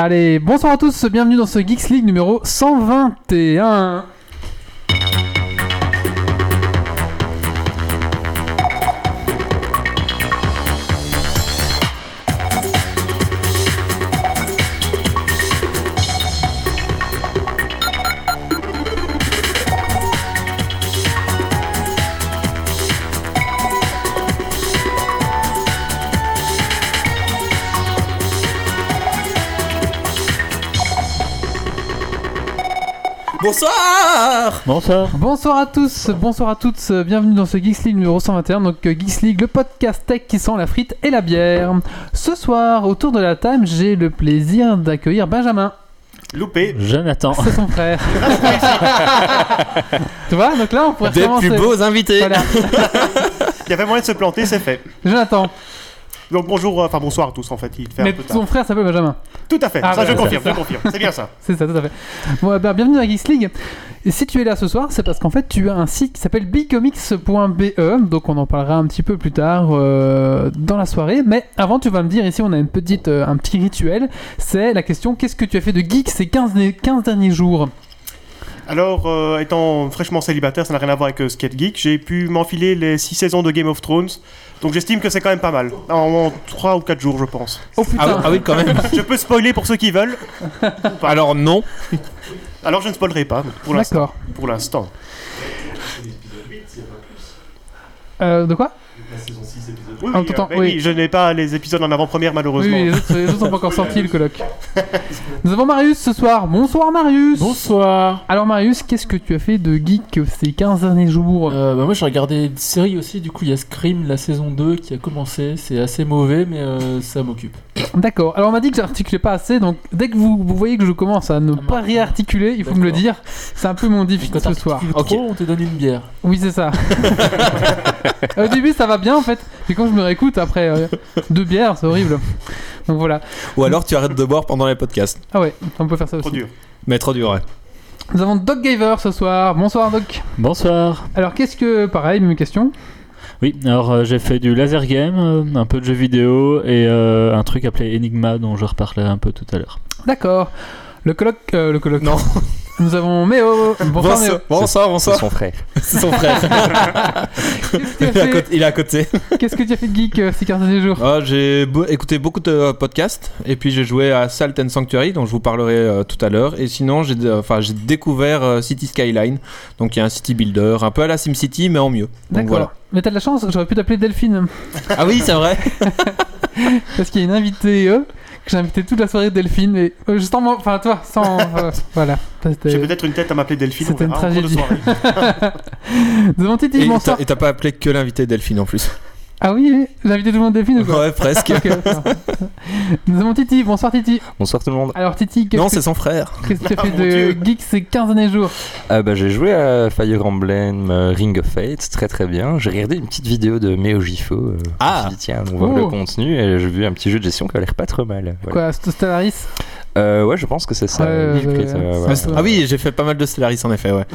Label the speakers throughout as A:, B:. A: Allez, bonsoir à tous, bienvenue dans ce Geeks League numéro 121.
B: Bonsoir
C: Bonsoir.
A: Bonsoir à tous, bonsoir à toutes, euh, bienvenue dans ce Geeks League numéro 121, donc euh, Geeks League, le podcast tech qui sent la frite et la bière. Ce soir, autour de la table, j'ai le plaisir d'accueillir Benjamin,
B: Loupé
C: Jonathan.
A: c'est son frère. tu vois, donc là on pourrait
B: Des
A: recommencer.
B: plus beaux invités
A: Voilà.
D: Il y avait moyen de se planter, c'est fait.
A: Jonathan,
D: Donc bonjour, euh, enfin bonsoir à tous en fait, il fait un
A: mais
D: peu tard.
A: son frère s'appelle Benjamin.
D: Tout à fait,
A: Ah,
D: ça
A: voilà,
D: je confirme,
A: c'est
D: je confirme, c'est bien ça.
A: C'est ça, tout à fait. Bon, eh ben, bienvenue à Geeks League. Et si tu es là ce soir, c'est parce qu'en fait, tu as un site qui s'appelle bicomics.be. Donc, on en parlera un petit peu plus tard euh, dans la soirée. Mais avant, tu vas me dire, ici, on a une petite, euh, un petit rituel. C'est la question qu'est-ce que tu as fait de geek ces 15, né- 15 derniers jours
D: Alors, euh, étant fraîchement célibataire, ça n'a rien à voir avec euh, ce qu'est le geek, j'ai pu m'enfiler les 6 saisons de Game of Thrones, donc j'estime que c'est quand même pas mal, en 3 ou 4 jours je pense.
A: Oh
B: ah, oui-
A: putain
B: ah oui, quand même
D: Je peux spoiler pour ceux qui veulent,
B: Alors non
D: alors je ne spoilerai pas pour l'instant.
A: D'accord.
D: Pour l'instant.
A: Euh, de quoi
D: Oui,
A: En
D: oui,
A: tout temps,
D: mais
A: oui.
D: oui, je n'ai pas les épisodes en avant-première
A: Oui,
D: malheureusement.
A: oui, les autres, les autres sont pas encore sortis, le colloque. Nous avons Marius ce soir. Bonsoir, Marius
C: Bonsoir.
A: Alors, Marius, qu'est-ce que tu as fait de geek ces 15 derniers jours
C: Euh, bah moi j'ai regardé une série aussi, du coup il y a Scream la saison 2 qui a commencé, c'est assez mauvais mais euh, ça m'occupe.
A: D'accord. Alors on m'a dit que j'articulais pas assez, donc dès que vous, vous voyez que je commence à ne
C: Ah,
A: pas
C: merde.
A: réarticuler, il faut me le
C: D'accord.
A: dire. C'est un peu mon défi
C: Quand
A: ce soir.
C: t'articules
B: Ok.
C: trop, on te donne une bière.
A: Oui, c'est ça. Au début, ça va bien en fait, mais quand je me réécoute après euh, deux bières, c'est horrible. Donc voilà.
B: Ou alors tu arrêtes de boire pendant les podcasts.
A: Ah ouais, on peut faire ça
D: Trop
A: aussi.
D: dur.
B: Mais trop dur, ouais.
A: Nous avons Doc Gaver ce soir. Bonsoir Doc.
E: Bonsoir.
A: Alors qu'est-ce que, pareil, même question.
E: Oui, alors euh, j'ai fait du laser game, euh, un peu de jeux vidéo et euh, un truc appelé Enigma dont je reparlerai un peu tout à l'heure.
A: D'accord. Le colloque, euh, le colloque.
B: Non.
A: Nous avons Méo. Bonsoir Méo.
B: Bonsoir, bonsoir, bonsoir.
F: son frère.
B: C'est son frère.
A: Qu'est-ce que tu as
B: il, est à
A: fait-
B: côté, il est à côté.
A: qu'est-ce que tu as fait de geek euh, ces 15 derniers jours
B: Ah, j'ai beau- écouté beaucoup de euh, podcasts et puis j'ai joué à Salt and Sanctuary dont je vous parlerai euh, tout à l'heure. Et sinon, j'ai euh, enfin, j'ai découvert euh, City Skyline. Donc il y a un city builder, un peu à la SimCity mais en mieux. Donc
A: D'accord.
B: voilà.
A: Mais t'as de la chance, j'aurais pu t'appeler Delphine.
B: Ah oui, c'est vrai.
A: Parce qu'il y a une invitée euh, que j'ai invitée toute la soirée Delphine et euh, juste en moi- enfin toi sans euh, voilà. Ça, c'était-
D: J'ai peut-être une tête à m'appeler Delphine, on
A: C'était une
D: verra en cours de
A: tragédie.
D: soirée.
A: Nous avons Titi,
B: Et
A: bonsoir.
B: t'as- et t'as pas appelé que l'invité Delphine en plus.
A: Ah oui, oui, j'ai invité tout le monde Delphine ou quoi
B: Ouais, presque.
A: Ok, d'accord. Nous avons Titi, bonsoir Titi.
F: Bonsoir tout le monde.
A: Alors Titi,
B: Non,
A: qu'est-ce
B: c'est Ah, son frère.
A: que qu'est-ce que tu as fait
D: mon
A: de
D: Dieu.
A: geek ces 15 derniers jours
F: Ah bah j'ai joué à Fire Emblem euh, Ring of Fate, très très bien. J'ai regardé une petite vidéo de Méo Gifo. euh,
B: Ah.
F: je me suis dit, tiens, on va voir
A: Oh.
F: le contenu et j'ai vu un petit jeu de gestion qui a l'air pas trop mal. Voilà.
A: Quoi, St- Stellaris
F: Euh, ouais, je pense que c'est ça.
A: Ouais,
F: oui, j'ai
A: ouais,
F: pris ça,
A: ouais.
F: ouais.
B: Ah, c'est- Ah oui, j'ai fait pas mal de Stellaris en effet, ouais.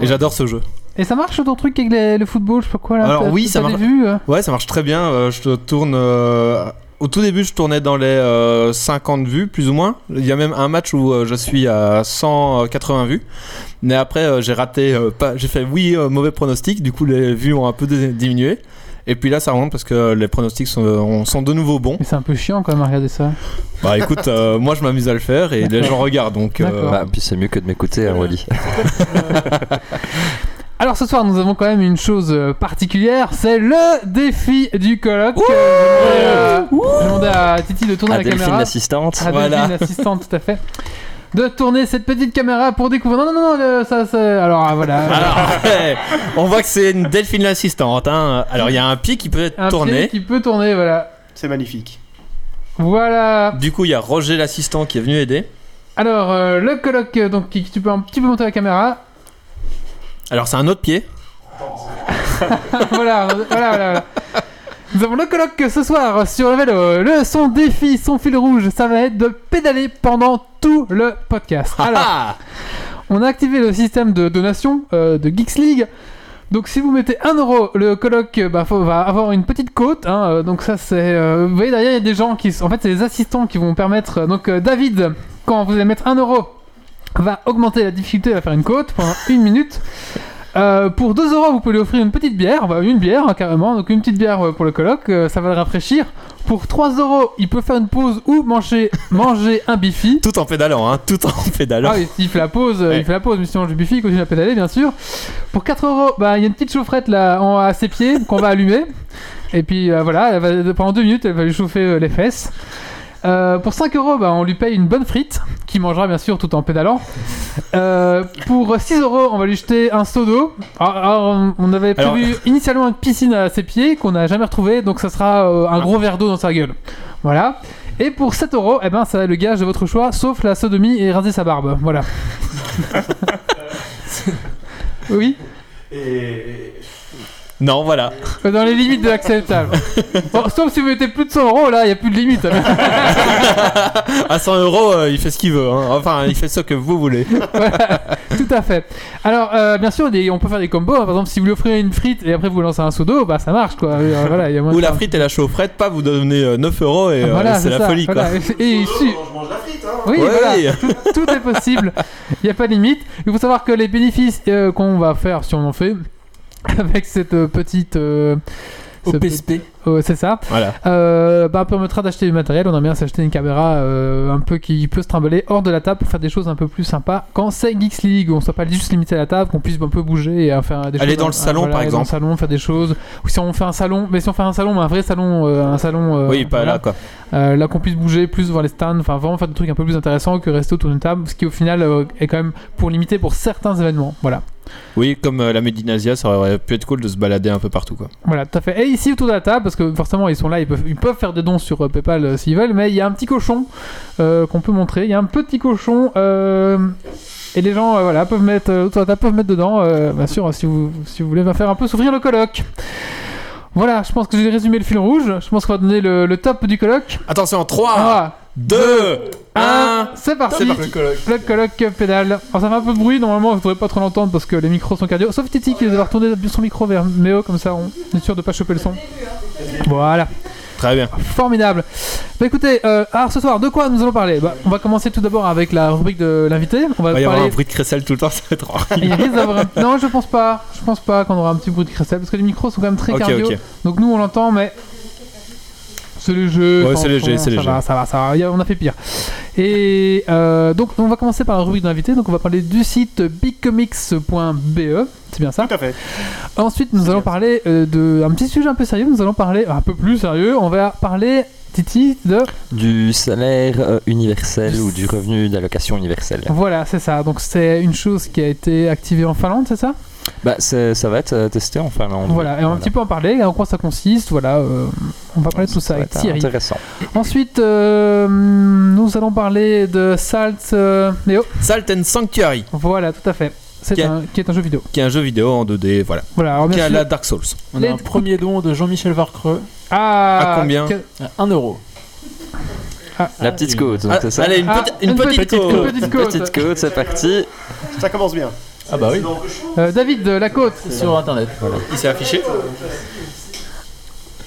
B: Et j'adore ce jeu.
A: Et ça marche ton truc avec les- le football, je sais pas quoi là
B: Alors
A: t'as-
B: oui, ça
A: t'as
B: marche.
A: des vues, euh
B: Ouais, ça marche très bien. euh, je te tourne. euh, Au tout début, je tournais dans les euh, 50 vues, plus ou moins. Il y a même un match où euh, je suis à 180 vues. Mais après, euh, j'ai raté. euh, pas... J'ai fait oui, euh, mauvais pronostic. Du coup, les vues ont un peu dé- diminué. Et puis là, ça remonte parce que les pronostics sont, on- sont de nouveau bons.
A: Mais c'est un peu chiant quand même à regarder ça.
B: Bah écoute, euh, moi je m'amuse à le faire et les gens regardent donc. euh,
A: D'accord.
F: Bah, puis c'est mieux que de m'écouter, hein, Wally.
A: Alors ce soir, nous avons quand même une chose euh, particulière, c'est le défi du colloque. Euh, je vais demander, euh, je vais demander à Titi de tourner
F: Ah,
A: la
F: Delphine
A: caméra.
F: l'assistante.
A: Ah,
B: Voilà.
A: Delphine, l'assistante, tout à fait. De tourner cette petite caméra pour découvrir. Non, non, non, le- ça, ça- Alors ah, voilà.
B: Alors, hey, on voit que c'est une Delphine l'assistante. Hein. Alors, il y a un pied qui peut être
A: Un
B: tourné.
A: pied qui peut tourner, voilà.
D: C'est magnifique.
A: Voilà.
B: Du coup, il y a Roger l'assistant qui est venu aider.
A: Alors euh, le colloque, euh, donc qui- tu peux un petit peu monter la caméra.
B: Alors, c'est un autre pied.
A: voilà, voilà, voilà, voilà. Nous avons le colloque ce soir sur le vélo. Le son défi, son fil rouge, ça va être de pédaler pendant tout le podcast. Alors,
B: Ah
A: on a activé le système de donation euh, de Geeks League. Donc si vous mettez 1 euro, le colloque euh, bah, faut- va avoir une petite cote. hein, euh, donc ça c'est... euh, vous voyez derrière il y a des gens qui... sont- En fait c'est les assistants qui vont permettre... euh, donc euh, David, quand vous allez mettre 1 euro, va augmenter la difficulté, va faire une cote pendant une minute. Euh, pour 2 euros, vous pouvez lui offrir une petite bière, bah, une bière hein, carrément, donc une petite bière euh, pour le colloque, euh, ça va le rafraîchir. Pour 3 euros, il peut faire une pause ou manger, manger un bifi.
B: Tout en pédalant, hein, tout en pédalant.
A: Ah oui, il fait la pause, euh, il
B: Ouais.
A: fait la pause, mais sinon je biffi, il continue à pédaler bien sûr. Pour 4 euros, bah, il y a une petite chaufferette là en- à ses pieds qu'on va allumer. Et puis euh, voilà, elle va- pendant 2 minutes, elle va lui chauffer euh, les fesses. Euh, pour 5 euros, bah, on lui paye une bonne frite, qui mangera bien sûr tout en pédalant. Euh, pour 6 euros, on va lui jeter un seau d'eau. Alors, alors, on avait
B: Alors-
A: prévu initialement une piscine à ses pieds qu'on n'a jamais retrouvée, donc ça sera euh, un gros verre d'eau dans sa gueule. Voilà. Et pour 7 euros, eh ben, ça va être le gage de votre choix, sauf la sodomie et raser sa barbe. Voilà. oui,
B: Non, voilà.
A: dans les limites de l'acceptable. Bon, sauf si vous mettez plus de 100 euros, là, il n'y a plus de limite. hein.
B: À 100 euros, euh, il fait ce qu'il veut. hein. Enfin, il fait ce que vous voulez.
A: Voilà, tout à fait. Alors, euh, bien sûr, des- on peut faire des combos. hein. Par exemple, si vous lui offrez une frite et après vous lancez un seau d'eau, bah ça marche quoi. Euh, voilà, il y a moins de
B: Ou la
A: faire-
B: frite et la chaufferette, pas vous donner euh, 9 euros et euh,
A: Voilà,
B: c'est la
A: ça,
B: folie, quoi.
A: voilà. Et, et- si- Oui,
B: Ouais.
A: voilà. tout est possible. Il n'y a pas de limite. Il faut savoir que les bénéfices euh, qu'on va faire, si on en fait, avec cette euh, petite. euh, ce
C: Au PSP.
A: pe- oh, c'est ça.
B: Voilà.
A: Euh, bah, permettra d'acheter du matériel. On a bien s'acheter une caméra euh, un peu qui peut se trimballer hors de la table pour faire des choses un peu plus sympas. Quand c'est Geeks League, on ne soit pas juste limité à la table, qu'on puisse un peu bouger et euh, faire des choses.
B: Aller dans le
A: euh,
B: salon, par
A: aller dans le
B: exemple.
A: salon, faire des choses. Ou si on fait un salon, mais si on fait un salon, mais un vrai salon, euh, un salon. euh,
B: oui, pas
A: voilà.
B: là, quoi.
A: Euh, là qu'on puisse bouger plus voir les stands, enfin vraiment faire des trucs un peu plus intéressants que rester autour d'une table, ce qui au final euh, est quand même pour limiter pour certains événements. Voilà,
B: Oui, comme euh, la Médinasia, ça aurait pu être cool de se balader un peu partout, quoi.
A: voilà, tout à fait. Et ici autour de la table, parce que forcément ils sont là, ils peuvent, ils peuvent faire des dons sur euh, PayPal euh, s'ils veulent, mais il y a un petit cochon euh, qu'on peut montrer. Il y a un petit cochon euh, et les gens euh, voilà peuvent mettre euh, autour de la table peuvent mettre dedans, euh, bien sûr, si vous si vous voulez faire un peu s'ouvrir le colloque. Voilà, je pense que j'ai résumé le fil rouge. Je pense qu'on va donner le, le top du colloque.
B: Attention, 3,
A: Ah,
B: 2, 1.
A: c'est parti.
B: colloque.
A: Le colloque euh, pédale. Alors ça fait un peu de bruit, normalement vous ne pas trop l'entendre parce que les micros sont cardio. Sauf Titi qui va retourner son micro vers Méo, comme ça on est sûr de pas choper le son. Voilà,
B: Très bien.
A: formidable. Bah écoutez, euh, alors ce soir, de quoi nous allons parler bah, On va commencer tout d'abord avec la rubrique de l'invité. On va
B: Bah, Il va y avoir
A: parler.
B: un bruit de crécelle tout le temps, ça va être horrible.
A: Il risque d'avoir un- Non, je pense pas. Je pense pas qu'on aura un petit bruit de crécelle parce que les micros sont quand même très
B: Ok,
A: cardio.
B: ok.
A: Donc nous on l'entend, mais c'est léger.
B: Ouais,
A: sans
B: c'est léger,
A: son,
B: c'est léger.
A: Ça va, ça va, ça va. y a- On a fait pire. Et euh, donc on va commencer par la rubrique d'invité. Donc on va parler du site bigcomics.be. C'est bien ça.
D: Tout à fait.
A: Ensuite, nous allons parler euh, de un petit sujet un peu sérieux. Nous allons parler un peu plus sérieux. On va parler Titi de
F: Du salaire euh, universel
A: Du-
F: ou du revenu d'allocation universelle.
A: voilà, c'est ça. Donc c'est une chose qui a été activée en Finlande, c'est ça
F: Bah, c'est- ça va être euh, testé en Finlande.
A: Voilà, et on va un petit peu en parler, en quoi ça consiste, voilà, euh, on va parler de tout ça,
F: Ça va
A: avec
F: être
A: Thierry.
F: intéressant.
A: Ensuite, euh, nous allons parler de Salt euh, Neo,
B: Salt and Sanctuary,
A: voilà, tout à fait, c'est
B: Qui est-
A: un, qui est un jeu vidéo.
B: qui est un jeu vidéo en 2D, voilà.
A: Voilà, alors
B: Qui
A: bien
B: a
A: sûr-
B: la Dark Souls.
C: On
A: Les-
C: a un premier don de Jean-Michel Varcreux
A: Ah,
B: à combien
A: que-
C: à 1 euro.
F: La petite côte, donc
B: Ah,
F: c'est ça
B: Allez, une,
A: Ah,
B: petite- une
A: une
B: petite,
A: petite
B: côte.
A: côte.
F: Une petite côte, c'est parti.
D: Ça commence bien.
B: Ah bah oui,
A: euh, David, euh, la côte,
C: Sur internet.
B: il s'est affiché.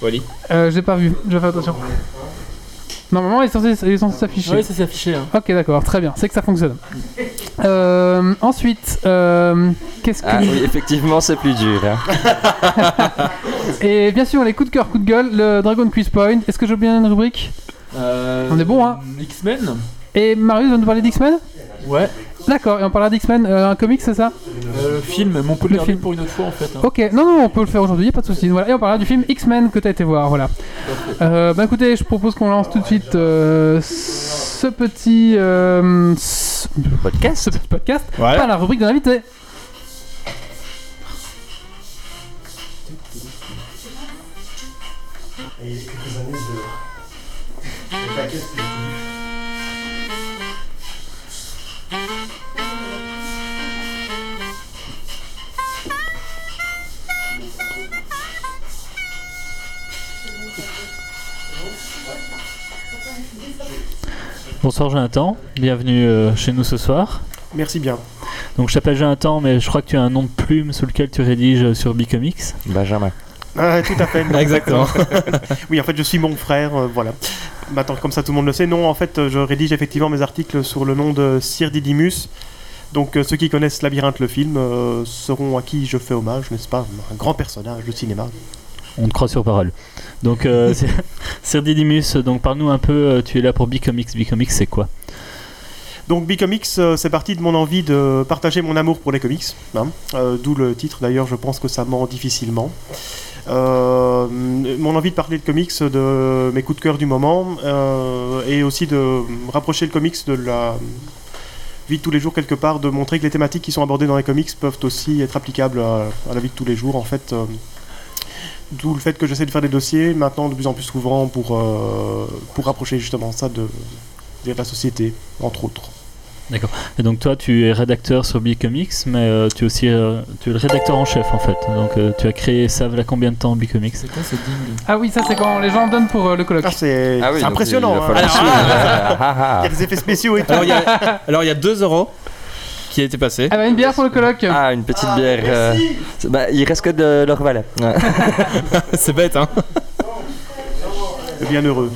B: Oli.
A: Euh, j'ai pas vu, je vais faire attention. Normalement, il est censé il est censé s'afficher.
C: Oui, ça s'est affiché. hein.
A: Ok, d'accord, très bien, c'est que ça fonctionne. Euh, ensuite, euh, qu'est-ce que...
F: Ah oui, effectivement, c'est plus dur. hein.
A: Et bien sûr, les coups de cœur, coups de gueule, le Dragon Quiz Point, est-ce que j'ai oublié une rubrique
C: Euh,
A: On est bon, hein.
C: X-Men
A: Et Marius va nous parler d'X-Men
C: Ouais.
A: D'accord, et on parlera d'X-Men, euh, un comic, c'est ça
C: Euh, le film, mais on peut le
A: Le
C: garder
A: film.
C: pour une autre fois en fait. hein.
A: Ok, non, non, on peut le faire aujourd'hui, y a pas de souci. Voilà, et on parlera du film X-Men que t'as été voir, voilà. Euh, bah écoutez, je propose qu'on lance tout de suite euh, ce petit euh, ce
F: Podcast
A: petit podcast
B: Voilà.
A: par la rubrique de l'invité.
E: Bonsoir Jonathan, bienvenue euh, chez nous ce soir.
D: Merci bien.
E: Donc je t'appelle Jonathan, mais je crois que tu as un nom de plume sous lequel tu rédiges euh, sur Bicomics.
F: Benjamin.
D: Ah, tout à fait. non.
B: Exactement.
D: Oui, en fait, je suis mon frère, euh, voilà. Maintenant, comme ça, tout le monde le sait. Non, en fait, euh, je rédige effectivement mes articles sur le nom de Sir Didymus. Donc, euh, ceux qui connaissent Labyrinthe, le film, euh, sauront à qui je fais hommage, n'est-ce pas Un grand personnage de cinéma.
E: On te croit sur parole. Donc, euh, c'est- Sir Didymus, donc parle-nous un peu, euh, tu es là pour Bicomics. Bicomics, c'est quoi
D: Donc, Bicomics, euh, c'est parti de mon envie de partager mon amour pour les comics. hein. Euh, D'où le titre, d'ailleurs, je pense que ça ment difficilement. Euh, mon envie de parler de comics, de mes coups de cœur du moment, euh, et aussi de rapprocher le comics de la vie de tous les jours quelque part, de montrer que les thématiques qui sont abordées dans les comics peuvent aussi être applicables à, à la vie de tous les jours en fait. euh, D'où le fait que j'essaie de faire des dossiers maintenant de plus en plus souvent pour, euh, pour rapprocher justement ça de, de la société, entre autres.
E: Et donc toi, tu es rédacteur sur Bicomics, mais euh, tu es aussi euh, tu es le rédacteur en chef en fait. Donc euh, tu as créé ça voilà combien de temps Bicomics
C: C'est quoi ce ding
A: Ah oui, ça c'est quand les gens donnent pour euh, le colloque.
D: Ah, c'est c'est
F: donc,
D: impressionnant.
F: il va
D: hein.
F: falloir
D: Alors,
F: suivre. Ah, ah,
D: Il y
F: ah.
D: a des effets spéciaux et tout.
B: Alors, il y a- alors, il y a 2 euros qui a été passé.
A: Ah bah une bière pour le colloque.
F: Ah, une petite bière. euh, c'est- bah, il reste que de l'Orval. Ouais.
C: Ah.
B: C'est bête, hein
D: Ah, Bien heureux.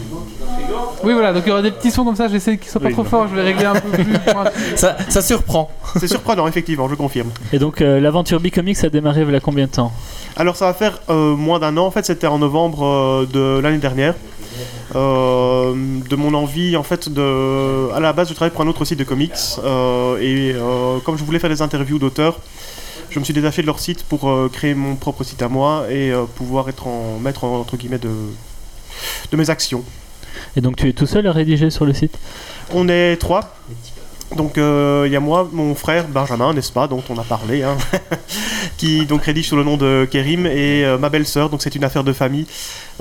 A: Oui voilà, donc il y aura des petits sons comme ça, j'essaie qu'ils soient pas
D: Oui,
A: trop
D: non.
A: forts, je vais régler un peu plus. pointu.
B: Ça, ça surprend.
D: C'est surprenant, effectivement, je confirme.
E: Et donc euh, l'aventure Bicomics a démarré voilà combien de temps
D: Alors ça va faire euh, moins d'un an, en fait c'était en novembre euh, de l'année dernière. Euh, de mon envie en fait de... À la base je travaille pour un autre site de comics euh, et euh, comme je voulais faire des interviews d'auteurs, je me suis détaché de leur site pour euh, créer mon propre site à moi et euh, pouvoir être en maître entre guillemets de, de mes actions.
E: Et donc tu es tout seul à rédiger sur le site
D: On est trois. Donc euh, il y a moi, mon frère Benjamin, n'est-ce pas, dont on a parlé, hein, qui donc rédige sous le nom de Kérim, et euh, ma belle-sœur, donc c'est une affaire de famille,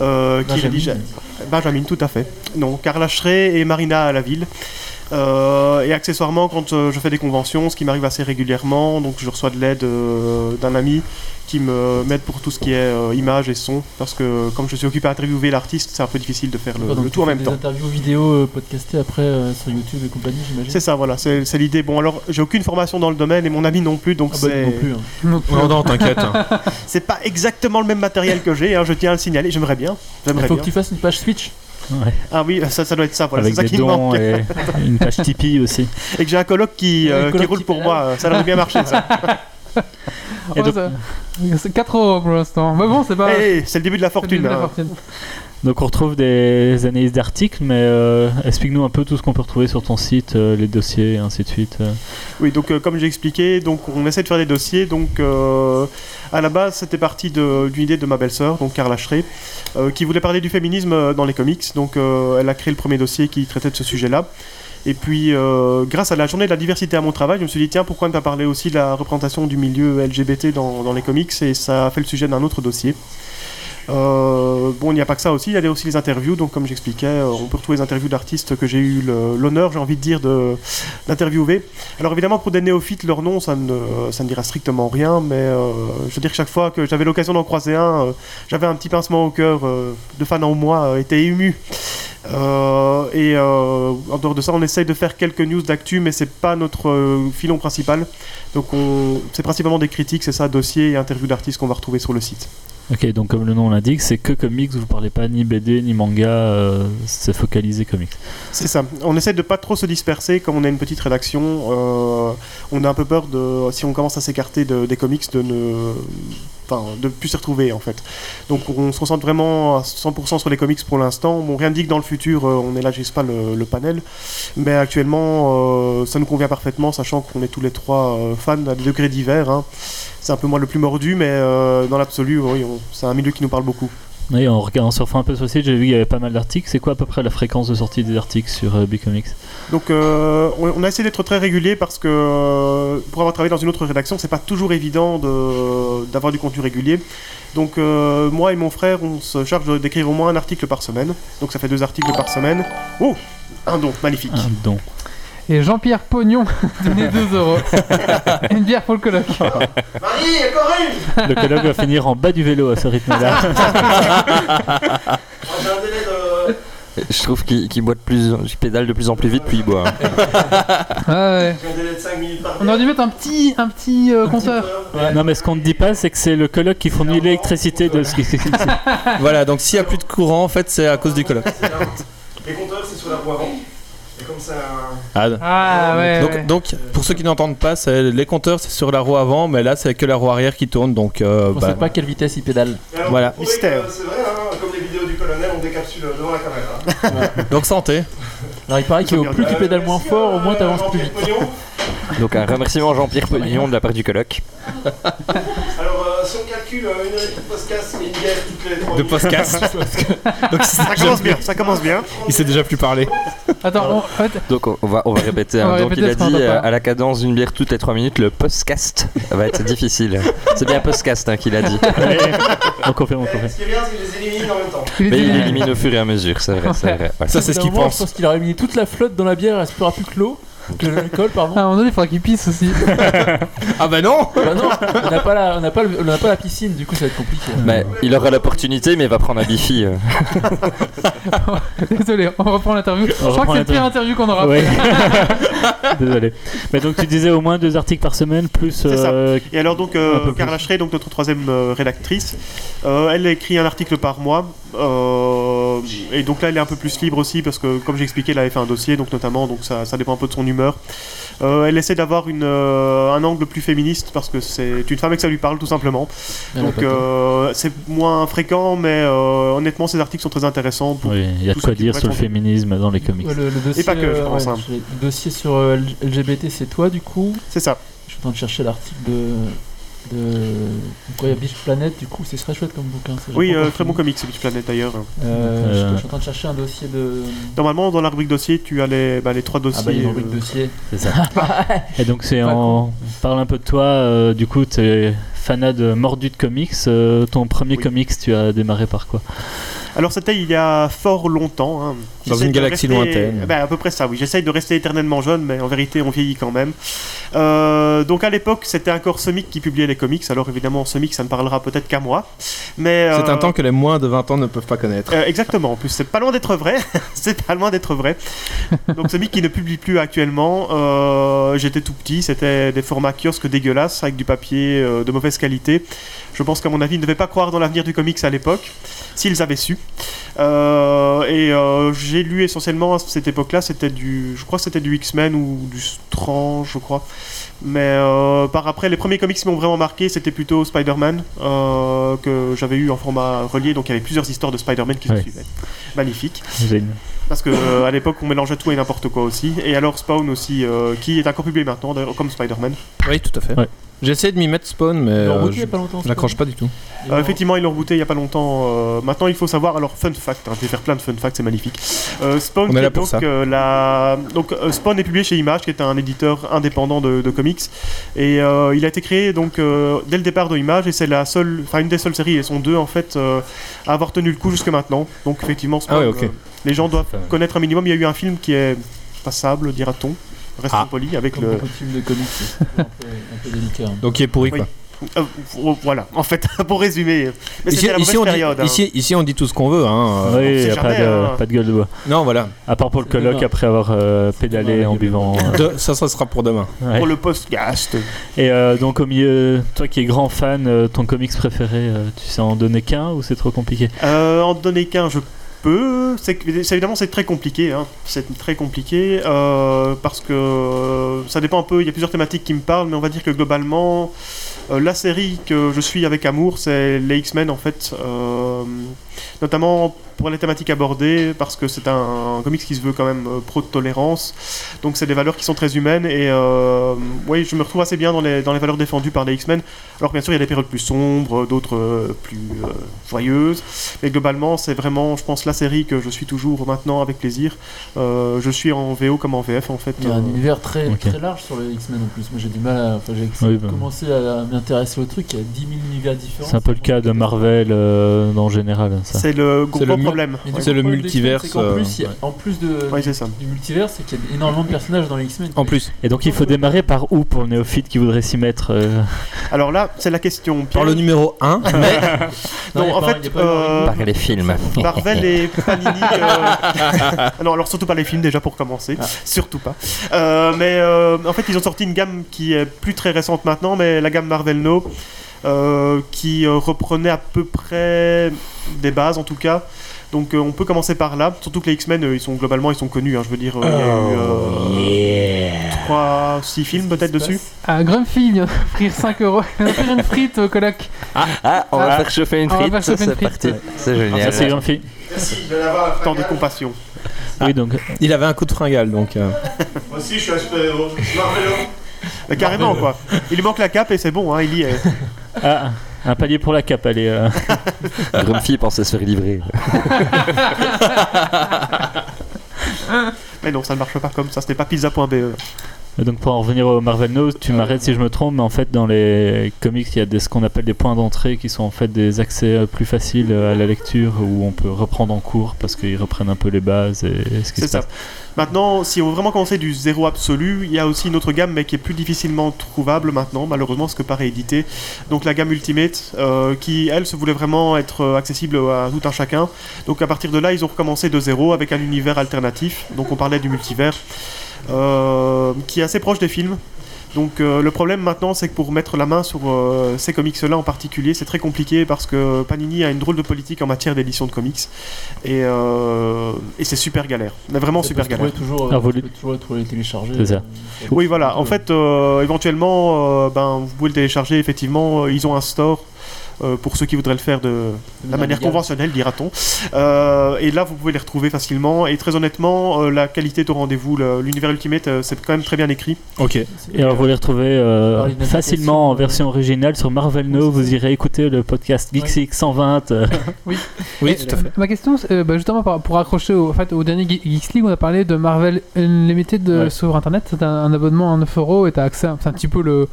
D: euh, qui
C: Benjamin.
D: rédige... Benjamin, tout à fait. Non, Carla Schrey et Marina à la ville. Euh, et accessoirement, quand euh, je fais des conventions, ce qui m'arrive assez régulièrement, donc je reçois de l'aide euh, d'un ami qui me m'aide pour tout ce qui est euh, image et son, parce que comme je suis occupé à interviewer l'artiste, c'est un peu difficile de faire le-
C: Quoi, donc
D: Euh, le
C: tu
D: tout en
C: fais
D: même
C: des
D: temps.
C: interviews vidéo euh, podcastées après euh, sur YouTube et compagnie, j'imagine.
D: C'est ça, voilà, c'est c'est l'idée. Bon, alors, j'ai aucune formation dans le domaine et mon ami non plus, donc
C: Ah bah,
D: c'est
C: non plus. hein.
A: Donc, euh,
B: Non, non, t'inquiète. hein.
D: c'est pas exactement le même matériel que j'ai, hein, je tiens à le signaler, j'aimerais bien.
C: Il
D: J'aimerais
C: faut
D: bien.
C: que tu fasses une page Switch.
E: Ouais.
D: Ah oui, ça, ça doit être ça, voilà,
E: Avec
D: c'est ça
E: des
D: qui me
E: dons
D: manque. Et...
E: et une page Tipeee aussi.
D: que j'ai un coloc qui,
C: Un
D: euh, qui
C: coloc
D: roule
C: qui
D: pour
C: fait
D: moi, ça aurait bien marché ça.
E: Et
A: ouais,
E: donc-
A: ça- euh, C'est 4 euros pour l'instant. Mais bon, c'est pas.
D: Eh, c'est le début de la
A: c'est le début
D: fortune.
A: de la
D: hein.
A: fortune.
E: Donc on retrouve des analyses d'articles, mais euh, explique-nous un peu tout ce qu'on peut retrouver sur ton site, euh, les dossiers et ainsi de suite. euh.
D: Oui, donc euh, comme j'ai expliqué, donc on essaie de faire des dossiers. Donc euh, à la base, c'était parti de- d'une idée de ma belle-sœur, donc Carla Schrey, euh, qui voulait parler du féminisme euh, dans les comics. Donc euh, elle a créé le premier dossier qui traitait de ce sujet-là. Et puis, euh, grâce à la journée de la diversité à mon travail, je me suis dit, tiens, pourquoi ne pas parler aussi de la représentation du milieu LGBT dans, dans les comics Et ça a fait le sujet d'un autre dossier. Euh, bon, il n'y a pas que ça aussi, il y a aussi les interviews. Donc, comme j'expliquais, euh, on peut retrouver les interviews d'artistes que j'ai eu le- l'honneur, j'ai envie de dire, de- d'interviewer. Alors évidemment, pour des néophytes, leur nom, ça ne, ça ne dira strictement rien, mais euh, je veux dire, chaque fois que j'avais l'occasion d'en croiser un, euh, j'avais un petit pincement au cœur euh, de fan en moi, euh, était ému. Euh, et euh, en dehors de ça, on essaye de faire quelques news d'actu, mais c'est pas notre euh, filon principal. Donc on- c'est principalement des critiques, c'est ça, dossiers et interviews d'artistes qu'on va retrouver sur le site.
E: Ok, donc comme le nom l'indique, c'est que comics, vous parlez pas ni BD ni manga, euh, c'est focalisé comics.
D: C'est ça. On essaie de pas trop se disperser, comme on a une petite rédaction. euh, on a un peu peur de, si on commence à s'écarter de- des comics, de ne, enfin, de plus s'y retrouver en fait. Donc on se concentre vraiment à 100% sur les comics pour l'instant. Bon, rien ne dit que dans le futur, euh, on élargisse pas le, le panel, mais actuellement, euh, ça nous convient parfaitement, sachant qu'on est tous les trois euh, fans à des degrés divers. hein. C'est un peu moi le plus mordu, mais euh, dans l'absolu, oui, on- c'est un milieu qui nous parle beaucoup.
E: Et en, regardant- en surfant un peu sur le site, j'ai vu qu'il y avait pas mal d'articles. C'est quoi à peu près la fréquence de sortie des articles sur euh, Bicomics
D: Donc euh, on on a essayé d'être très régulier parce que euh, pour avoir travaillé dans une autre rédaction, c'est pas toujours évident de- d'avoir du contenu régulier. Donc euh, moi et mon frère, on se charge de- d'écrire au moins un article par semaine. Donc ça fait deux articles par semaine. Oh un don, magnifique.
E: Un don.
A: Et Jean-Pierre Pognon donnait 2 euros. une bière pour le colloque.
E: Le colloque va
G: Ah,
E: finir en bas du vélo à ce rythme-là.
F: Je trouve qu'il qu'il boit de plus, en- qu'il pédale de plus en plus vite puis il boit. hein.
A: Ah ouais.
D: J'ai un délai de 5 minutes par
A: On aurait dû mettre un petit, un petit euh, compteur.
E: Non, mais ce qu'on ne dit pas, c'est que c'est le colloque qui fournit l'électricité de ce qui existe.
B: Voilà, donc s'il n'y a plus de courant, en fait, c'est à cause du colloque.
D: Les compteurs, c'est sur la voie avant. Et comme ça.
B: Ah,
A: Ah
C: Euh.
A: ouais.
B: donc,
A: ouais.
B: donc, pour ceux qui n'entendent pas, c'est- les compteurs, c'est sur la roue avant, mais là, c'est que la roue arrière qui tourne, donc euh,
C: On
B: bah,
C: sait pas à quelle vitesse il pédale.
B: Voilà.
D: Mystère.
G: C'est vrai, hein, comme les vidéos du colonel, on décapsule devant la caméra. hein.
B: donc santé.
C: Alors il paraît qu'au plus tu
G: Euh,
C: pédales moins
G: merci,
C: fort, au
G: euh,
C: moins t'avances plus
G: Jean-Pierre
C: vite.
G: Pognon.
F: Donc un remerciement à Jean-Pierre Pognon de la part du colloque.
G: Alors, euh, si on calcule euh, une heure et demie de podcast et une guerre toutes les trois
B: De
G: minutes,
B: podcast. donc,
D: Ça commence bien, ça commence bien.
B: il s'est déjà plus parlé.
A: Attends, on- en fait,
F: Donc on on va, on va répéter. hein.
A: On va
F: Donc
A: répéter
F: il a
A: ce qu'on
F: dit
A: entend
F: euh,
A: pas.
F: à la cadence d'une bière toutes les 3 minutes, le podcast va être difficile. C'est bien podcast hein, qu'il a dit.
E: on confirme, on confirme.
G: Ce qui est bien, c'est que je les élimine en même temps.
A: il est
F: Mais il
A: délivré.
F: élimine au fur et à mesure, c'est vrai, c'est vrai. voilà.
B: Ça, c'est ce
C: Au bout d'un
B: qu'il
C: moment,
B: pense.
C: Je pense qu'il aurait mis toute la flotte dans la bière, il restera plus que l'eau, que l'alcool, pardon.
A: Ah, À un moment donné, il faudra qu'il pisse aussi.
B: Ah bah non
C: Bah non, on n'a pas, la- on n'a pas, le- on n'a pas la piscine, du coup ça va être compliqué.
F: Mais Bah, il aura l'opportunité, mais il va prendre un bifi. euh.
A: Désolé, on reprend l'interview. Je crois que
E: reprend
A: c'est la pire interview qu'on aura.
E: Ouais. Désolé. Mais donc tu disais au moins deux articles par semaine, plus.
D: C'est ça.
E: euh,
D: Et alors donc
E: Un peu
D: euh,
E: plus.
D: Carla Schrey, donc notre troisième euh, rédactrice, euh, elle écrit un article par mois. euh, et donc là, elle est un peu plus libre aussi parce que, comme j'expliquais, là, elle fait un dossier, donc notamment, donc ça, ça dépend un peu de son humeur. Euh, elle essaie d'avoir une, euh, un angle plus féministe parce que c'est une femme et que ça lui parle tout simplement.
C: Il y en a
D: donc
C: pas tant.
D: euh, c'est moins fréquent, mais euh, honnêtement, ces articles sont très intéressants. pour-
E: oui, il y a de
D: tout ce
E: quoi
D: qui
E: dire
D: pourrait
E: sur le
D: être-
E: féminisme dans les comics.
C: Ouais, le, le dossier,
D: pas que, je
C: euh,
D: pense,
C: ouais,
D: hein.
C: j'ai- le dossier sur euh, L- LGBT, c'est toi du coup.
D: C'est ça.
C: Je suis en train de chercher l'article de. de. de quoi, il y a Beach Planet, du coup, c'est très chouette comme bouquin. ça, j'ai
D: Oui,
C: pas
D: euh,
C: encore
D: très bon
C: fini.
D: comics, c'est Beach Planet d'ailleurs.
C: Euh,
E: Euh.
C: je- Je suis en train de chercher un dossier de.
D: Normalement, dans la rubrique dossier, tu as les, bah, les trois dossiers.
C: Ah bah il y a une
D: euh,
C: rubrique dossier.
E: C'est ça. Et donc c'est
C: Pas
E: en. Parle un peu de toi. euh, du coup, t'es fanat de mordu de comics. euh, ton premier
D: Oui.
E: comics, tu as démarré par quoi
D: Alors c'était il y a fort longtemps. hein.
B: Dans
D: J'essaie
B: une
D: de
B: galaxie
D: rester-
B: lointaine.
D: Ben, à peu près ça, oui. J'essaye de rester éternellement jeune, mais en vérité on vieillit quand même. Euh, donc à l'époque c'était encore Semic qui publiait les comics, alors évidemment Semic ça ne parlera peut-être qu'à moi. Mais,
B: C'est
D: euh,
B: un temps que les moins de 20 ans ne peuvent pas connaître.
D: euh, exactement, en plus c'est pas loin d'être vrai. c'est pas loin d'être vrai. Donc Semic qui ne publie plus actuellement. Euh, J'étais tout petit, c'était des formats kiosques dégueulasses avec du papier euh, de mauvaise qualité. Je pense qu'à mon avis ils ne devaient pas croire dans l'avenir du comics à l'époque, s'ils avaient su. Euh, et euh, j'ai lu essentiellement à cette époque-là, c'était du, je crois que c'était du X-Men ou du Strange, je crois. Mais euh, par après, les premiers comics qui m'ont vraiment marqué, c'était plutôt Spider-Man euh, que j'avais eu en format relié, donc il y avait plusieurs histoires de Spider-Man qui
E: Ouais.
D: se suivaient. Magnifique.
E: Génial.
D: Parce que euh, à l'époque, on mélangeait tout et n'importe quoi aussi. Et alors Spawn aussi, euh, qui est encore publié maintenant, d'ailleurs, comme Spider-Man.
B: Oui, tout à fait.
E: Ouais.
B: J'ai essayé de m'y mettre spawn, mais
C: Il en
B: euh,
C: route, il y
B: je
C: a pas longtemps.
B: je n'accroche pas du tout.
C: c'est
D: Euh,
C: pas-
D: effectivement, ils l'ont rebooté il y a pas longtemps. euh, maintenant, il faut savoir. Alors, fun fact, hein, je vais faire plein de fun facts, c'est magnifique. Euh, Spawn,
B: On est
D: qui
B: là
D: est
B: pour
D: donc,
B: ça.
D: euh, la... donc euh, Spawn est publié chez Image, qui est un éditeur indépendant de, de comics, et euh, il a été créé donc euh, dès le départ de Image, et c'est la seule, enfin une des seules séries, et sont deux en fait, euh, à avoir tenu le coup jusque maintenant. Donc effectivement, Spawn,
B: Ah ouais, ok.
D: euh, les gens doivent
E: Enfin,
D: connaître un minimum. Il y a eu un film qui est passable, dira-t-on. Restons
B: Ah.
D: polis avec
C: Comme
D: le.
C: beaucoup de films de comics, c'est un peu, un peu délicat. hein.
B: Donc il est pourri,
D: Oui.
B: quoi.
D: Euh, voilà, en fait, pour résumer, mais
B: Ici,
D: c'était la
B: ici,
D: mauvaise
B: on dit,
D: période. hein.
B: ici, ici, on dit tout ce qu'on veut. Hein. euh.
E: oui,
D: sait
E: y a pas,
D: jamais,
E: de,
D: hein.
E: pas de gueule de bois.
B: Non, voilà.
E: À part pour le
C: C'est
E: colloque
C: demain.
E: après avoir euh, pédalé
C: demain,
E: en
C: la gueule de
E: buvant. euh,
B: De- ça, ça sera pour demain.
E: ouais.
D: Pour le podcast.
E: Et euh, donc au milieu, toi qui es grand fan, euh, ton comics préféré, euh, tu sais en donner qu'un ou c'est trop compliqué
D: Euh, en donner qu'un, je peux. C'est que- c'est- évidemment, c'est très compliqué. hein. C'est très compliqué euh, parce que euh, ça dépend un peu. Il y a plusieurs thématiques qui me parlent, mais on va dire que globalement, euh, la série que je suis avec amour, c'est les X-Men en fait. euh, notamment pour les thématiques abordées, parce que c'est un, comics qui se veut quand même euh, pro de tolérance. Donc c'est des valeurs qui sont très humaines et euh, oui, je me retrouve assez bien dans les, dans les valeurs défendues par les X-Men. Alors bien sûr, il y a des périodes plus sombres, d'autres euh, plus euh, joyeuses. Mais globalement, c'est vraiment, je pense, la série que je suis toujours maintenant avec plaisir. Euh, je suis en VO comme en VF en fait.
C: Il y a
D: Euh,
C: un univers très,
E: Ok.
C: très large sur les X-Men en plus. Moi j'ai du mal à. Enfin, j'ai
E: Oui, bah.
C: commencé à m'y intéressé au truc, il y a 10 000 univers différents.
E: C'est un peu le cas de Marvel euh, en général, ça.
D: C'est le gros
B: C'est le
D: gros
B: mu-
D: problème.
C: Mais du
B: C'est
C: coup,
B: le
C: problème des X-Men,
B: multiverse,
C: c'est qu'en
B: euh,
C: plus, il y a- En plus de,
D: Oui, c'est ça.
C: du multivers, c'est qu'il y a énormément de personnages dans les X-Men.
B: En plus,
E: Et donc il faut démarrer par où pour le néophyte qui voudrait s'y mettre euh,
D: Alors là, c'est la question.
B: par le
D: Pierre.
B: numéro 1, mais
C: Non, il y
D: Non,
C: a
D: en
C: pas- il y
D: fait,
C: a pas vraiment
D: euh,
F: Par les films.
D: Marvel et Panini. euh, non, alors surtout pas les films déjà pour commencer,
C: Ah.
D: surtout pas. Euh, mais euh, en fait, ils ont sorti une gamme qui est plus très récente maintenant, mais la gamme Marvel No, euh, qui euh, reprenait à peu près des bases en tout cas. Donc euh, on peut commencer par là, surtout que les X-Men, euh, ils sont globalement, ils sont connus. hein. je veux dire, euh, il
C: Oh,
D: y a eu 3, 6 films peut-être
C: Qu'est-ce qui
D: dessus.
C: se passe
A: Ah, Grumpy vient d'offrir 5 euros. Il vient d'offrir une frite au coloc.
F: Ah, on va
A: Ah.
F: faire chauffer une
A: On va
F: frite,
A: faire chauffer une
F: c'est
A: frite.
F: parti. C'est
E: Ça
F: génial.
E: Ah, c'est grand film.
G: Merci, je vais l'avoir la
D: Tant de
G: fringale.
D: compassion. Ah.
E: Oui, donc
B: il avait un coup de fringale, donc. euh,
G: Moi aussi, je suis un super-héros. Marvelo.
D: Mais carrément quoi. Il lui manque la cape et c'est bon, hein, il y est.
E: ah, un palier pour la cape, allez. euh.
F: Grumpy pensait se faire livrer.
D: Mais non, ça ne marche pas comme ça, c'était pas pizza.be.
E: Donc pour en revenir au Marvel Nose, tu m'arrêtes si je me trompe, mais en fait dans les comics il y a des, ce qu'on appelle des points d'entrée qui sont en fait des accès euh, plus faciles euh, à la lecture où on peut reprendre en cours parce qu'ils reprennent un peu les bases et ce qui
D: C'est
E: se
D: ça.
E: passe.
D: Maintenant, si on veut vraiment commencer du zéro absolu, il y a aussi une autre gamme, mais qui est plus difficilement trouvable maintenant, malheureusement, parce que pas réédité. Donc la gamme Ultimate, euh, qui elle se voulait vraiment être euh, accessible à tout un chacun. Donc à partir de là, ils ont recommencé de zéro avec un univers alternatif. Donc on parlait du multivers, euh, qui est assez proche des films. Donc euh, le problème maintenant, c'est que pour mettre la main sur euh, ces comics-là en particulier, c'est très compliqué parce que Panini a une drôle de politique en matière d'édition de comics et, euh, et c'est super galère, mais vraiment
C: Ça
D: super
C: peut se trouver
D: galère.
C: Toujours, euh,
E: Ah, vous
C: tu
E: le-
C: peux toujours, toujours les télécharger.
E: C'est ça.
C: euh,
D: Oui, voilà.
C: euh,
D: En fait, euh, éventuellement, euh, ben, vous pouvez le télécharger. Effectivement, euh, ils ont un store. euh, pour ceux qui voudraient le faire de
C: de
D: la manière
C: légale.
D: conventionnelle, dira-t-on. Euh, et là, vous pouvez les retrouver facilement. Et très honnêtement, euh, la qualité est au rendez-vous. Le- L'univers Ultimate, euh, c'est quand même très bien écrit.
B: ok.
E: Et alors vous les retrouvez euh,
C: Par une
E: facilement en
C: application, euh,
E: version originale sur Marvel
C: Oui,
E: Nose,
C: c'est ça.
E: vous irez écouter le podcast Geeksix 120. euh,
B: Oui, tout à fait.
A: Ma question, c'est, euh, bah, justement, par- pour accrocher au, en fait, au dernier Ge- Geeks League, on a parlé de Marvel Unlimited euh,
E: Ouais.
A: sur internet. C'est un, un abonnement à 9 euros et t'as accès à. C'est un petit peu le.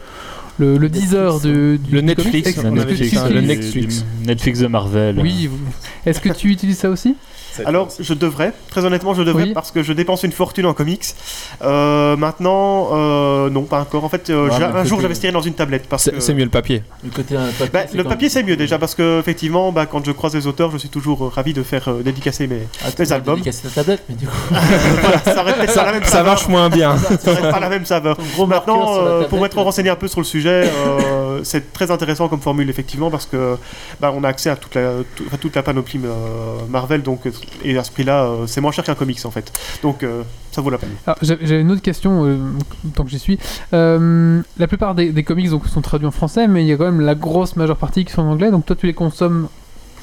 A: Le, le
C: Netflix.
A: Deezer du, du-
B: Le
A: du
B: Netflix,
A: comics. Est-ce
B: on
A: que
B: avait
A: tu
B: dit ça, le
A: utilises-
B: Netflix.
E: euh, du- Netflix de Marvel.
A: Oui, vous- est-ce que tu utilises ça aussi
D: Alors, je devrais. Très honnêtement, je devrais
A: Oui.
D: parce que je dépense une fortune en comics. Euh, maintenant, euh, non, pas encore. En fait, euh,
C: Ouais,
D: j'ai-
C: mais
D: un jour,
C: côté-
D: j'investirai dans une tablette parce
B: C'est
D: que.
B: c'est mieux le papier.
C: Le côté euh, papier,
D: Bah, le
C: quand
D: papier
C: même-
D: c'est mieux déjà parce que effectivement bah, quand je croise les auteurs je suis toujours euh, ravi de faire euh, dédicacer mes
C: Ah, tu peux
D: albums.
C: dédicacer ta tablette, mais du coup,
D: Voilà, ça aurait peut-être pas la même
B: Ça
D: saveur.
B: marche moins bien.
D: Ça aurait pas la même saveur.
C: gros marqueur
D: Maintenant
C: sur la
D: euh,
C: tablette,
D: pour m'être
C: là.
D: renseigné un peu sur le sujet euh, c'est très intéressant comme formule effectivement parce que bah, on a accès à toute la tout- enfin, toute la panoplie euh, Marvel donc euh, et à ce prix là c'est moins cher qu'un comics en fait donc euh, ça vaut la peine.
A: Alors, j'a- J'avais une autre question, euh, tant que j'y suis. Euh, la plupart des, des comics donc, sont traduits en français, mais il y a quand même la grosse majeure partie qui sont en anglais. Donc toi, tu les consommes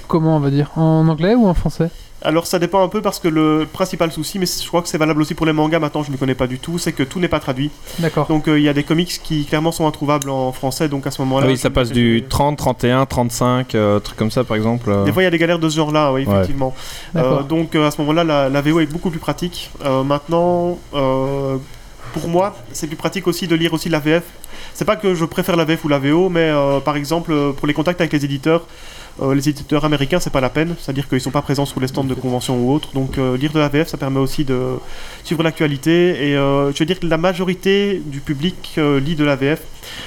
A: comment, on va dire En anglais ou en français
D: Alors ça dépend un peu parce que le principal souci mais je crois que c'est valable aussi pour les mangas maintenant je ne connais pas du tout c'est que tout n'est pas traduit
A: D'accord.
D: donc euh, il y a des comics qui clairement sont introuvables en français donc à ce moment là
B: Ah oui, ça passe du 30, 31, 35, euh, truc comme ça par exemple. euh.
D: Des fois, il y a des galères de ce genre-là, oui,
B: Ouais.
D: effectivement.
A: D'accord.
D: Euh, donc, euh, à ce moment-là, la, la VO est beaucoup plus pratique. Euh, maintenant, euh, pour moi, c'est plus pratique aussi de lire aussi la VF. C'est pas que je préfère la VF ou la VO, mais euh, par exemple, euh, pour les contacts avec les éditeurs, euh, les éditeurs américains, c'est pas la peine. C'est-à-dire qu'ils sont pas présents sous les stands de convention ou autres. Donc, euh, lire de la VF, ça permet aussi de suivre l'actualité. Et euh, je veux dire que la majorité du public euh, lit de la VF.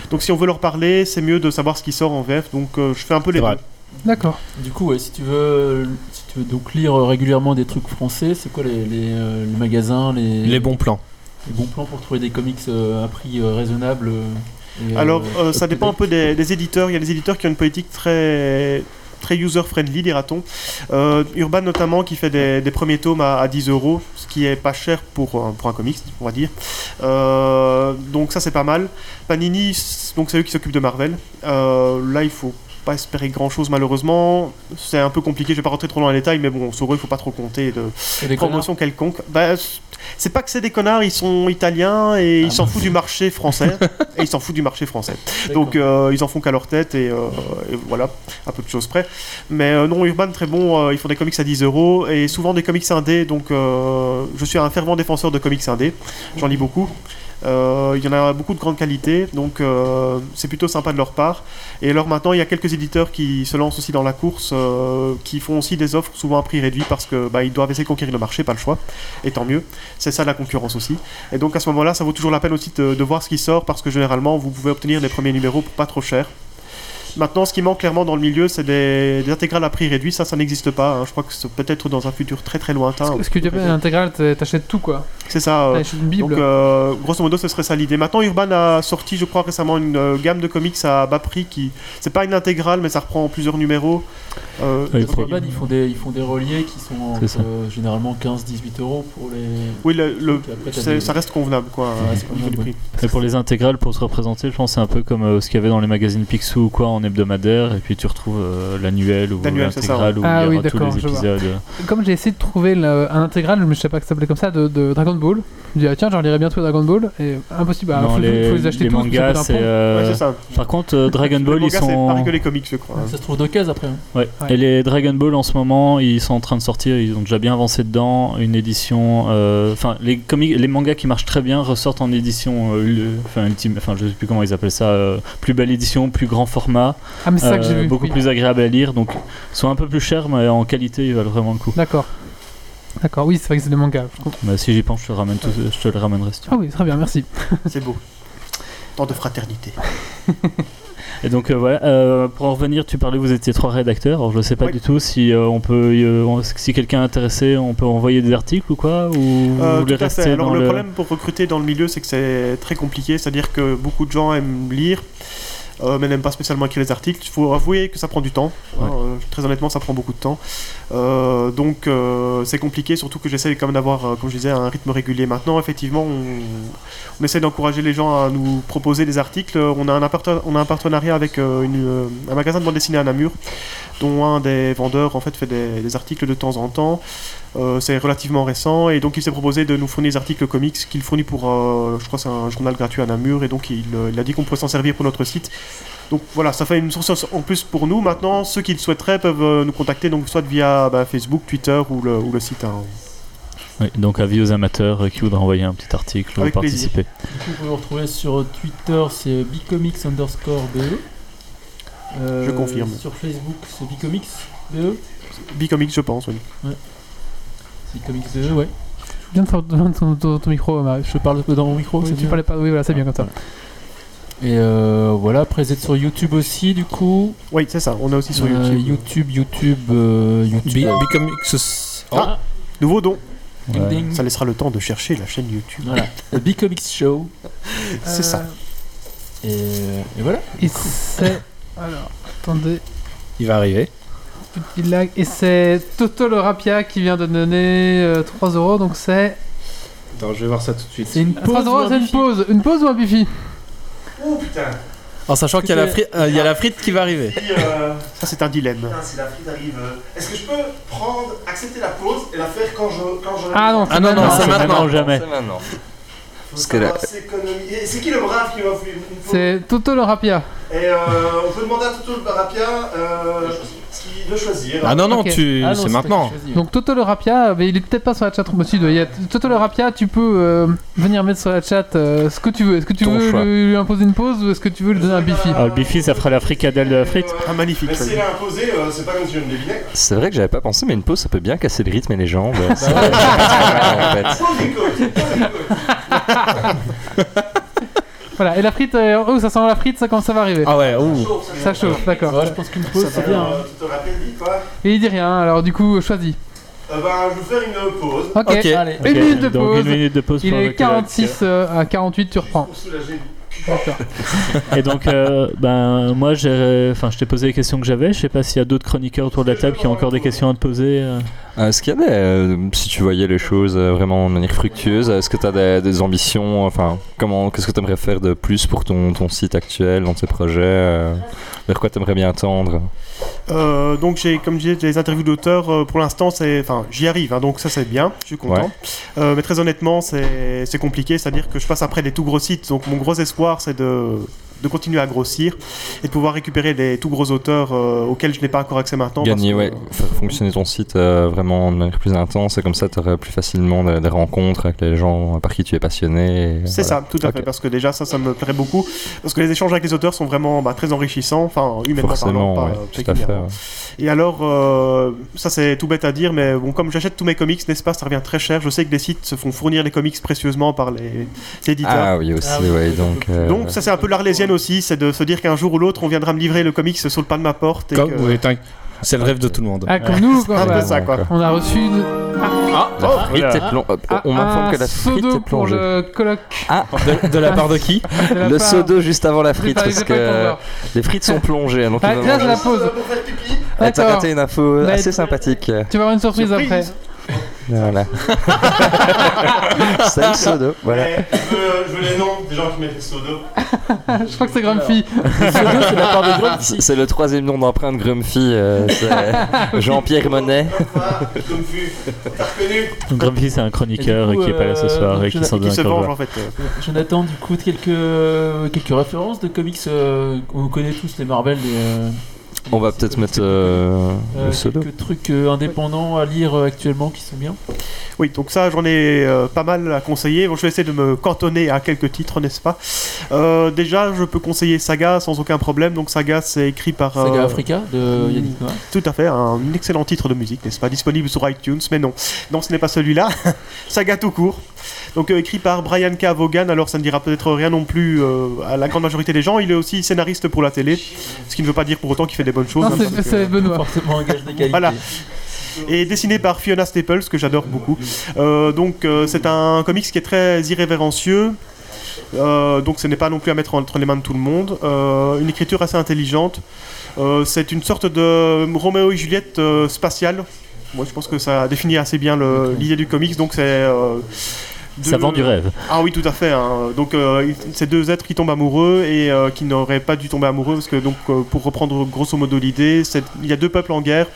D: Donc, si on veut leur parler, c'est mieux de savoir ce qui sort en VF. Donc, euh, je fais un peu les
B: vrai.
D: deux.
A: D'accord.
C: Du coup, ouais, si, tu veux, si tu veux donc lire régulièrement des trucs français, c'est quoi les, les, euh, les magasins, les,
B: Les bons plans.
C: les bons plans pour trouver des comics euh, à prix euh, raisonnable euh, et,
D: Alors,
C: euh,
D: euh, ça dépend un peu des, des éditeurs. Il y a des éditeurs qui ont une politique très très user-friendly, dira-t-on. Euh, Urban, notamment, qui fait des, des premiers tomes à, à 10 euros, ce qui est pas cher pour, un- pour un comics, on va dire. Euh, donc ça, c'est pas mal. Panini, c- donc c'est eux qui s'occupent de Marvel. Euh, là, il faut pas espérer grand-chose, malheureusement. C'est un peu compliqué, je vais pas rentrer trop dans les détails, mais bon, sur eux, il faut pas trop compter de
C: Et des connards.
D: promotion quelconque. Bah, c- c'est pas que c'est des connards, ils sont italiens et
C: Ah
D: ils
C: bah,
D: s'en foutent du marché français. et ils s'en foutent du marché français. Donc euh, ils en font qu'à leur tête et, euh, et voilà, à peu de choses près. Mais euh, non, Urban, très bon, euh, ils font des comics à 10 euros et souvent des comics indés. Donc euh, je suis un fervent défenseur de comics indés, j'en lis beaucoup. Euh, Il y en a beaucoup de grande qualité, donc euh, c'est plutôt sympa de leur part. Et alors maintenant, il y a quelques éditeurs qui se lancent aussi dans la course, euh, qui font aussi des offres souvent à prix réduit parce que bah, ils doivent essayer de conquérir le marché, pas le choix. Et tant mieux. C'est ça la concurrence aussi. Et donc à ce moment-là, ça vaut toujours la peine aussi de, de voir ce qui sort parce que généralement, vous pouvez obtenir les premiers numéros pour pas trop cher. Maintenant, ce qui manque clairement dans le milieu, c'est des, des intégrales à prix réduit. Ça, ça n'existe pas. hein. Je crois que c'est peut-être dans un futur très très lointain.
B: ah,
A: Ce que tu appelles l'intégrale, t'es- t'achètes tout quoi.
D: C'est ça. euh,
A: T'achètes une
D: donc,
A: Bible.
D: euh, grosso modo, ce serait ça l'idée. Maintenant, Urban a sorti, je crois, récemment une euh, gamme de comics à bas prix qui. C'est pas une intégrale, mais ça reprend plusieurs numéros. Euh,
E: Oui,
D: je crois-
E: c'est-
C: Urban, ils font des, ils font des reliés qui sont entre,
E: C'est ça.
C: euh, généralement 15-18 euros pour les.
D: oui, le, le-
C: Donc après, t'as
D: Euh, c'est-
C: des-
D: ça reste convenable, quoi,
C: Ouais,
D: au niveau du prix.
E: Et pour les intégrales, pour se représenter, je pense que c'est un peu comme euh, ce qu'il y avait dans les magazines Picsou ou quoi en hebdomadaire, et puis tu retrouves euh, l'annuel ou
D: L'annuel, c'est ça,
E: l'intégrale où
A: Ah
E: il y
A: oui,
E: aura tous
A: d'accord,
E: les
A: je vois.
E: épisodes.
A: Comme j'ai essayé de trouver le- un intégral, je ne sais pas que ça s'appelait comme ça, de, de Dragon Ball, je me dis ah, tiens, j'en lirai bientôt Dragon Ball, et ah, impossible, il
E: Non,
A: Bah, faut,
E: les,
A: faut les acheter
E: les
A: tous.
E: mangas,
A: ça coûte un
E: c'est.
A: pont.
E: euh,
D: Ouais, c'est ça.
E: Par contre, euh, Dragon
D: Les
E: Ball, ils
D: mangas, c'est
E: sont.
D: pareil que les comics, je crois.
C: Ça se trouve d'occasion après. hein.
E: Ouais.
A: Ouais.
E: Et les Dragon Ball en ce moment, ils sont en train de sortir, ils ont déjà bien avancé dedans. Une édition. euh, Enfin, les, comics, les mangas qui marchent très bien ressortent en édition. euh, le- Enfin, ultime. Enfin, je sais plus comment ils appellent ça. euh, plus belle édition, plus grand format.
A: Ah, mais c'est ça que
E: euh,
A: j'ai vu.
E: beaucoup
A: oui.
E: plus agréable à lire. Donc, ils sont un peu plus chers, mais en qualité, ils valent vraiment le coup.
A: D'accord. D'accord, oui, c'est vrai que c'est des mangas. je comprends.
E: Bah, si j'y pense, je te, ramène tout- je te le ramènerai. si tu veux.
A: Ah oui, très bien, merci.
D: C'est beau. Tant de fraternité.
E: Et donc euh, voilà, euh, pour en revenir, tu parlais, vous étiez trois rédacteurs. Alors je sais pas
D: Oui.
E: du tout si euh, on peut, euh, on- si quelqu'un est intéressé, on peut envoyer des articles ou quoi, ou
D: Euh,
E: vous voulez
D: tout à fait.
E: rester
D: Alors
E: dans
D: le,
E: le.
D: problème pour recruter dans le milieu, c'est que c'est très compliqué. C'est-à-dire que beaucoup de gens aiment lire, euh, mais n'aiment pas spécialement écrire les articles. Il faut avouer que ça prend du temps. hein.
E: Ouais.
D: Euh, très honnêtement, ça prend beaucoup de temps. Euh, donc euh, c'est compliqué, surtout que j'essaie quand même d'avoir, euh, comme je disais, un rythme régulier. Maintenant, effectivement, on, on essaie d'encourager les gens à nous proposer des articles. Euh, On a un, apparten- on a un partenariat avec euh, une, euh, un magasin de bande dessinée à Namur, dont un des vendeurs en fait fait des- des articles de temps en temps. Euh, c'est relativement récent et donc il s'est proposé de nous fournir des articles comics qu'il fournit pour, euh, je crois, c'est un journal gratuit à Namur et donc il, euh, il a dit qu'on pourrait s'en servir pour notre site. Donc voilà, ça fait une source en plus pour nous. Maintenant, ceux qui le souhaiteraient peuvent euh, nous contacter donc soit via bah, Facebook, Twitter ou le, ou le site. hein.
E: Oui, donc avis aux amateurs euh, qui voudraient envoyer un petit article
D: Avec
E: ou participer.
C: Du coup, vous pouvez vous retrouver sur Twitter, c'est bicomics underscore BE. Euh,
D: Je confirme.
C: Sur Facebook, c'est bicomics E. BE.
D: Bicomics, je pense. Oui.
C: C'est bicomics BE, ouais.
A: Viens de faire devant ton, ton- ton micro, Marius.
C: Je parle dans mon micro,
A: Oui,
C: c'est
A: tu
C: bien.
A: parlais pas. Oui, voilà, c'est bien comme ça.
C: Et euh, voilà, après vous êtes sur YouTube aussi, du coup.
D: Oui, c'est ça. On est aussi sur
C: Euh,
D: YouTube.
C: YouTube, YouTube, euh, YouTube.
B: Be- Become Exos- Oh.
C: Ah,
D: Nouveau don.
C: ding,
E: Ouais.
C: ding.
D: Ça laissera le temps de chercher la chaîne YouTube.
C: Voilà, The Bicomics Show.
D: C'est ça.
A: Euh.
C: Et, et voilà.
A: Et c'est. Alors, attendez,
B: Il va arriver.
A: petit lag. Et c'est Toto le Rapia qui vient de donner euh, 3 euros, donc c'est.
B: Attends, je vais voir ça tout de suite.
C: C'est une
A: 3
C: pause.
A: euros, c'est une pause Une pause ou un bifi
G: Oh putain
B: En sachant qu'il y, a la fri- euh, il y a la frite qui va arriver.
G: Puis, euh,
D: Ça, c'est un dilemme.
G: putain, si la frite arrive, euh, est-ce que je peux prendre, accepter la pause et la faire quand je. Quand je
A: Ah non,
B: Ah non, non,
A: maintenant.
B: c'est
E: c'est
B: maintenant.
E: maintenant ou jamais.
F: C'est maintenant.
G: Faut
F: Parce que
G: savoir
F: la-
G: s'économiser. Et C'est qui le brave qui m'a offert une pause
A: C'est Toto le Rapia.
G: Et euh, on peut demander à Toto le Barapia euh, ce qu'il de choisir.
B: Ah non, non,
A: Ok.
B: tu...
C: Ah non,
B: c'est
C: pas
B: maintenant.
C: quelque chose, il-
A: Donc Toto le Rapia, mais il est peut-être pas sur la chat room aussi. il doit y être. Toto le Rapia, tu peux euh, venir mettre sur la chat euh, ce que tu veux. Est-ce que tu
F: Ton
A: veux
F: choix.
A: lui, lui imposer une pause ou est-ce que tu veux lui donner un bifi
E: Ah, le bifi, ça fera la fricadelle de la frite.
D: Ah, magnifique.
G: Euh, Mais
D: ça.
G: si elle est imposée, euh, c'est pas comme si je me devinais.
F: C'est vrai que j'avais pas pensé, mais une pause ça peut bien casser le rythme et les jambes.
B: Bah
F: C'est pas mal, en fait.
G: Pose des côtes, pose des côtes.
A: Voilà, et la frite, euh, oh ça sent la frite, ça quand ça va arriver.
B: Ah ouais, ouh.
G: Chaud,
A: Ça chauffe, d'accord.
C: Ouais, euh, je pense qu'une pause, c'est bien.
A: hein.
G: Alors, Euh, Toto Barapia dit quoi
A: Et il dit rien, alors du coup, choisis.
G: Euh, Ben, je vais vous faire une pause.
A: Ok.
B: Ok.
C: Allez.
A: Une
E: Ok,
A: minute de
E: donc
A: pause.
E: Une minute de pause
A: Il
E: pour
A: est
E: avec, euh,
A: 46 euh, à 48, tu reprends.
G: Pour soulager
A: D'accord.
E: Et donc, euh, ben, moi, j'ai, enfin, je t'ai posé les questions que j'avais. Je sais pas s'il y a d'autres chroniqueurs autour de la table qui ont encore des questions à te poser. euh.
F: Euh, Est-ce qu'il y a des. euh, si tu voyais les choses euh, vraiment de manière fructueuse, est-ce que tu as des, des ambitions Enfin, comment. Qu'est-ce que tu aimerais faire de plus pour ton, ton site actuel, dans tes projets euh, Vers quoi tu aimerais bien tendre
D: Euh, donc j'ai, comme je disais, les interviews d'auteurs, euh, pour l'instant, c'est, enfin, j'y arrive, hein, donc ça c'est bien, je suis content.
F: Ouais.
D: Euh, mais très honnêtement, c'est, c'est compliqué, c'est-à-dire que je passe après des tout gros sites, donc mon gros espoir, c'est de de continuer à grossir et de pouvoir récupérer les tout gros auteurs euh, auxquels je n'ai pas encore accès maintenant. parce
F: Gagner,
D: que-
F: ouais, faire fonctionner ton site euh, vraiment de manière plus intense et comme ça tu aurais plus facilement des, des rencontres avec les gens par qui tu es passionné. et
D: C'est
F: voilà.
D: ça, tout à
F: Ok.
D: fait, parce que déjà ça, ça me plairait beaucoup, parce que les échanges avec les auteurs sont vraiment bah, très enrichissants, enfin humainement
F: Forcément,
D: parlant, pas,
F: ouais,
D: euh,
F: tout à fait.
D: pécuniairement.
F: ouais.
D: Et alors, euh, ça c'est tout bête à dire, mais bon, comme j'achète tous mes comics, n'est-ce pas, ça revient très cher. Je sais que les sites se font fournir les comics précieusement par les, les éditeurs.
F: Ah oui, aussi,
C: Ah oui,
F: ouais,
C: c'est
F: donc.
C: un peu-
F: euh,
D: Donc ça c'est un peu l'arlésienne aussi, c'est de se dire qu'un jour ou l'autre on viendra me livrer le comics sur le pas de ma porte. Et
B: Comme,
D: que-
B: oui, t'inquiète. c'est le rêve de tout le monde.
A: Ah, comme nous, quoi.
D: un peu
A: voilà.
D: ça, quoi. Oh,
A: On a reçu une...
F: euh, la frite
E: voilà.
F: est plong-
A: ah,
F: On m'informe
A: un
F: que la
A: seau
F: frite
A: d'eau
F: est
A: pour
F: plongée.
A: le colloque.
F: Ah,
B: De, de la part de qui
A: de la
F: le
A: part-
F: seau d'eau juste avant la
A: J'ai
F: frite,
A: pas- j'ai
F: parce
A: pas le temps de
F: que
A: voir.
F: les frites sont plongées. hein, Donc,
A: Ah,
F: on va
A: là, je
F: manger.
A: la pose.
G: Pour faire pipi.
F: Ah, t'as
A: D'accord.
F: raté une info
A: Mais-
F: assez sympathique. euh,
A: Tu vas avoir une surprise, après.
F: Voilà. C'est le seau d'eau, voilà.
G: Eh, je, veux, je veux les noms des gens qui mettent les seaux d'eau.
A: Je crois que c'est Grumpy.
E: c'est la part de Grumpy.
F: C'est c'est le troisième nom d'empreinte Grumpy. euh, c'est Jean-Pierre Monet.
G: Enfin, comme vu. T'as reconnu
E: Grumpy, c'est un chroniqueur
C: Et du coup,
E: qui est pas là ce
C: euh,
E: soir et
C: donc
E: qui
C: je-
E: s'en
D: qui
E: donne
D: se
E: encore.
D: venge
E: joie.
D: en fait. euh.
C: Jonathan, du coup, quelques, euh, quelques références de comics. euh, on connaît tous les Marvel. les, euh,
F: On va
C: les-
F: peut-être mettre euh,
C: euh,
F: le seau d'eau.
C: quelques trucs euh, indépendants à lire euh, actuellement qui sont bien.
D: Oui, donc ça, j'en ai euh, pas mal à conseiller. Bon, je vais essayer de me cantonner à quelques titres, n'est-ce pas Euh, Déjà, je peux conseiller Saga sans aucun problème. Donc Saga, c'est écrit par... euh,
C: Saga Africa de Yannick Noah.
D: Tout à fait, un excellent titre de musique, n'est-ce pas Disponible sur iTunes, mais non. Non, ce n'est pas celui-là. Saga tout court. Donc euh, écrit par Brian K. Vaughan, alors ça ne dira peut-être rien non plus euh, à la grande majorité des gens. Il est aussi scénariste pour la télé, ce qui ne veut pas dire pour autant qu'il fait des bonnes choses.
A: Non,
D: hein,
A: c'est
D: parce que-
A: c'est Benoît.
C: Forcément, un gage de qualité.
D: Voilà. et dessiné par Fiona Staples que j'adore beaucoup. Euh, donc euh, c'est un comics qui est très irrévérencieux. Euh, donc ce n'est pas non plus à mettre entre les mains de tout le monde. Euh, une écriture assez intelligente. Euh, c'est une sorte de Roméo et Juliette euh, spatiale. Moi je pense que ça définit assez bien le- l'idée du comics. Donc c'est euh,
E: Ça
D: deux-
E: vend du rêve.
D: ah oui, tout à fait. hein. Donc, euh, ils- ces deux êtres qui tombent amoureux et euh, qui n'auraient pas dû tomber amoureux, parce que donc, euh, pour reprendre grosso modo l'idée, c'est- il y a deux peuples en guerre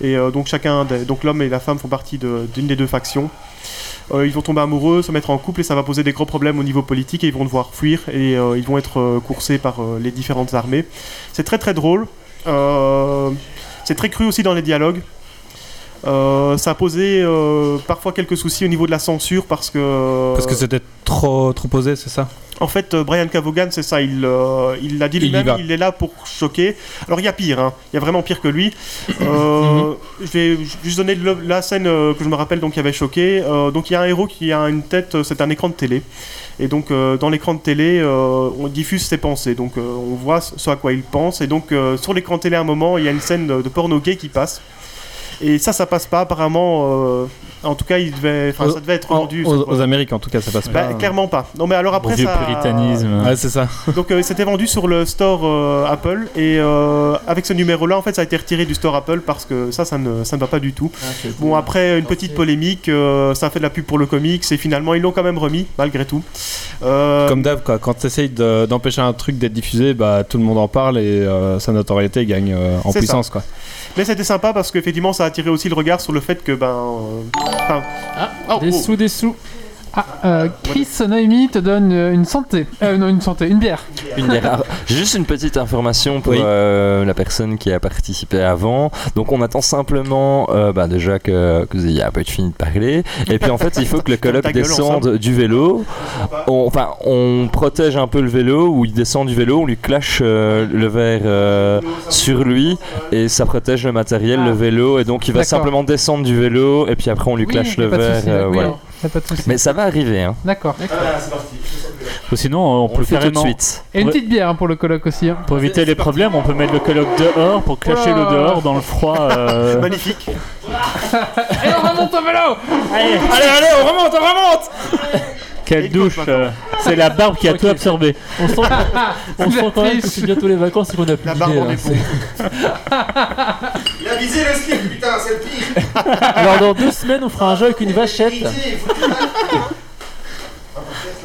D: et euh, donc chacun, des- donc l'homme et la femme font partie de- d'une des deux factions. Euh, ils vont tomber amoureux, se mettre en couple et ça va poser des gros problèmes au niveau politique et ils vont devoir fuir et euh, ils vont être euh, coursés par euh, les différentes armées. C'est très très drôle. Euh, c'est très cru aussi dans les dialogues. Euh, ça a posé euh, parfois quelques soucis au niveau de la censure parce que
B: Parce que c'était trop, trop posé, c'est ça
D: en fait, euh, Brian Cavogan, c'est ça, il euh, il l'a dit
B: Il y
D: lui-même,
B: va.
D: il, est là pour choquer. Alors il y a pire, hein, il y a vraiment pire que lui.
B: Mhm.
D: Euh, je vais juste donner de la- la scène euh, que je me rappelle, donc il y avait choqué. Euh, donc il y a un héros qui a une tête, euh, c'est un écran de télé. Et donc euh, dans l'écran de télé, euh, on diffuse ses pensées, donc euh, on voit ce ce à quoi il pense. Et donc euh, sur l'écran de télé, à un moment, il y a une scène de, de porno gay qui passe. Et ça, ça passe pas apparemment. euh, en tout cas, il devait, enfin,
B: Aux-
D: ça devait être
B: Euh, En-
D: rendu.
B: aux, aux Amériques, en tout cas, ça passe pas.
D: Bah, clairement pas. Non, mais alors
E: Bon
D: après
E: vieux
D: ça.
E: puritanisme.
B: Ouais, c'est ça.
D: Donc euh, c'était vendu sur le store euh, Apple et euh, avec ce numéro-là, en fait, ça a été retiré du store Apple parce que ça, ça ne, ça ne va pas du tout.
C: Ah, c'est-
D: Bon, après une petite polémique, euh, ça a fait de la pub pour le comics et finalement ils l'ont quand même remis malgré tout. Euh,
B: Comme d'hab, quoi. Quand t'essayes de- d'empêcher un truc d'être diffusé, bah tout le monde en parle et euh, sa notoriété gagne euh, en
D: C'est
B: puissance, quoi.
D: Mais c'était sympa parce qu'effectivement ça a attiré aussi le regard sur le fait que ben. euh, enfin,
C: Ah,
D: oh,
C: des
D: oh.
C: sous, des sous.
A: Ah, euh, Chris Naomi te donne euh, une santé. Euh, non, une santé, une bière.
F: Une des rares- Juste une petite information pour
B: Oui.
F: euh, la personne qui a participé avant. Donc on attend simplement euh, bah, déjà que, que vous ayez un peu fini de parler. Et puis en fait il faut que le
D: Ta
F: colloque
D: gueule
F: descende du vélo. On- enfin on protège un peu le vélo ou il descend du vélo, on lui clash euh, le verre euh, sur lui et ça protège le matériel, le vélo. Et donc il va
A: D'accord.
F: simplement descendre du vélo et puis après on lui
A: Oui,
F: clash
A: y a
F: le
A: pas de
F: verre.
A: souci,
F: euh,
A: oui,
F: voilà.
A: non, y a pas de souci.
F: Mais ça va arriver. Hein.
A: D'accord.
G: Ah, c'est parti.
E: Ou sinon, on,
F: On,
E: peut
F: le fait tout de
E: carrément-
F: suite.
A: Et une
E: Ouais.
A: petite bière hein, pour le colloque aussi. hein.
E: Pour éviter les problèmes, on peut mettre le colloque dehors pour clasher le
A: Oula.
E: dehors dans le froid. euh.
D: Magnifique.
A: Et on remonte au vélo
E: Allez,
B: Allez, allez, on remonte, on remonte
E: quelle
D: Écoute,
E: douche
D: maintenant.
E: euh, C'est la barbe qui a
C: Ok.
E: tout absorbé.
C: On sent,
A: Ah,
C: on sent quand même que
A: triche.
C: c'est bientôt les vacances et qu'on a plus
D: La
C: d'idées.
D: barbe en
C: là.
D: épaule.
G: Il a visé le slip, putain, c'est le pire.
C: Alors dans deux semaines, on fera un jeu avec une vachette.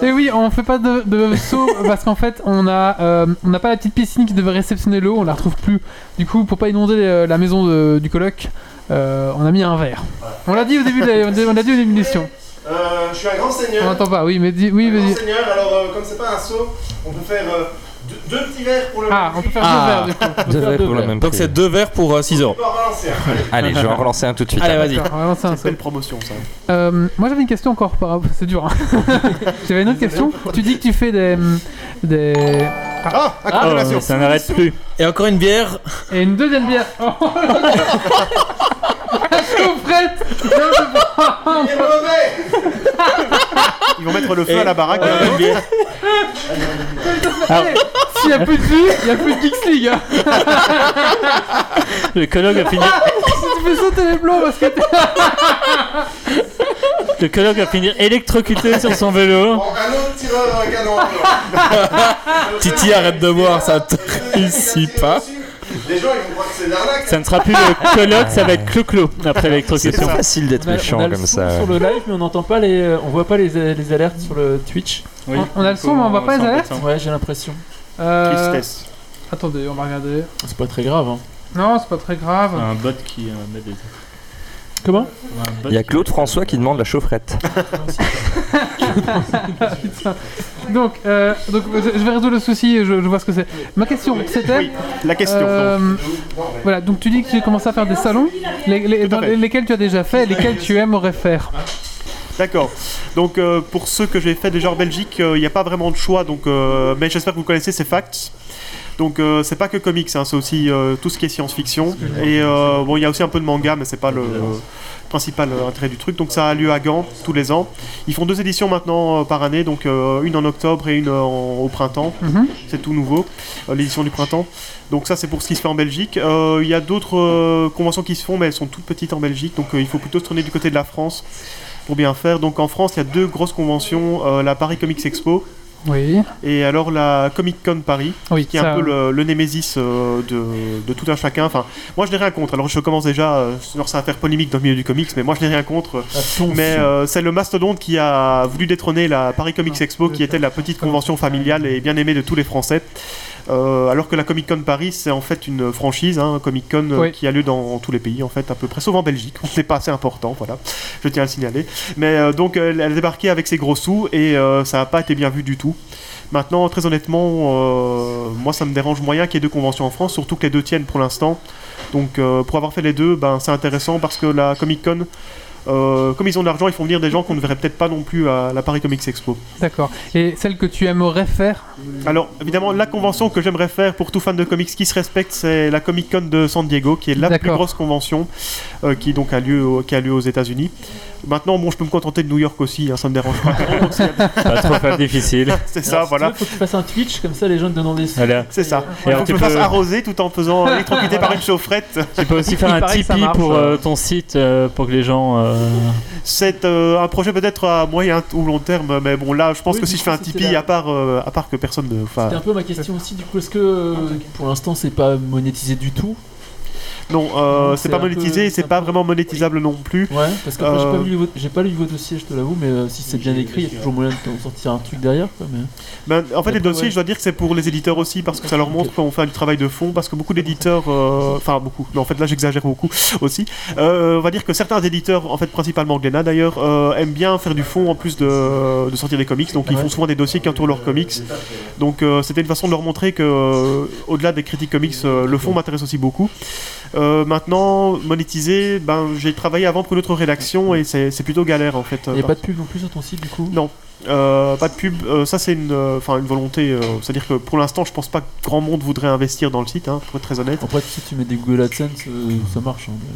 A: Et oui, on fait pas de, de saut parce qu'en fait, on a, euh, on n'a pas la petite piscine qui devait réceptionner l'eau, on la retrouve plus. Du coup, pour pas inonder euh, la maison de- du coloc, euh, on a mis un verre. On l'a dit au début de la- on l'a dit au début de l'émission.
G: Euh, je suis un grand seigneur.
A: On n'entend pas, oui, mais dis. Oui,
G: Un
A: mais
G: grand
A: dis-
G: seigneur, alors euh, comme c'est pas un saut, on peut faire euh, deux, deux petits verres pour le
A: Ah, on
G: même
A: peut
G: prix.
A: faire
B: Ah.
A: deux verres du coup.
F: Deux verres
C: deux
F: pour le
C: verres.
F: même
B: Donc
F: prix.
B: c'est deux verres pour 6 euros.
G: On peut en relancer un. Allez.
F: Allez, je vais en relancer un tout de suite.
B: Allez,
F: alors.
B: vas-y.
A: D'accord, on va lancer un
D: C'est une
A: seul.
D: belle promotion, ça.
A: Euh, moi j'avais une question encore par rapport. C'est dur. hein. j'avais une autre question. Tu dis que tu fais des. mm, des...
D: Ah, un
E: Ah,
D: coup de
E: euh,
D: relation.
E: ça n'arrête plus.
B: Et encore une bière.
A: Et une deuxième bière. Oh, la chaufferette Non, je peux pas.
G: Il est mauvais
D: Ils vont mettre le feu
B: Et-
D: à la baraque.
B: encore une bière.
A: Hey, S'il n'y a plus de jus, il n'y a plus de Geeks League. hein.
E: Le colloque a fini.
A: Si tu fais sauter les plombs parce que t'es.
E: Le colloque va finir électrocuté sur son vélo.
G: Bon, un autre tireur dans le canon.
B: Titi, arrête de boire, ça te
G: ici
B: réussit pas.
G: Les gens, ils vont croire que c'est de l'arnaque.
E: Ça ne sera plus le colloque, ça va être clo-clo après
F: C'est
E: l'électrocution.
F: trop facile d'être
C: On a- Bah, on
F: méchant
C: a le
F: comme
C: son
F: ça.
C: sur le live, mais on n'entend pas les, euh, on voit pas les, les alertes sur le Twitch.
E: Oui.
A: On- on a le son, mais on voit pas les alertes
C: Ouais, j'ai l'impression.
A: Euh,
D: Tristesse.
A: attendez, on va regarder.
C: C'est pas très grave. Hein.
A: Non, c'est pas très grave.
E: Un bot qui euh, met des.
C: Comment
F: Il y a Claude François qui demande la chaufferette.
A: Putain. Donc, euh, donc je, je vais résoudre le souci, je, je vois ce que c'est. Ma question, c'était.
D: Oui, la question.
A: euh,
D: donc.
A: voilà, donc tu dis que tu commences à faire des salons, les- les- dans
D: fait.
A: les- lesquels tu as déjà fait, lesquels tu aimerais faire.
D: D'accord. Donc euh, pour ceux que j'ai fait déjà en Belgique, euh, il n'y a pas vraiment de choix. Donc, euh, mais j'espère que vous connaissez ces facts. Donc euh, c'est pas que comics, hein, c'est aussi euh, tout ce qui est science-fiction. Et euh, bon, il y a aussi un peu de manga, mais c'est pas le euh, principal euh, intérêt du truc. Donc ça a lieu à Gand tous les ans. Ils font deux éditions maintenant euh, par année, donc euh, une en octobre et une euh, en- au printemps.
A: Mhm.
D: C'est tout nouveau, euh, l'édition du printemps. Donc ça, c'est pour ce qui se fait en Belgique. Euh, Il y a d'autres euh, conventions qui se font, mais elles sont toutes petites en Belgique, donc euh, il faut plutôt se tourner du côté de la France pour bien faire. Donc en France, il y a deux grosses conventions, euh, la Paris Comics Expo
A: Oui,
D: et alors la Comic Con Paris,
A: oui,
D: qui est
A: ça-
D: un peu le, le némésis euh, de, de tout un chacun. Enfin, moi, je n'ai rien contre. Alors je commence déjà, euh, alors, ça va faire polémique dans le milieu du comics, mais moi, je n'ai rien contre. Mais euh, c'est le mastodonte qui a voulu détrôner la Paris Comics Expo, qui était la petite convention familiale et bien aimée de tous les Français. Euh, alors que la Comic Con Paris, c'est en fait une franchise, hein, Comic Con euh,
A: Oui.
D: qui a lieu dans tous les pays, en fait, à peu près, sauf en Belgique, on n'est pas assez important, voilà, je tiens à le signaler. Mais euh, donc, elle, elle a débarqué avec ses gros sous et euh, ça n'a pas été bien vu du tout. Maintenant, très honnêtement, euh, moi ça me dérange moyen qu'il y ait deux conventions en France, surtout que les deux tiennent pour l'instant. Donc, euh, pour avoir fait les deux, ben, c'est intéressant parce que la Comic Con, euh, comme ils ont de l'argent, ils font venir des gens qu'on ne verrait peut-être pas non plus à la Paris Comics Expo.
A: D'accord. Et celle que tu aimerais faire
D: Alors, évidemment, la convention que j'aimerais faire pour tout fan de comics qui se respecte, c'est la Comic Con de San Diego, qui est la plus
A: D'accord.
D: grosse convention euh, qui donc a lieu, au- qui a lieu aux États-Unis. Maintenant, bon, je peux me contenter de New York aussi, hein, ça me dérange pas.
E: Pas trop pas difficile.
D: C'est ça, voilà.
C: Il faut que tu fasses un Twitch, comme ça les gens te donnent des sous.
E: Voilà.
D: C'est ça.
E: Et alors,
D: Faut que
E: tu
D: je me fasse
E: peux-
D: arroser tout en faisant électrocuter par une chaufferette.
E: Tu peux aussi
A: Il
E: faire un
A: paraît que ça
E: Tipeee
A: marche,
E: pour
A: euh.
E: euh, ton site euh, pour que les gens. euh,
D: C'est euh, un projet peut-être à moyen ou long terme, mais bon, là, je pense
C: Oui,
D: que
C: du
D: si je
C: coup,
D: fais un
C: c'était
D: Tipeee,
C: la-
D: à part, euh, à part que personne ne. enfin,
C: C'était un peu ma question aussi, du coup, est-ce que euh, pour l'instant c'est pas monétisé du tout
D: Non, euh, c'est
C: C'est
D: pas
C: un peu-
D: monétisé, et c'est
C: c'est un
D: pas
C: peu-
D: vraiment monétisable non plus.
C: Ouais, parce que j'ai
D: Euh.
C: pas vu vos- j'ai pas lu vos dossiers, je te l'avoue, mais euh, si c'est bien écrit, il y a toujours moyen de t'en sortir un truc derrière. Quoi, mais...
D: Ben, en fait, les
C: Après,
D: dossiers,
C: ouais.
D: je dois dire que c'est pour les éditeurs aussi, parce que ça leur montre qu'on fait du travail de fond, parce que beaucoup d'éditeurs, euh, enfin beaucoup, mais en fait là j'exagère beaucoup aussi, Euh, on va dire que certains éditeurs, en fait principalement Glénat d'ailleurs, euh, aiment bien faire du fond en plus de, de sortir des comics, donc ils font souvent des dossiers qui entourent leurs comics. Donc euh, c'était une façon de leur montrer que, euh, au-delà des critiques comics, euh, le fond m'intéresse aussi beaucoup. Euh, maintenant, monétiser, ben, j'ai travaillé avant pour une autre rédaction et c'est c'est plutôt galère en fait. euh,
C: Il y a pas de pub non plus sur ton site, du coup
D: Non. Euh, pas de pub, euh, ça c'est une, euh, enfin, une volonté, euh, c'est-à-dire que pour l'instant je pense pas que grand monde voudrait investir dans le site, hein, pour être très honnête.
C: Après, si tu mets des Google AdSense, euh, ça marche. hein, mais-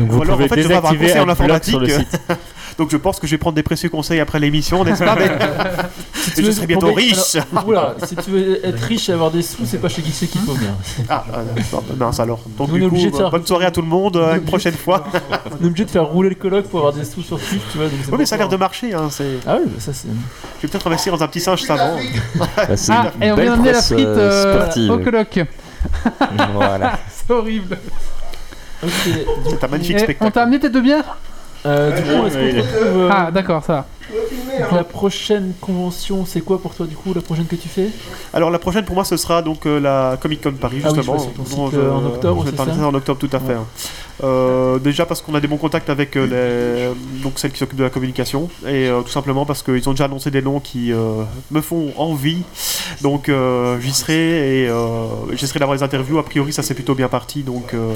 E: Donc vous
D: Ou alors, en
E: pouvez
D: fait, je vais avoir un
E: désactiver
D: conseil en
E: Adblock sur le
D: informatique.
E: site.
D: Donc je pense que je vais prendre des précieux conseils après l'émission, n'est-ce pas mais- Et je serai bientôt
C: euh. Pour-
D: riche
C: ben, Alors, oula, si tu veux être riche et avoir des sous, c'est pas chez Geeksy qu'il faut venir.
D: Ah, euh, non, mince alors. Donc
C: On est
D: du coup,
C: obligé de
D: euh,
C: faire-
D: bonne soirée à tout le monde, euh, à une prochaine fois.
C: On est obligé de faire rouler le colloque pour avoir des sous sur Twitch, tu vois. donc c'est
D: Oui, mais
C: pour
D: ça a l'air de marcher, hein, c'est...
C: Ah oui, bah ça c'est.
D: je vais peut-être investir dans un petit singe savant.
F: Bah, c'est
A: Ah,
F: une
A: et on
F: belle
A: vient d'amener la
F: presse,
A: frite
F: euh,
A: euh,
F: sportive.
A: au colloque.
F: Voilà.
A: C'est horrible.
C: Ok.
D: C'est un magnifique
A: Et on
D: spectacle.
A: t'a amené tes deux bières
C: Euh, du
G: Ouais,
C: coup, est-ce qu'on
E: ouais,
C: te
E: il est-
C: retrouve, euh,
A: Ah, d'accord, ça. va.
G: Tu dois filmer,
C: donc
G: hein.
C: la prochaine convention, c'est quoi pour toi du coup La prochaine que tu fais
D: Alors la prochaine pour moi ce sera donc euh, la Comic Con Paris
C: Ah oui,
D: justement.
C: je vois sur ton
D: dont
C: site, euh, en octobre,
D: je vais
C: c'est
D: parler
C: ça
D: en octobre tout à fait.
C: Ouais.
D: hein. Euh, déjà parce qu'on a des bons contacts avec euh, les... donc celles qui s'occupent de la communication et euh, tout simplement parce qu'ils ont déjà annoncé des noms qui euh, me font envie. Donc euh, j'y serai et euh, j'essaierai d'avoir les interviews. A priori ça s'est plutôt bien parti donc euh,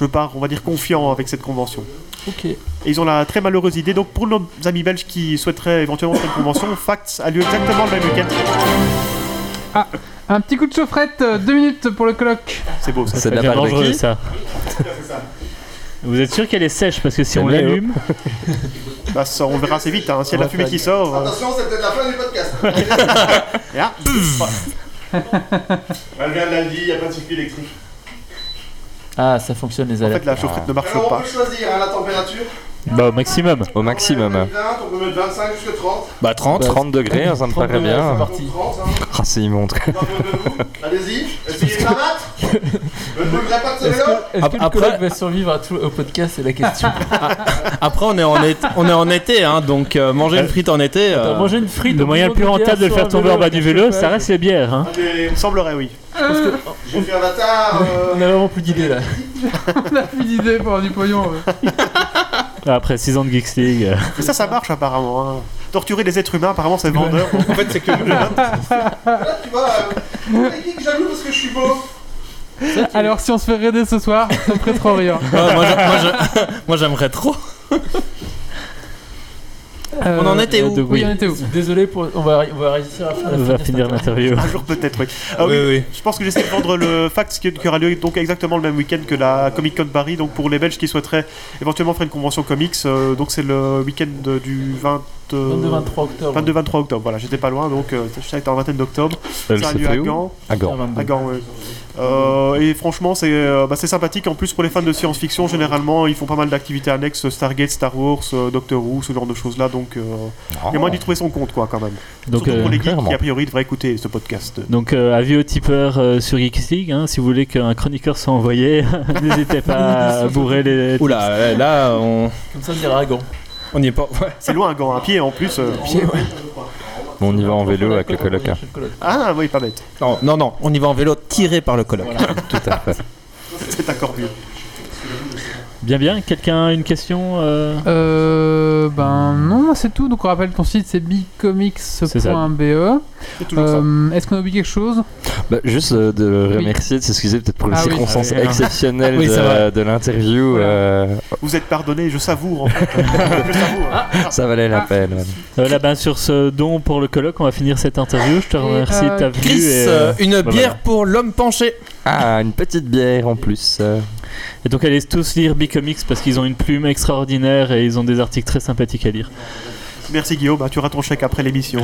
D: je pars on va dire confiant avec cette convention.
C: Ok.
D: Et ils ont la très malheureuse idée. Donc pour nos amis belges qui souhaiteraient éventuellement faire une convention, Facts a lieu exactement le même week-end.
A: Un petit coup de chaufferette, euh, deux minutes pour le colloque.
D: C'est beau ça.
F: C'est de la
E: bien
F: part de
E: dangereux
F: qui
E: ça. Vous êtes sûr qu'elle est sèche parce que si
F: C'est
E: on
F: Léo.
E: l'allume,
D: Bah ça, on verra assez vite, hein. s'il y a de la
C: Ouais,
D: fumée
C: pas-
D: qui
B: Oh.
D: sort. euh,
G: Attention, c'est peut-être la fin du podcast.
D: et ah,
G: Elle vient de la vie, il n'y a pas de circuit électrique.
C: Ah, ça fonctionne les
D: en
C: alertes.
D: fait, la chaufferette ne marche
G: Alors, on
D: pas.
G: peut choisir hein, la température.
E: bah au maximum.
F: Au
G: On peut
F: maximum.
G: mettre 20, on peut mettre 25 jusqu'à 30.
B: Bah 30.
F: 30 degrés, hein, ça me
C: 30
F: paraît
C: degrés,
F: bien.
C: c'est
G: Donc,
C: parti.
G: 30, hein.
F: Ah, c'est immonde.
G: Dans vos deux roues. Allez-y, essayez de la battre. Ne vous voudrez pas de ce
C: Est-ce
G: vélo
C: que, est-ce que le
B: Après-
C: colloque va survivre à tout, au podcast C'est la question.
E: Euh,
B: Après, on est en, été- on est en été, hein, donc euh, manger une frite en été. euh,
C: T'as mangé une frite.
E: Le
C: au
E: moyen le
C: bouillon
E: plus
C: de bière
E: rentable de le
C: sur
E: faire
C: un
E: tomber en bas du
C: avec un
E: vélo,
C: chauffage.
E: ça reste les bières. Hein.
D: Il me semblerait, oui.
G: J'ai fait Avatar.
C: On a
G: Euh...
C: vraiment plus d'idées là.
A: On a plus d'idées pour du pognon. ouais.
E: Après 6 ans de Geeks League. euh,
D: Mais ça, ça marche apparemment. hein. Torturer les êtres humains, apparemment, c'est vendeur.
B: en fait, c'est que nous, là.
G: Là, tu vois, euh... t'es qui que jaloux parce que je suis beau
A: Alors, si on se fait raider ce soir, ça me ferait trop rire.
B: Ouais, moi, j'a- moi, j'a- moi, j'aimerais trop. On en était
E: euh,
B: où
E: donc
A: Oui,
E: oui,
A: on était où
C: Désolé, pour... on, va... on va réussir à faire la
E: on va
C: fin de
E: finir
C: cette-
E: l'interview.
D: Un jour peut-être, oui. Ah oui,
B: oui.
D: Je pense que j'essaie de vendre le fact qui qui aura lieu donc exactement le même week-end que la Comic Con Paris. Donc pour les Belges qui souhaiteraient éventuellement faire une convention comics, euh, donc c'est le week-end de- du 20, euh,
C: 22-23 octobre.
D: 22-23 octobre. Voilà, j'étais pas loin, donc euh, je savais que en vingtaine d'octobre.
F: Elle
D: Ça a
F: se
D: lieu à
F: fait où
D: Gand.
F: À Gand.
C: 22.
D: À Gand, ouais. Euh, et franchement, c'est euh, bah, c'est sympathique. En plus, pour les fans de science-fiction, généralement, ils font pas mal d'activités annexes Stargate, Star Wars, euh, Doctor Who, ce genre de choses-là. Donc, euh, il y a moyen d'y trouver son compte, quoi, quand même.
E: Donc,
D: Surtout
E: euh,
D: pour les geeks
F: clairement.
D: qui, a priori, devraient écouter ce podcast.
E: donc euh, avis aux tipeurs euh, sur Geeks League, hein, si vous voulez qu'un chroniqueur soit envoyé, n'hésitez pas à bourrer les.
B: Oula, euh, là, on
C: Comme ça, on dira à Gand.
B: on n'y est pas. Ouais.
D: C'est loin, Gand, à pied en plus. euh.
F: Bon, on y va en vélo avec le coloc. hein.
D: Ah, oui, pas bête.
B: Non, non, non, on y va en vélo tiré par le colloque.
F: Tout à fait.
D: C'est encore mieux.
E: Bien, bien. Quelqu'un a une question euh,
A: Euh, ben non, c'est tout. Donc on rappelle ton site, c'est
E: C'est ça.
A: bigcomics.be.
D: C'est toujours ça.
A: Euh, Est-ce qu'on a oublié quelque chose
F: Bah, juste euh, de le
A: Oui.
F: remercier, de s'excuser peut-être pour les
A: Ah oui.
F: circonstances
E: Ah oui.
F: exceptionnelles
B: Oui, c'est
F: de,
B: vrai.
F: de l'interview.
A: Voilà.
F: euh,
D: Vous êtes pardonné, je savoure en fait. je savoure.
F: ça valait la
A: Ah.
F: peine. ouais.
E: euh, Là, ben, sur ce don pour le colloque, on va finir cette interview. Je te
A: Et,
E: remercie
A: euh,
E: de ta venue.
B: Chris, euh,
E: et, euh,
B: une
E: voilà.
B: bière pour l'homme penché.
F: Ah, une petite bière en plus. euh.
E: Et donc allez tous lire Bicomics parce qu'ils ont une plume extraordinaire et ils ont des articles très sympathiques à lire.
D: Merci Guillaume, Bah, tu auras ton chèque après l'émission.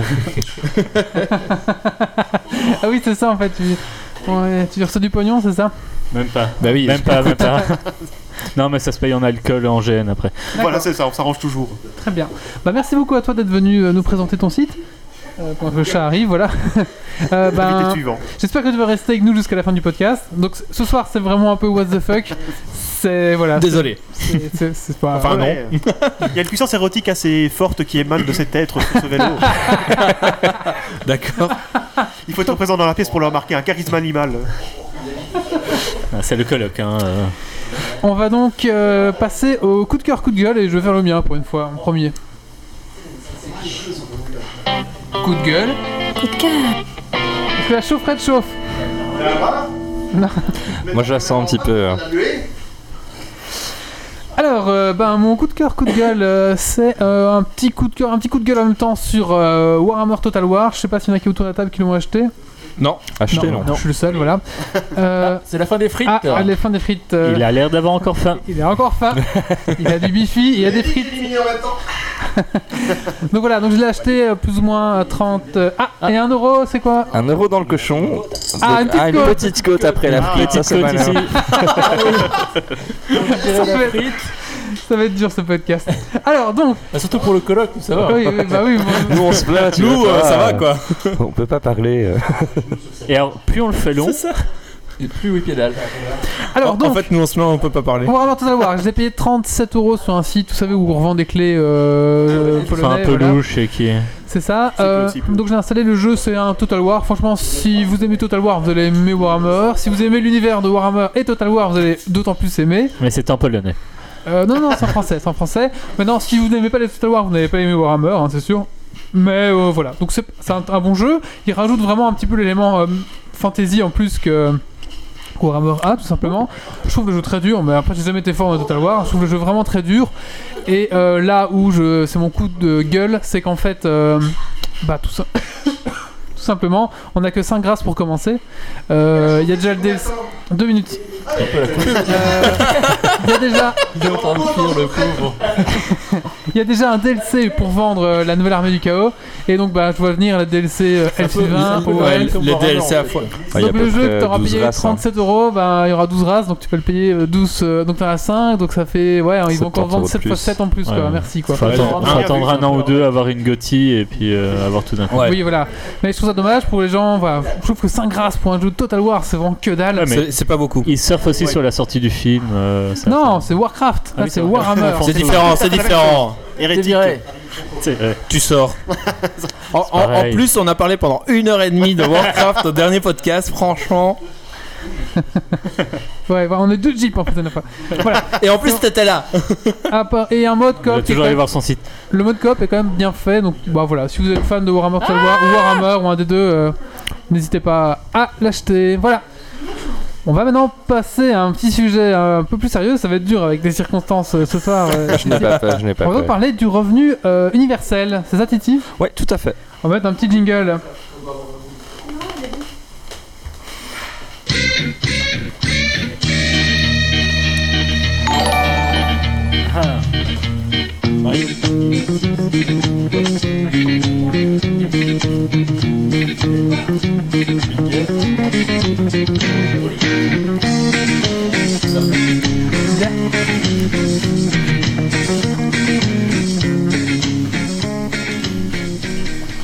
A: Ah oui, c'est ça en fait. Tu, ouais, tu reçois du pognon, c'est ça
E: Même pas.
B: Bah oui.
E: Même pas, même pas. non mais ça se paye en alcool et en GN après.
D: voilà, c'est ça, on s'arrange toujours.
A: Très bien. Bah merci beaucoup à toi d'être venu euh, nous présenter ton site. Euh, pendant que le chat arrive, voilà. Euh, ben,
D: L'invité suivant.
A: J'espère que tu vas rester avec nous jusqu'à la fin du podcast. Donc c- ce soir, c'est vraiment un peu what the fuck. C'est voilà.
B: Désolé.
A: c'est- c'est- c'est pas.
B: Enfin, non.
D: Ouais. Il y a une puissance érotique assez forte qui émane de cet être sur ce vélo.
B: D'accord.
D: Il faut être présent dans la pièce pour leur marquer un charisme animal. euh,
E: Ah, c'est le colloque. Hein, euh.
A: On va donc euh, passer au coup de cœur, coup de gueule, et je vais faire le mien pour une fois, en premier. Coup de gueule.
H: Coup de cœur.
A: Parce que la chaufferette chauffe.
F: Moi, je la sens un petit peu. hein.
A: Alors, euh, ben, mon coup de cœur, coup de gueule, euh, c'est euh, un petit coup de cœur, un petit coup de gueule en même temps sur euh, Warhammer Total War. Je sais pas s'il y en a qui autour de la table qui l'ont acheté.
B: Non.
F: Acheter, non.
A: Je suis le seul, voilà. Euh,
C: C'est la fin des frites.
A: ah, à la fin des frites. euh,
E: Il a l'air d'avoir encore faim.
A: il est encore faim. il a du bifi, il a des frites.
G: Éliminé en même temps.
A: Donc voilà, donc je l'ai acheté euh, plus ou moins à 30. euh, ah, et 1 euro, c'est quoi
F: Un euro dans le cochon.
A: Ah, une petite
F: une
A: côte.
F: petite côte après la
D: Ah,
F: frite, ça c'est
E: Côte ici.
F: malin.
A: ça va, être, ça va être dur ce podcast. Alors donc,
C: Bah, surtout pour le colloque, ça va.
A: oui, oui, bah oui, bon,
F: Nous on se plaint, tu
B: Nous,
F: vois
B: euh,
F: pas,
B: ça va quoi.
F: On peut pas parler. euh.
E: Et alors, plus on le fait long,
C: Et plus oui pédale.
A: Alors,
B: en,
A: donc,
B: en fait, nous, en ce moment, on peut pas parler.
A: on va avoir tout à voir. Je l'ai payé 37 euros sur un site, vous savez, où on revend des clés euh,
E: Enfin,
A: polonais.
E: un peu
A: voilà.
E: louche et qui est.
A: C'est ça.
D: C'est
A: euh,
D: possible.
A: donc j'ai installé le jeu, c'est un Total War. Franchement, si vous aimez Total War, vous allez aimer Warhammer. Si vous aimez l'univers de Warhammer et Total War, vous allez d'autant plus aimer.
E: Mais c'est en polonais.
A: Euh, non, non, c'est en français, c'est en français. Maintenant, si vous n'aimez pas les Total War, vous n'avez pas aimé Warhammer, hein, c'est sûr. Mais euh, voilà, donc c'est c'est un, un bon jeu. Il rajoute vraiment un petit peu l'élément euh, fantasy en plus que que Warhammer a, tout simplement. Je trouve le jeu très dur, mais après j'ai jamais été fort dans Total War. Je trouve le jeu vraiment très dur. Et euh, là où je, c'est mon coup de gueule, c'est qu'en fait, euh, bah tout ça. tout simplement, on a que 5 grâces pour commencer. Euh, Il y a déjà le DLC. 2 minutes. Euh, Il y a déjà
C: Il est en train de fuir le pauvre.
A: il y a déjà un DLC pour vendre euh, la nouvelle armée du chaos et donc bah je vois venir la DLC euh,
C: un
A: LC20
C: peu
A: pour
C: pareil
B: Ouais,
C: comme
B: les
C: Warhammer,
B: DLC
C: en
B: à
C: fait.
B: fois.
F: Ah, il y a
A: donc
F: à peu
A: le jeu
F: près
A: que t'auras
F: 12
A: payé
F: races, hein.
A: 37 euros, bah, il y aura 12 races, donc tu peux le payer euh, 12, euh, donc t'en as 5, donc ça fait, ouais, hein, ils vont encore
F: 70 euros
A: vendre
F: de
A: 7 x
F: plus.
A: 7 en plus, quoi,
E: Ouais.
A: merci, quoi.
E: Faut attendre,
D: Ouais,
E: faut
D: ouais.
E: attendre un an ou deux, avoir une Gotti et puis euh, avoir tout d'un coup.
B: Ouais.
A: Oui, voilà. Mais je trouve ça dommage pour les gens, voilà. je trouve que 5 grâces pour un jeu de Total War, c'est vraiment que dalle.
E: Ouais, mais-
B: C'est- C'est pas beaucoup.
E: Ils surfent aussi sur la sortie du film. euh, ça-
A: Non,
E: ça-
A: c'est Warcraft,
E: Ah
A: là
E: oui,
A: c'est
E: c'est vrai.
A: Warhammer.
B: C'est différent, c'est différent.
C: T'es
D: Hérétique.
F: Euh,
C: viré.
E: c'est vrai.
B: Tu sors. En, en- en
E: pareil.
B: plus, on a parlé pendant une heure et demie de Warcraft au dernier podcast, franchement.
A: Ouais, voilà, on est deux jeeps en fait, à la fois.
B: Et en plus, t'étais là.
A: À part- Et un mode
E: On va
A: coop qui est
E: toujours
A: quand
E: aller voir son site.
A: Le mode coop est quand même bien fait, donc bah voilà, si vous êtes fan de Warhammer Total War ou Warhammer ou un des deux, euh, n'hésitez pas à l'acheter. Voilà. On va maintenant passer à un petit sujet euh, un peu plus sérieux, ça va être dur avec des circonstances euh, ce soir. euh,
F: Je n'ai pas fait, je n'ai
A: On
F: pas
A: va
F: fait.
A: parler du revenu euh, universel, c'est ça Titi
F: Ouais, tout à fait.
A: On va mettre un petit jingle.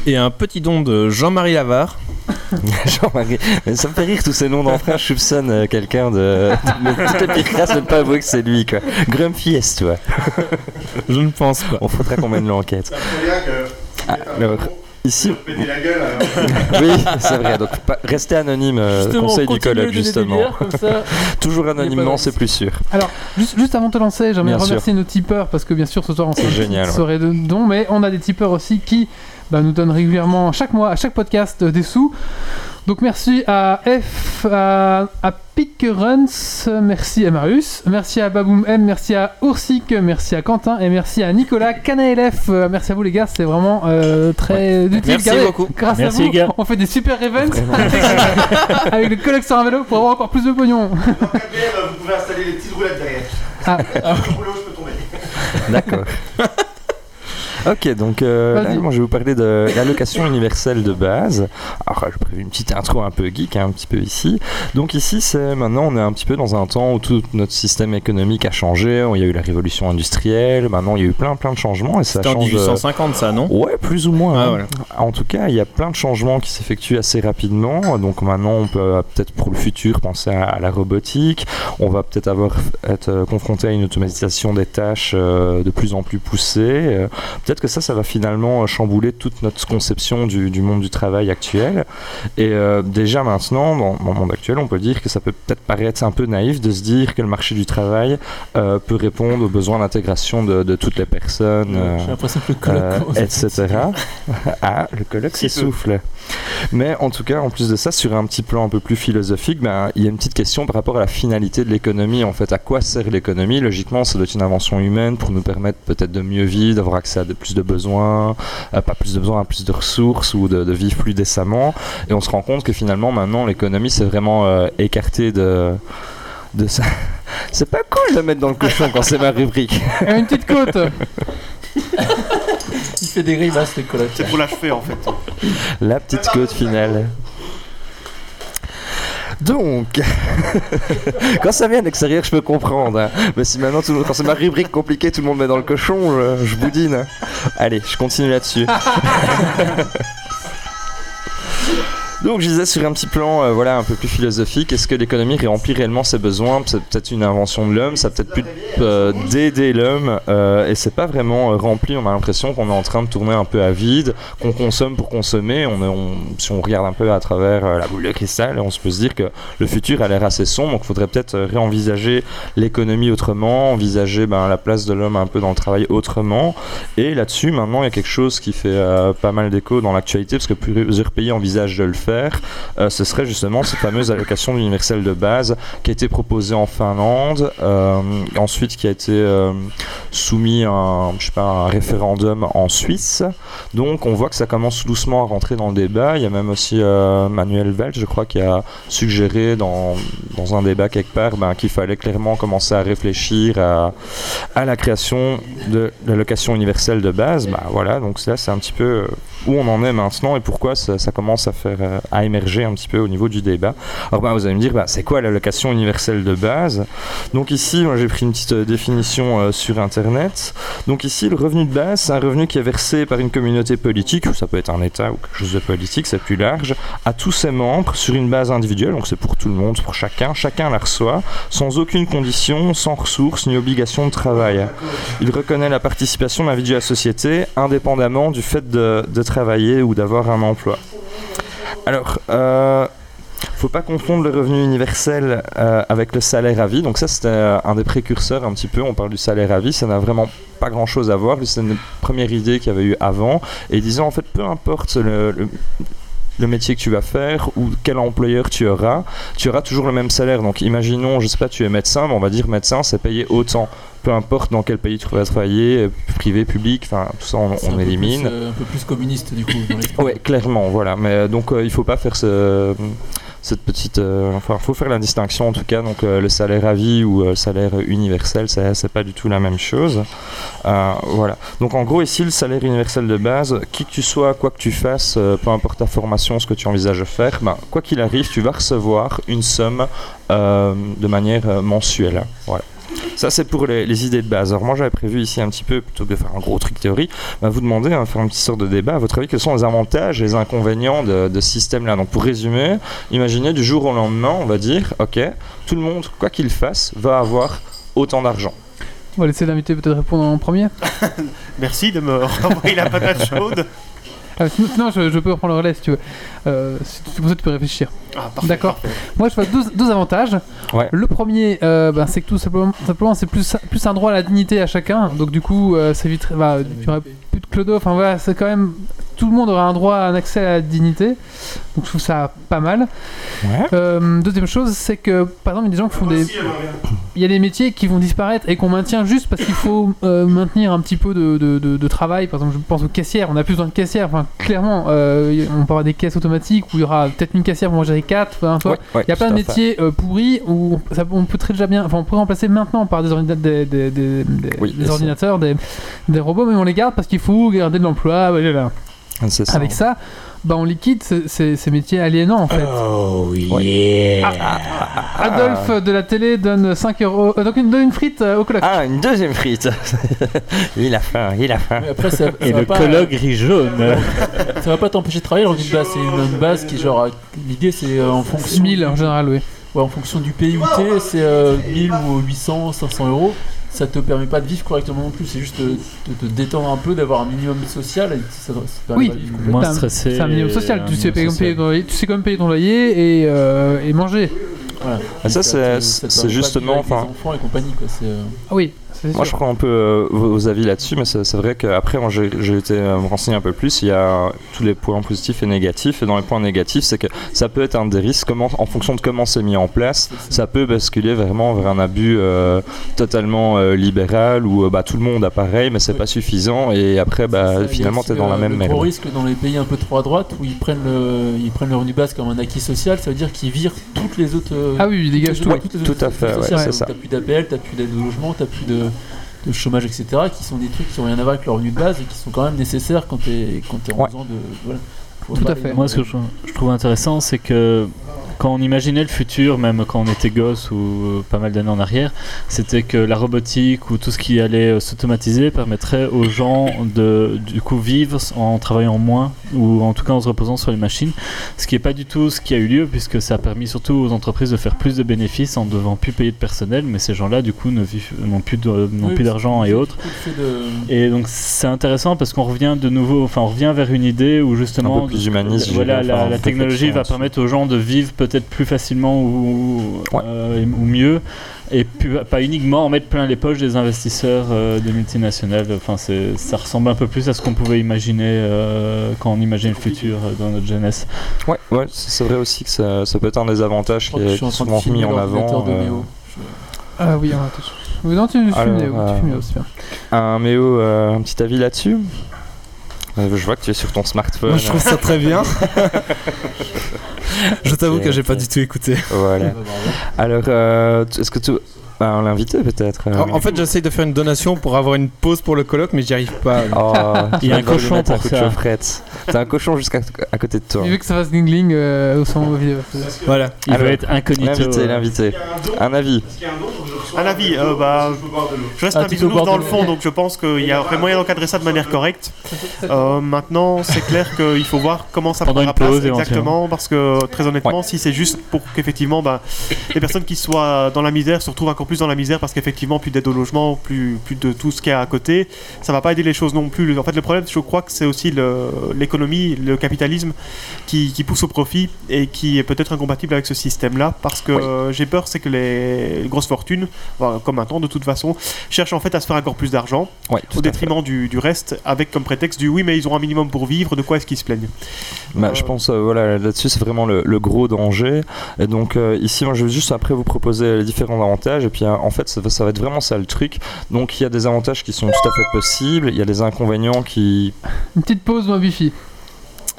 B: Et un petit don de Jean-Marie Lavard.
F: Jean-Marie, mais ça me fait rire tous ces noms d'enfants. Je soupçonne euh, quelqu'un de. de- de- Toutes les pires classes, même pas avouer que c'est lui, quoi. Grumpy est, toi.
B: Je ne pense pas.
F: On faudra qu'on mène l'enquête.
G: Bien que
F: Alors, ici,
G: péter la gueule.
B: euh.
G: alors.
F: oui, c'est vrai. Donc, pas- rester anonyme, euh,
C: Justement,
F: conseil
C: on continue
F: du
C: de
F: colloque,
C: donner des
F: justement.
C: bières comme ça.
F: Toujours anonymement,
C: d'indice.
F: c'est plus sûr.
A: Juste, juste avant de te lancer, j'aimerais
F: Bien sûr.
A: remercier nos tipeurs parce que bien sûr ce soir on s'est
F: C'est génial, ouais.
A: soirée de dons, mais on a des tipeurs aussi qui bah, nous donnent régulièrement chaque mois à chaque podcast euh, des sous. Donc merci à F, à, à Pickruns, merci à Marius, merci à Baboum M, merci à Oursic, merci à Quentin et merci à Nicolas Canalef. Euh, merci à vous les gars, c'est vraiment euh, très utile.
B: Merci
A: Regardez,
B: beaucoup.
A: Grâce
E: Merci,
A: à vous,
E: les gars.
A: on fait des super events avec le collecte sur un vélo pour avoir encore plus de pognon.
G: Dans 4 bières, euh, vous pouvez installer les petites roulettes derrière.
A: Ah.
G: Le rouleau, je peux tomber.
F: D'accord. Ok, donc euh, là,
A: Vas-y.
F: moi je vais vous parler de l'allocation universelle de base. Alors, je prévu une petite intro un peu geek, hein, un petit peu ici. Donc ici, c'est maintenant, on est un petit peu dans un temps où tout notre système économique a changé. Il y a eu la révolution industrielle. Maintenant, il y a eu plein, plein de changements et ça
B: C'était en
F: change. euh,
B: 1850, ça, non
F: Ouais, plus ou moins.
B: Ah,
F: hein.
B: voilà.
F: En tout cas, il y a plein de changements qui s'effectuent assez rapidement. Donc maintenant, on peut euh, peut-être pour le futur penser à, à la robotique. On va peut-être avoir être euh, confronté à une automatisation des tâches euh, de plus en plus poussée. Euh, Peut-être que ça, ça va finalement euh, chambouler toute notre conception du, du monde du travail actuel. Et euh, déjà maintenant, dans, dans le monde actuel, on peut dire que ça peut peut-être paraître un peu naïf de se dire que le marché du travail euh, peut répondre aux besoins d'intégration de, de toutes les personnes. euh,
C: J'ai l'impression que le
F: euh,
C: colloque.
F: etc. ah, le colloque s'essouffle. Mais en tout cas, en plus de ça, sur un petit plan un peu plus philosophique, ben, il y a une petite question par rapport à la finalité de l'économie. En fait, à quoi sert l'économie Logiquement, ça doit être une invention humaine pour nous permettre peut-être de mieux vivre, d'avoir accès à de, plus de besoins, euh, pas plus de besoins, à plus de ressources ou de, de vivre plus décemment. Et on se rend compte que finalement, maintenant, l'économie s'est vraiment euh, écartée de, de ça. C'est pas cool de mettre dans le cochon quand c'est ma rubrique.
A: Et une petite côte
C: Il fait des grimaces, le colloque.
D: C'est pour l'achever en fait.
F: La petite côte finale. Donc, quand ça vient de l'extérieur, je peux comprendre. hein. Mais si maintenant, tout le monde- quand c'est ma rubrique compliquée, tout le monde met dans le cochon, je, je boudine. hein. Allez, je continue là-dessus. Donc je disais sur un petit plan, euh, voilà, un peu plus philosophique, est-ce que l'économie remplit réellement ses besoins C'est peut-être une invention de l'homme, ça a peut-être pu euh, d'aider l'homme, euh, et c'est pas vraiment euh, rempli. On a l'impression qu'on est en train de tourner un peu à vide, qu'on consomme pour consommer. On, est- on- si on regarde un peu à travers euh, la boule de cristal, on se peut se dire que le futur a l'air assez sombre, donc il faudrait peut-être euh, réenvisager l'économie autrement, envisager ben, la place de l'homme un peu dans le travail autrement. Et là-dessus, maintenant, il y a quelque chose qui fait euh, pas mal d'écho dans l'actualité, parce que plusieurs pays envisagent de le faire. Euh, ce serait justement cette fameuse allocation universelle de base qui a été proposée en Finlande, euh, ensuite qui a été euh, soumis à un, je sais pas, un référendum en Suisse. Donc on voit que ça commence doucement à rentrer dans le débat. Il y a même aussi euh, Manuel Valls, je crois, qui a suggéré dans, dans un débat quelque part ben, qu'il fallait clairement commencer à réfléchir à à la création de l'allocation universelle de base, bah voilà, donc là c'est un petit peu euh, où on en est maintenant et pourquoi ça, ça commence à faire euh, à émerger un petit peu au niveau du débat. Alors bah, vous allez me dire, bah, c'est quoi l'allocation universelle de base Donc ici, moi j'ai pris une petite euh, définition euh, sur internet. Donc ici, le revenu de base, c'est un revenu qui est versé par une communauté politique, ou ça peut être un État ou quelque chose de politique, c'est plus large, à tous ses membres sur une base individuelle, donc c'est pour tout le monde, pour chacun, chacun la reçoit sans aucune condition, sans ressources ni obligation de travail. Il reconnaît la participation d'un individu à la société indépendamment du fait de, de travailler ou d'avoir un emploi. Alors, euh, faut pas confondre le revenu universel euh, avec le salaire à vie. Donc ça, c'était euh, un des précurseurs un petit peu. On parle du salaire à vie, ça n'a vraiment pas grand-chose à voir. C'est une première idée qu'il y avait eu avant. Et il disait en fait, peu importe le- le- le métier que tu vas faire ou quel employeur tu auras, tu auras toujours le même salaire. Donc imaginons, je sais pas, tu es médecin, mais on va dire médecin, c'est payé autant. Peu importe dans quel pays tu vas travailler, euh, privé, public, enfin tout ça on,
C: C'est un
F: on
C: peu
F: élimine.
C: plus, euh, un peu plus communiste du coup. dans les-
F: Ouais, clairement, voilà. Mais euh, donc euh, il faut pas faire ce, cette petite. euh, enfin, faut faire la distinction en tout cas. Donc euh, le salaire à vie ou euh, le salaire universel, ça, c'est pas du tout la même chose. Euh, voilà. Donc en gros ici le salaire universel de base, qui que tu sois, quoi que tu fasses, euh, peu importe ta formation, ce que tu envisages de faire, ben, quoi qu'il arrive, tu vas recevoir une somme euh, de manière euh, mensuelle. Voilà. Ça c'est pour les, les idées de base. Alors moi j'avais prévu ici un petit peu plutôt que de faire un gros truc théorique bah, vous demander, hein, faire une petite sorte de débat, à votre avis, quels sont les avantages et les inconvénients de, de ce système-là Donc, pour résumer, imaginez du jour au lendemain, on va dire, ok, tout le monde, quoi qu'il fasse, va avoir autant d'argent.
A: On va laisser l'invité peut-être répondre en premier.
D: Merci de me renvoyer la patate chaude.
A: Ah, sinon, sinon, je, je peux reprendre le relais si tu veux. Euh, si tu- c'est pour ça que tu peux réfléchir.
D: Ah, parfait,
A: D'accord.
D: parfait.
A: Moi, je vois deux, deux avantages.
F: Ouais.
A: Le premier, euh, ben, c'est que tout simplement, simplement, c'est plus, plus un droit à la dignité à chacun. Donc, du coup, euh, ça éviterait. bah, tu aurais plus de clodo. Enfin, voilà, c'est quand même. Tout le monde aura un droit à un accès à la dignité. Donc, je trouve ça pas mal.
F: Ouais.
A: Euh, deuxième chose, c'est que, par exemple, il y a des gens qui font des. Il y a des métiers qui vont disparaître et qu'on maintient juste parce qu'il faut euh, maintenir un petit peu de, de- de- de travail. Par exemple, je pense aux caissières, on a plus besoin de caissières. Enfin, clairement, euh, y- on peut avoir des caisses automatiques où il y aura peut-être une caissière pour en gérer quatre. Enfin, tu vois. Il y a plein de métiers euh, pourris où on- ça- on peut très déjà bien. Enfin, on peut remplacer maintenant par des, ordina- des, des- des- des-
F: Oui,
A: des
F: c'est ça.
A: ordinateurs, des, des robots, mais on les garde parce qu'il faut garder de l'emploi. blablabla.
F: C'est ça.
A: Avec ça, bah, on liquide ces- ces ces métiers aliénants en fait.
F: Ouais. Ah,
A: Adolphe euh, de la télé donne 5 euros, euh, donc une, donne une frite euh, au coloc.
F: Ah, une deuxième frite Il a faim, il a faim.
C: Mais après, ça, ça
E: Et
C: va
E: le
C: pas, euh,
E: colloque gris jaune.
C: ça va pas t'empêcher de travailler. L'envie de base, c'est une, une base qui, genre, l'idée, c'est euh, en fonction.
A: 1000 en général, oui.
C: Ouais, en fonction du pays où t'es, c'est euh, 1000 ou 800, 500 euros. Ça te permet pas de vivre correctement non plus. C'est juste euh, de te détendre un peu, d'avoir un minimum social. Et ça, ça te permet
A: Oui.
C: pas de vivre complètement.
E: Moins
A: C'est un-
E: stressé.
A: C'est un minimum social,
E: un
A: tu sais, payer-
E: minimum
A: payer
E: social.
A: ton loyer- tu sais quand même payer ton loyer et, euh, et manger.
C: Voilà.
F: Ah, ça,
C: Donc,
F: c'est-
C: euh,
F: c'est-
C: te
F: c'est
C: permet pas de vivre
F: justement,
C: avec des
F: enfin-
C: enfants et compagnie, quoi. C'est, euh,
A: Ah oui, c'est
F: Moi,
A: sûr.
F: je prends un peu euh, vos vos avis là-dessus, mais c'est c'est vrai qu'après, moi, j'ai j'ai été euh, me renseigner un peu plus. Il y a euh, tous les points positifs et négatifs. Et dans les points négatifs, c'est que ça peut être un des risques comment, en fonction de comment c'est mis en place. Ça peut basculer vraiment vers un abus euh, totalement euh, libéral où euh, bah, tout le monde a pareil, mais c'est
C: Oui.
F: pas suffisant. Et
C: Ça,
F: après,
C: il y
F: bah,
C: a
F: finalement,
C: aussi,
F: t'es dans la
C: euh,
F: même
C: le gros
F: merde.
C: risque dans les pays un peu trop à droite où ils prennent le, ils prennent le revenu base comme un acquis social, ça veut dire qu'ils virent toutes les autres. euh,
A: Ah oui, il dégage tout.
F: Ouais, tout à fait, ouais, c'est ça.
C: T'as plus d'appel, t'as plus d'aide au logement, t'as plus de, de chômage, etc. qui sont des trucs qui ont rien à voir avec le revenu de base et qui sont quand même nécessaires quand t'es quand t'es en
F: Ouais.
C: besoin de. Voilà. Faut
A: Tout
C: pas
A: à fait.
C: les-
E: Moi, ce que je, je trouve intéressant, c'est que quand on imaginait le futur, même quand on était gosse ou euh, pas mal d'années en arrière, c'était que la robotique ou tout ce qui allait euh, s'automatiser permettrait aux gens de du coup vivre en travaillant moins ou en tout cas en se reposant sur les machines. Ce qui n'est pas du tout ce qui a eu lieu puisque ça a permis surtout aux entreprises de faire plus de bénéfices en devant plus payer de personnel, mais ces gens-là du coup ne vivent- n'ont plus de- n'ont
C: Oui,
E: plus d'argent et
C: c'est
E: autres.
C: tout le fait de-
E: Et donc c'est intéressant parce qu'on revient de nouveau, enfin on revient vers une idée où justement,
F: Un peu plus humaniste,
E: voilà,
F: je dirais,
E: la,
F: enfin,
E: la
F: une
E: technologie
F: réflexion
E: va
F: là-dessus.
E: permettre aux gens de vivre peut-être plus facilement ou, ou-
F: Ouais.
E: euh, ou mieux, et pu- pas uniquement en mettre plein les poches des investisseurs euh, des multinationales. Enfin c'est- ça ressemble un peu plus à ce qu'on pouvait imaginer euh, quand on imagine le futur euh, dans notre jeunesse.
F: Ouais, ouais, c'est c'est vrai aussi que ça, ça peut être un des avantages
C: Je
F: qui
C: crois que je
F: est
C: suis en train de
F: Euh, souvent
C: filmer
F: mis en avant.
C: l'ordinateur de
F: euh,
C: Méo.
A: Ah oui, on a tous. Oui, non, tu fumes
F: Alors,
A: Léo, tu
F: euh,
A: fumes Léo, c'est bien.
F: un Méo, euh, un petit avis là-dessus Euh, Je vois que tu es sur ton smartphone.
B: Moi, je trouve ça très bien. je t'avoue que j'ai pas du tout écouté.
F: Voilà. Alors, euh, tu- est-ce que tu. Ah, on l'a invité peut-être euh.
B: Oh, En, en fait, j'essaye de faire une donation pour avoir une pause pour le colloque, mais j'y arrive pas.
F: Oh,
E: Il y a un
F: je vais lui
E: cochon
F: mettre
E: pour
F: coup de
E: ça.
F: chaufferette. T'as un cochon jusqu'à à côté de toi.
A: Il veut que ça fasse gling-gling euh, au son vidéo.
B: Voilà.
E: Il
F: Alors,
E: va être incognito.
F: Ah
E: euh.
F: L'invité, l'invité. Un avis.
D: Un avis, euh, bah, je reste
C: Ah,
D: un
C: tu peux
D: bisounours
C: boire
D: dans
C: de
D: le
C: l'eau.
D: fond, donc je pense qu'il y aurait moyen d'encadrer ça de manière correcte.
F: Oh.
D: Euh, maintenant, c'est clair qu'il faut voir comment ça
E: Pendant
D: prendra
E: une pause,
D: place exactement, parce que très honnêtement, si c'est juste pour qu'effectivement bah, les personnes qui soient dans la misère se retrouvent encore plus dans la misère, parce qu'effectivement, plus d'aide au logement, plus, plus de tout ce qu'il y a à côté, ça va pas aider les choses non plus. En fait, le problème, je crois que c'est aussi le- l'économie, le, capitalisme qui, qui pousse au profit et qui est peut-être incompatible avec ce système-là, parce que euh, j'ai peur, c'est que les grosses fortunes, enfin, comme maintenant de toute façon, cherchent en fait à se faire encore plus d'argent
F: Ouais, tout
D: au
F: à fait.
D: détriment du, du reste, avec comme prétexte du oui, mais ils ont un minimum pour vivre, de quoi est-ce qu'ils se plaignent
F: Bah, je pense euh, voilà là-dessus c'est vraiment le, le gros danger et donc euh, ici moi je vais juste après vous proposer les différents avantages et puis euh, en fait ça, va- ça va être vraiment ça le truc donc il y a des avantages qui sont tout à fait possibles il y a des inconvénients qui
A: Une petite pause dans Bifi.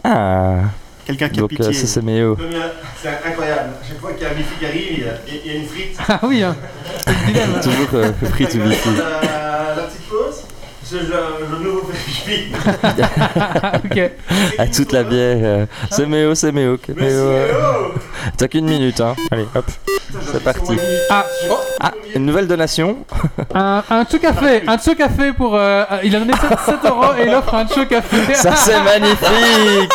F: ah
D: Quelqu'un qui a
F: donc euh,
D: pitié.
F: ça c'est Méo
G: Non, mais, euh, C'est incroyable. À chaque fois qu'il y a un bifi qui arrive, il y a- il y a une frite.
A: Ah oui, hein.
F: toujours euh, free to
G: D'accord,
F: be free.
G: euh, La la petite pause. Je, je, je ne vous fais pipi.
A: ok.
F: à toute la bière euh, c'est Méo c'est Méo que
G: Mais
F: Méo, euh,
G: oh
F: t'as qu'une minute hein allez hop c'est parti
A: Ah,
F: ah une nouvelle donation
A: un, un tchou café, un tchou café pour. euh, il a donné 7, euros et il offre un tchou café.
F: ça c'est magnifique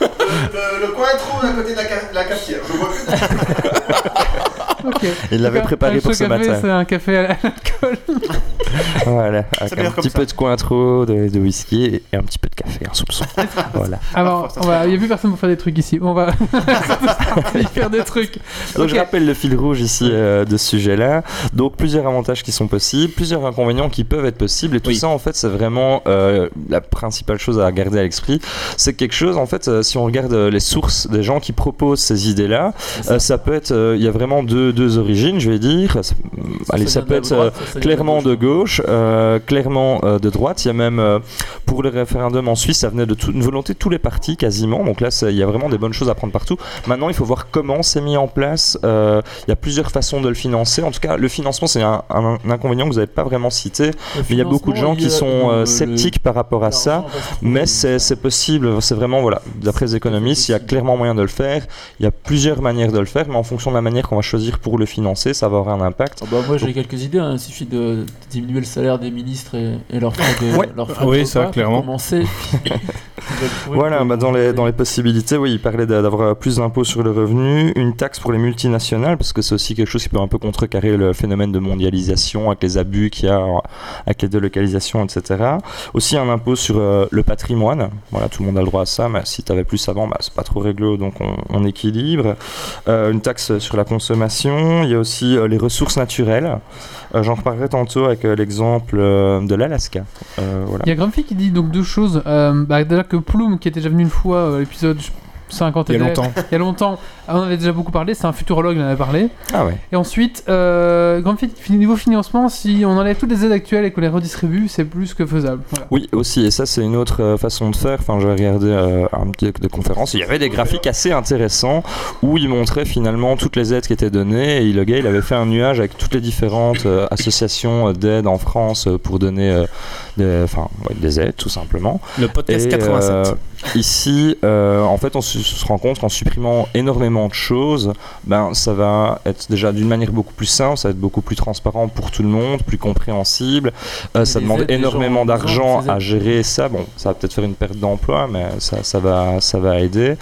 G: le, le coin trou à côté de la, ca- la cafetière. Je vois que dalle.
A: Ok.
F: il l'avait
A: Donc,
F: préparé
A: un
F: pour
A: tchou
F: ce
A: café,
F: matin
A: C'est un café à la-
F: Voilà, avec un
D: meilleur comme
F: petit
D: ça.
F: peu de cointreau, de, de whisky et- et un petit peu de café, un soupçon. voilà.
A: Alors, on va- il n'y a plus personne pour faire des trucs ici. On va faire des trucs.
F: Donc
A: Ok.
F: je rappelle le fil rouge ici euh, de ce sujet-là. Donc plusieurs avantages qui sont possibles, plusieurs inconvénients qui peuvent être possibles et tout
B: Oui.
F: ça en fait c'est vraiment euh, la principale chose à garder à l'esprit. C'est quelque chose en fait euh, si on regarde euh, les sources des gens qui proposent ces idées-là, euh, ça peut être, euh, il y a vraiment deux, deux origines je vais dire. Ça- Allez, ça
C: vient
F: peut
C: de
F: être...
C: la
F: euh,
C: droite, ça, ça vient
F: clairement
C: la
F: de gauche, euh, clairement euh, de droite. Il y a même, euh, pour le référendum en Suisse, ça venait de tout- une volonté de tous les partis quasiment. Donc là, c'est- il y a vraiment des bonnes choses à prendre partout. Maintenant, il faut voir comment c'est mis en place. Euh, il y a plusieurs façons de le financer. En tout cas, le financement, c'est un, un- un inconvénient que vous n'avez pas vraiment cité.
C: Le
F: Mais il y a beaucoup de gens
C: financement, il y
F: qui
C: a,
F: sont
C: euh,
F: euh,
C: le-
F: sceptiques par rapport à ça.
C: l'argent, parce que-
F: Mais c'est c'est possible, c'est vraiment, voilà, d'après les économistes, il y a clairement moyen de le faire. Il y a plusieurs manières de le faire, mais en fonction de la manière qu'on va choisir pour le financer, ça va avoir un impact.
C: Ah bah, moi j'ai quelques idées, hein. il suffit de diminuer le salaire des ministres et, et leurs frais de,
B: Ouais.
C: leurs frais de
B: Oui,
C: repas
B: ça,
C: pour
B: clairement.
C: Commencer.
F: Voilà, bah, dans, les, dans les possibilités, oui, il parlait d'a- d'avoir euh, plus d'impôts sur le revenu, une taxe pour les multinationales, parce que c'est aussi quelque chose qui peut un peu contrecarrer le phénomène de mondialisation avec les abus qu'il y a, euh, avec les délocalisations, etc. Aussi un impôt sur euh, le patrimoine, voilà, tout le monde a le droit à ça, mais si tu avais plus avant, bah, c'est pas trop réglo, donc on, on équilibre. Euh, une taxe sur la consommation, il y a aussi euh, les ressources naturelles. Euh, J'en reparlerai tantôt avec euh, l'exemple euh, de l'Alaska. Euh, voilà.
A: Il y a Grumpy qui dit donc deux choses. Euh, bah, déjà que Plume, qui était déjà venu une fois euh, à l'épisode 50
B: Il y a
A: EDF,
B: longtemps.
A: il y a longtemps, on en avait déjà beaucoup parlé, c'est un futurologue, il en avait parlé.
F: Ah ouais.
A: Et ensuite, euh, Grumpy, fini- niveau financement, si on enlève toutes les aides actuelles et qu'on les redistribue, c'est plus que faisable. Voilà.
F: Oui, aussi, et ça c'est une autre euh, façon de faire. Enfin, j'ai regardé euh, un petit de conférence, il y avait des graphiques assez intéressants où ils montraient finalement toutes les aides qui étaient données. Et le gars, il avait fait un nuage avec toutes les différentes euh, associations euh, d'aide en France euh, pour donner euh, des, enfin, ouais, des aides, tout simplement.
B: Le podcast
F: Et,
B: 87.
F: euh, Ici, euh, en fait, on se, se rend compte qu'en supprimant énormément de choses, ben, ça va être déjà d'une manière beaucoup plus simple, ça va être beaucoup plus transparent pour tout le monde, plus compréhensible. Euh,
C: Et
F: ça
C: des
F: demande
C: aides, des gens
F: énormément
C: en besoin,
F: d'argent
C: ces aides.
F: à gérer ça. Bon, ça va peut-être faire une perte d'emploi, mais ça, ça, va, ça va aider.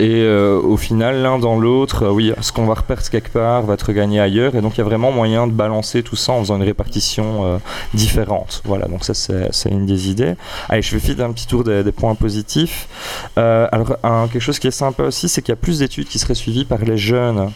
F: Et euh, au final, l'un dans l'autre, euh, oui, ce qu'on va reperdre quelque part va être regagné ailleurs. Et donc, il y a vraiment moyen de balancer tout ça en faisant une répartition euh, différente. Voilà, donc ça, c'est c'est une des idées. Allez, je vais filer un petit tour des, des points positifs. Euh, alors, un- quelque chose qui est sympa aussi, c'est qu'il y a plus d'études qui seraient suivies par les jeunes.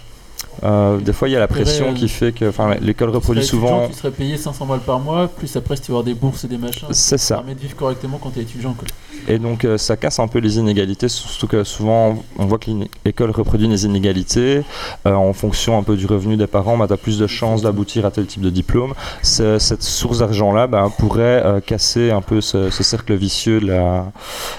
F: Euh, des fois, il y a la
C: vrai,
F: pression
C: euh,
F: qui fait que enfin, l'école reproduit souvent.
C: Tu serais payé 500 balles par mois, plus après, si tu vas avoir des bourses et des machins, ça
F: C'est
C: te
F: ça.
C: permet de vivre correctement quand t'es étudiant. Quoi.
F: Et donc euh, ça casse un peu les inégalités, surtout que souvent on voit que l'in- l'école reproduit les inégalités. Euh, en fonction un peu du revenu des parents, bah, tu as plus de chances d'aboutir à tel type de diplôme. Ce- cette source d'argent-là bah, pourrait euh, casser un peu ce, ce cercle vicieux, de la,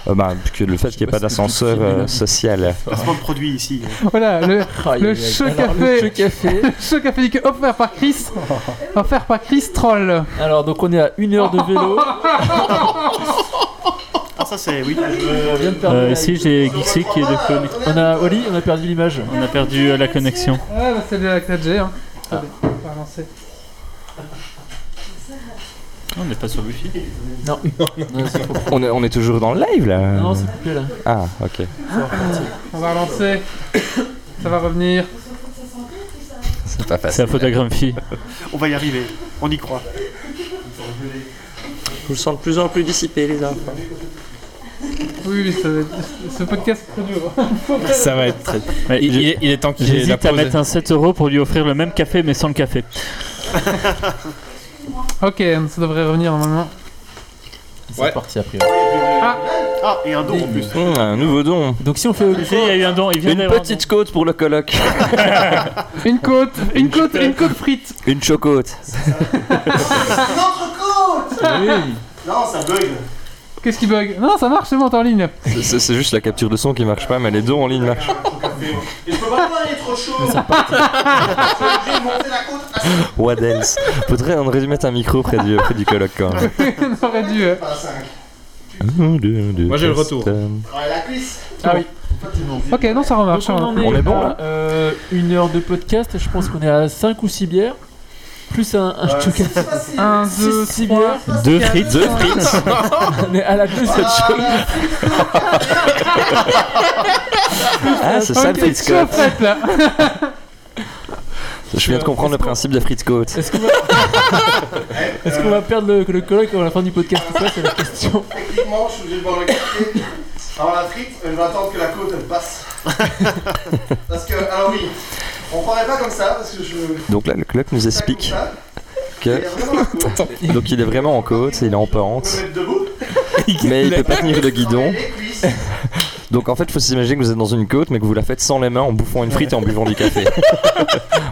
F: euh, bah, que le fait qu'il n'y ait
C: pas
F: pas
C: si c'est
F: d'ascenseur
C: possible,
F: euh,
C: là.
F: social.
D: Placement de produit ici.
A: Voilà, le,
C: Aïe,
A: Le
C: aïe, aïe.
A: choc
C: Alors,
A: à
C: le
A: fait.
C: choc à fait.
A: ce café du cœur offert par Chris, offert par Chris Troll.
C: Alors, donc, on est à une heure de vélo.
D: Ah, ça c'est. Oui.
C: on vient de perdre
E: Euh,
C: la-
E: ici, j'ai Geeksy qui est déconnecté.
C: On a Oli, on a perdu l'image.
E: On a perdu euh, la connexion.
A: Ah, bah c'est de la 4G. Hein. Attendez, on va lancer.
E: On n'est pas sur Wi-Fi.
C: Non, non, c'est coupé.
F: On est, on est toujours dans le live là
C: Non, c'est coupé là.
F: Ah, ok.
A: On va relancer. Ça va revenir.
F: C'est pas
E: C'est
F: facile.
E: la faute à Grumpy.
D: On va y arriver. On y croit.
F: Je vous sens de plus en plus dissipé les enfants.
A: Oui, oui, ça va être- ce podcast est très dur. hein.
B: Ça va être très.
E: Ouais,
B: Il,
E: j'ai-
B: il est- il est temps qu'il ait la
E: J'hésite à
B: pause.
E: mettre un 7 euros pour lui offrir le même café mais sans le café.
A: Ok, ça devrait revenir normalement.
C: C'est
B: Ouais.
C: parti après.
D: Ah, et un don en plus.
F: Hum, un nouveau don.
C: Donc si on fait
E: Tu sais, Il y a eu un don, il vient
F: Une
E: d'avoir un
F: petite côte pour le colloque.
A: Une côte, Ah. une côte, une côte frite.
F: Une chocote.
C: oui,
D: Non, ça bug.
A: Qu'est-ce qui bug Non, ça marche, c'est bon, t'es en ligne.
F: C'est c'est juste la capture de son qui marche pas, mais les dons en ligne marchent.
G: Et je peux pas parler trop chaud. Je suis obligé de monter la côte à
F: What else Faudrait en remettre un micro près du, près du colloque quand même.
A: On aurait dû. euh,
G: 5.
F: Moi
B: j'ai le retour.
G: Ouais, la cuisse.
C: ah oui.
A: Ok, non, ça remarche.
C: Donc,
A: ça
C: on
A: remarche.
C: en est,
F: On est bon,
C: à,
F: là
C: euh, une heure de podcast, je pense qu'on est à 5 ou 6 bières, plus un, un choc à
G: C'est facile.
A: 1, 2,
C: 6
A: 3.
C: bières,
E: Deux frites.
F: Deux frites
C: on est à la deuxième
G: Ah,
F: Ah, c'est ça le
A: Ok,
F: frites
A: tu es
F: côte.
A: prête là. Bah,
F: Je viens de comprendre le principe de frites côte.
C: Est-ce qu'on va... Est-ce qu'on va perdre le, le colloque à la fin du podcast ou pas C'est la question.
G: Techniquement, je suis obligé de boire le café. Alors la frite, je vais attendre que la côte elle passe. parce que, alors oui, on parlait pas comme ça, parce que je...
F: Donc là, le colloque nous
G: ça comme
F: explique
G: ça, et
F: que.
G: vraiment la côte.
F: Donc il est vraiment en côte, il est en
G: On peut
F: pente,
G: le mettre debout.
F: mais il peut pas tenir le guidon.
G: Les cuisses.
F: Donc en fait, faut s'imaginer que vous êtes dans une côte, mais que vous la faites sans les mains en bouffant une frite et en buvant du café.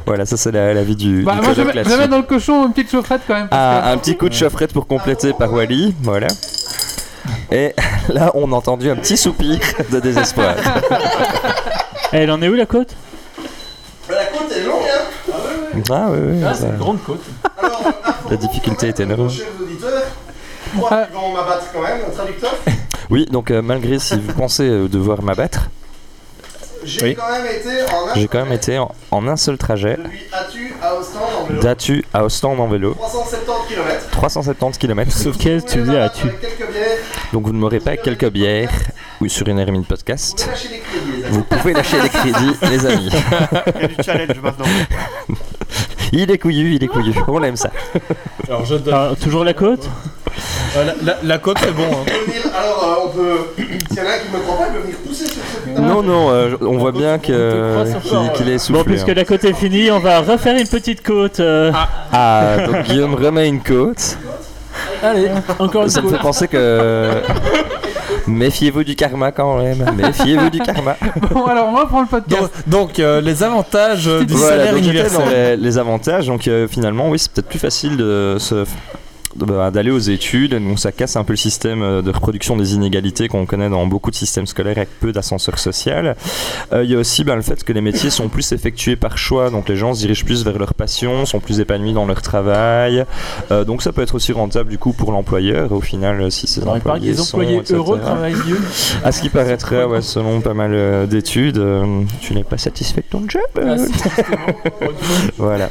F: voilà, ça c'est la, la vie du,
A: Bah,
F: du
A: moi, je vais, je vais
F: colloque là-dessus.
A: mettre dans le cochon une petite chaufferette quand même. parce
F: Ah, un petit coup de chaufferette pour compléter par Wally, voilà. Et là, on a entendu un petit soupir de désespoir.
E: Eh, Elle en est où la côte
G: Mais la côte elle est longue, hein.
F: Ah oui, oui,
C: Ah, c'est
F: ça-
C: une grande côte.
G: Alors,
F: la difficulté est énorme.
G: chers auditeurs, je crois
A: Ah.
G: qu'ils vont m'abattre quand même, un traducteur.
F: Oui, donc euh, malgré si vous pensez euh, devoir m'abattre,
G: J'ai
F: Oui.
G: quand même été en
F: j'ai quand même été en, en un seul trajet
G: Depuis Atu à Ostend en vélo.
F: d'Atu à Ostende en vélo,
G: 370 km.
F: 370 km.
E: Qu'est-ce que tu faisais à tu
G: Quelques bières,
F: Donc vous ne m'aurez pas quelques bières ou sur une hermine
G: vous pouvez
F: podcast.
G: lâcher les crédits, les amis.
F: Vous pouvez lâcher les crédits, les amis.
D: Il y a du challenge maintenant.
F: Il est couillu, il est couillu. On aime ça.
B: Alors je donne.
E: Ah, Toujours la côte
B: Euh, la, la- la côte c'est bon. hein.
G: On peut venir- Alors, euh, on peut. S'il y en a un qui me croit pas, il peut venir pousser sur ce putain.
F: Non, non, euh, on voit bien que-
C: On te croit
F: qu'il
C: sur-
F: qu'il est
E: Bon,
F: soufflé. hein.
E: puisque la côte est finie, on va refaire une petite côte. euh,
F: Ah, donc Guillaume remet une côte.
C: Allez, encore une
F: Ça me fait
C: côte.
F: penser que. Méfiez-vous du karma quand même. Méfiez-vous du karma.
A: que- Bon, alors on reprend le podcast.
B: Donc, donc, euh, les avantages euh, du
F: Voilà,
B: salaire
F: donc j'étais dans
B: universel.
F: les, les avantages. Donc euh, finalement, oui, c'est peut-être plus facile de se bah, d'aller aux études. Donc ça casse un peu le système euh, de reproduction des inégalités qu'on connaît dans beaucoup de systèmes scolaires avec peu d'ascenseur social. Euh, Il y a aussi bah, le fait que les métiers sont plus effectués par choix, donc les gens se dirigent plus vers leur passion, sont plus épanouis dans leur travail. Euh, donc ça peut être aussi rentable du coup pour l'employeur au final euh, si ces
C: Alors, il paraît que
F: employés
C: les
F: sont,
C: employés
F: etc.
C: heureux travaillent mieux.
F: À ce qui paraîtrait, ouais, selon pas mal euh, d'études, euh, tu n'es pas satisfait de ton job. euh,
C: Ah, si, justement.
F: voilà.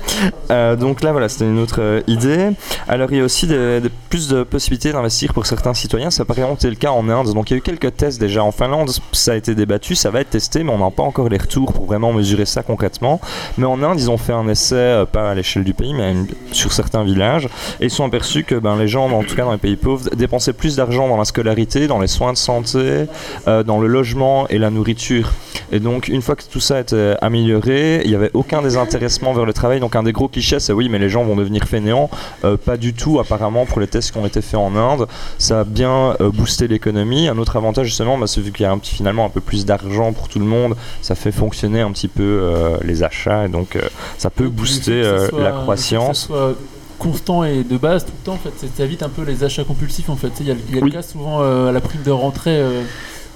F: Euh, donc là, voilà, c'était une autre euh, idée. Alors, il y a aussi des- des- plus de possibilités d'investir pour certains citoyens. Ça a par exemple été le cas en Inde. Donc, il y a eu quelques tests déjà en Finlande. Ça a été débattu, ça va être testé, mais on n'a pas encore les retours pour vraiment mesurer ça concrètement. Mais en Inde, ils ont fait un essai, euh, pas à l'échelle du pays, mais à une- sur certains villages. Et ils se sont aperçus que ben, les gens, en tout cas dans les pays pauvres, dépensaient plus d'argent dans la scolarité, dans les soins de santé, euh, dans le logement et la nourriture. Et donc, une fois que tout ça était amélioré, il n'y avait aucun désintéressement vers le travail. Donc, un des gros clichés, c'est oui, mais les gens vont devenir fainéants. Euh, pas du tout, apparemment, pour les tests qui ont été faits en Inde. Ça a bien euh, boosté l'économie. Un autre avantage, justement, bah, c'est vu qu'il y a un petit, finalement un peu plus d'argent pour tout le monde, ça fait fonctionner un petit peu euh, les achats. Et donc, euh, ça peut booster
C: Il faut que
F: euh,
C: ça soit-
F: la
C: il faut que ça
F: croissance.
C: soit constant et de base tout le temps en fait ça évite un peu les achats compulsifs en fait Tu sais, il y a, le- il y a
F: Oui.
C: le cas souvent euh, à la prime de rentrée euh,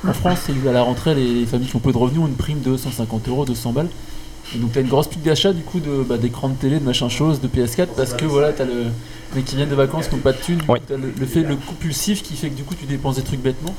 C: en France c'est à la rentrée les familles qui ont peu de revenus ont une prime de 150 euros 200 balles et donc t'as une grosse pique d'achat du coup de bah, d'écran de télé de machin chose de PS4 parce que voilà t'as le les qui viennent de vacances qui n'ont pas de thunes
F: Oui.
C: t'as le, le fait le compulsif qui fait que du coup tu dépenses des trucs bêtement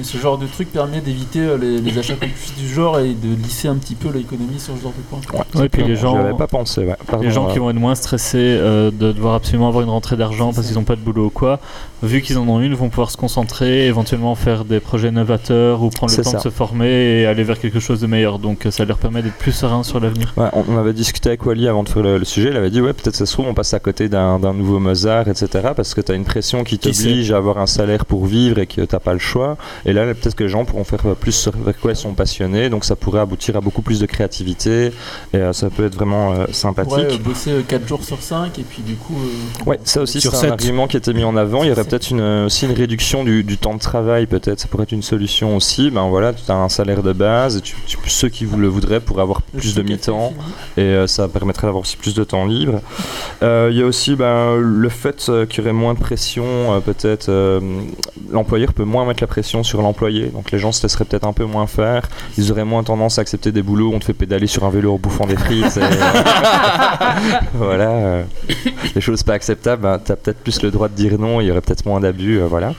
C: et ce genre de truc permet d'éviter euh, les, les achats compulsifs du genre et de lisser un petit peu l'économie sur ce genre de point
F: Ouais,
E: Ouais, puis les
F: exactement.
E: gens-
F: J'avais pas pensé. ouais. Pardon,
E: les gens
F: ouais.
E: qui vont être moins stressés euh, de devoir absolument avoir une rentrée d'argent parce qu'ils n'ont pas de boulot ou quoi, vu qu'ils en ont une, vont pouvoir se concentrer, éventuellement faire des projets novateurs ou prendre
F: C'est
E: le temps
F: ça.
E: de se former et aller vers quelque chose de meilleur. Donc euh, ça leur permet d'être plus serein sur l'avenir.
F: Ouais, on, on avait discuté avec Wally avant de faire le, le sujet. Il avait dit ouais, peut-être ça se trouve on passe à côté d'un d'un nouveau Mozart, etc. Parce que t'as une pression qui t'oblige à avoir un salaire pour vivre et que t'as pas le choix. Et là, peut-être que les gens pourront faire euh, plus sur vers quoi ils sont passionnés. Donc ça pourrait aboutir à beaucoup plus de créativité. Et euh, ça peut être vraiment euh, sympathique.
C: pourrait euh, bosser 4 jours sur 5 et puis du coup euh,
F: Ouais, ça aussi
B: Sur
F: c'est un
B: sept.
F: argument qui était mis en avant. Il y aurait
C: C'est-
F: peut-être une, euh, aussi une réduction du, du temps de travail, peut-être. Ça pourrait être une solution aussi. Ben voilà, tu as un salaire de base, et tu, tu- ceux qui vous le voudraient pourraient avoir
C: le
F: plus de
C: choc
F: mi-temps
C: affectif,
F: et euh, ça permettrait d'avoir aussi plus de temps libre. Euh, Il y a aussi ben, le fait euh, qu'il y aurait moins de pression, euh, peut-être euh, l'employeur peut moins mettre la pression sur l'employé, donc les gens se laisseraient peut-être un peu moins faire, ils auraient moins tendance à accepter des boulots où on te fait pédaler sur un vélo en bouffant des frites. et, euh, voilà, euh, les choses pas acceptables, ben, tu as peut-être plus le droit de dire non, il y aurait peut-être moins d'abus, euh, voilà.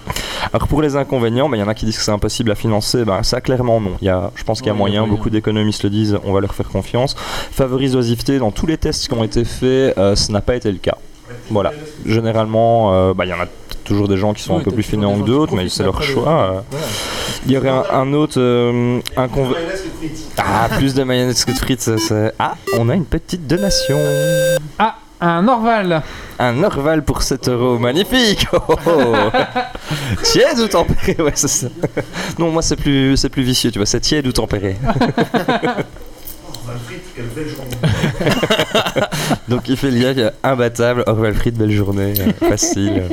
F: Alors pour les inconvénients, ben, il y en a qui disent que c'est impossible à financer, ben, ça clairement non. Il Y a, je pense qu'il y a
C: Non, il y a
F: moyen,
C: moyen.
F: beaucoup d'économistes le disent, on va leur faire confiance favorise l'oisiveté. Dans tous les tests qui ont été faits, euh, ce n'a pas été le cas. Voilà. Généralement, euh, bah, il y en a toujours des gens qui sont
C: Oui,
F: un peu
C: t'as
F: plus
C: toujours des
F: fainéants
C: gens
F: que
C: qui
F: d'autres, mais
C: profitent
F: c'est leur
C: d'après le-
F: choix. euh.
C: Voilà.
F: Il y aurait un, un autre euh, inconvénient.
G: Mayonnaise que de frites.
F: Ah, plus de mayonnaise que de frites. ça, c'est- Ah, on a une petite donation.
A: Ah, un Orval
F: Un Orval pour 7 euros. Magnifique. Oh, oh, oh. tiède ou tempéré Ouais, c'est ça. Non, moi, c'est plus, c'est plus vicieux, tu vois. C'est tiède ou tempéré.
G: Orval frites, quelle belle journée.
F: Donc, il fait le gars qui est imbattable. Orval frites, belle journée. euh, facile.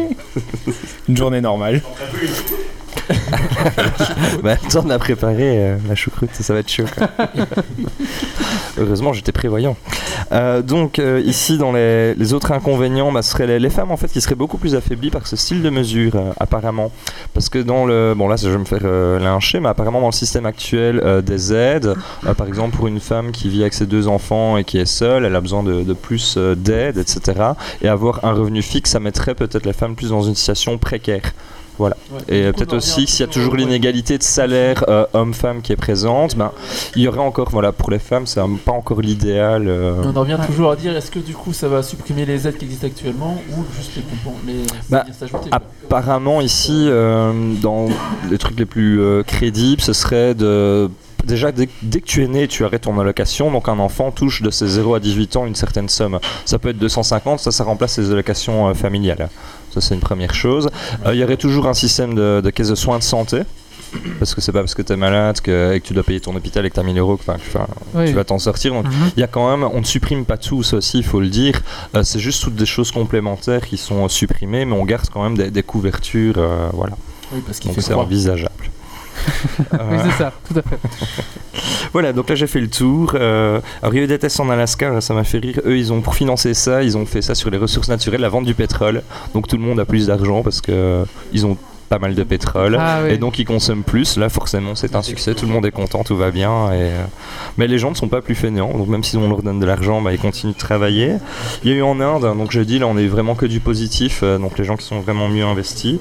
B: Une journée normale.
F: Bah, attends, on a préparé euh, la choucroute, ça va être chaud. quoi. Heureusement, j'étais prévoyant. Euh, donc, euh, ici, dans les, les autres inconvénients, bah, ce seraient les, les femmes en fait qui seraient beaucoup plus affaiblies par ce style de mesure, euh, apparemment. Parce que dans le. Bon, là, je vais me faire euh, lyncher, mais apparemment, dans le système actuel euh, des aides, euh, par exemple, pour une femme qui vit avec ses deux enfants et qui est seule, elle a besoin de, de plus euh, d'aide, etc. Et avoir un revenu fixe, ça mettrait peut-être les femmes plus dans une situation précaire.
C: Ouais.
F: Et
C: Du
F: euh,
C: coup,
F: peut-être
C: on en
F: aussi
C: revient
F: que s'il y a
C: au-
F: toujours
C: ouais.
F: l'inégalité de salaire euh, homme-femme qui est présente, ben, il y aurait encore, voilà, pour les femmes, c'est un- pas encore l'idéal. euh.
C: On en revient toujours à dire est-ce que du coup ça va supprimer les aides qui existent actuellement ou juste les compens- les
F: Bah,
C: c'est-à-dire s'ajouter,
F: ah,
C: quoi.
F: Apparemment, ici, euh, dans les trucs les plus euh, crédibles, ce serait de. Déjà, dès, dès que tu es né, tu arrêtes ton allocation, donc un enfant touche de ses 0 à 18 ans une certaine somme. Ça peut être 250, ça, ça remplace les allocations euh, familiales. Ça, c'est une première chose. Euh, Il y aurait toujours un système de, de caisse de soins de santé, parce que c'est pas parce que tu es malade que, et que tu dois payer ton hôpital et que tu as 1000 euros que, enfin, que tu fais un-
A: Oui.
F: tu vas t'en sortir. Donc,
A: Mhm.
F: il y a quand même, on ne supprime pas tout, ça aussi, il faut le dire. Euh, c'est juste toutes des choses complémentaires qui sont euh, supprimées, mais on garde quand même des, des couvertures. euh, voilà,
C: Oui, parce qu'il
F: donc
C: fait
F: c'est
C: froid.
F: envisageable.
A: Oui,
F: Euh,
A: c'est ça, tout à fait.
F: Voilà, donc là j'ai fait le tour. Euh, alors il y a eu des tests en Alaska, là, ça m'a fait rire. Eux, ils ont pour financer ça, ils ont fait ça sur les ressources naturelles, la vente du pétrole. Donc tout le monde a plus d'argent parce que euh, ils ont pas mal de pétrole
A: Ah, oui.
F: et donc ils consomment plus. Là forcément c'est un succès, tout le monde est content, tout va bien. Et, euh, mais les gens ne sont pas plus fainéants, donc même si on leur donne de l'argent, bah, ils continuent de travailler. Il y a eu en Inde, hein. donc je dis là on est vraiment que du positif, euh, donc les gens qui sont vraiment mieux investis.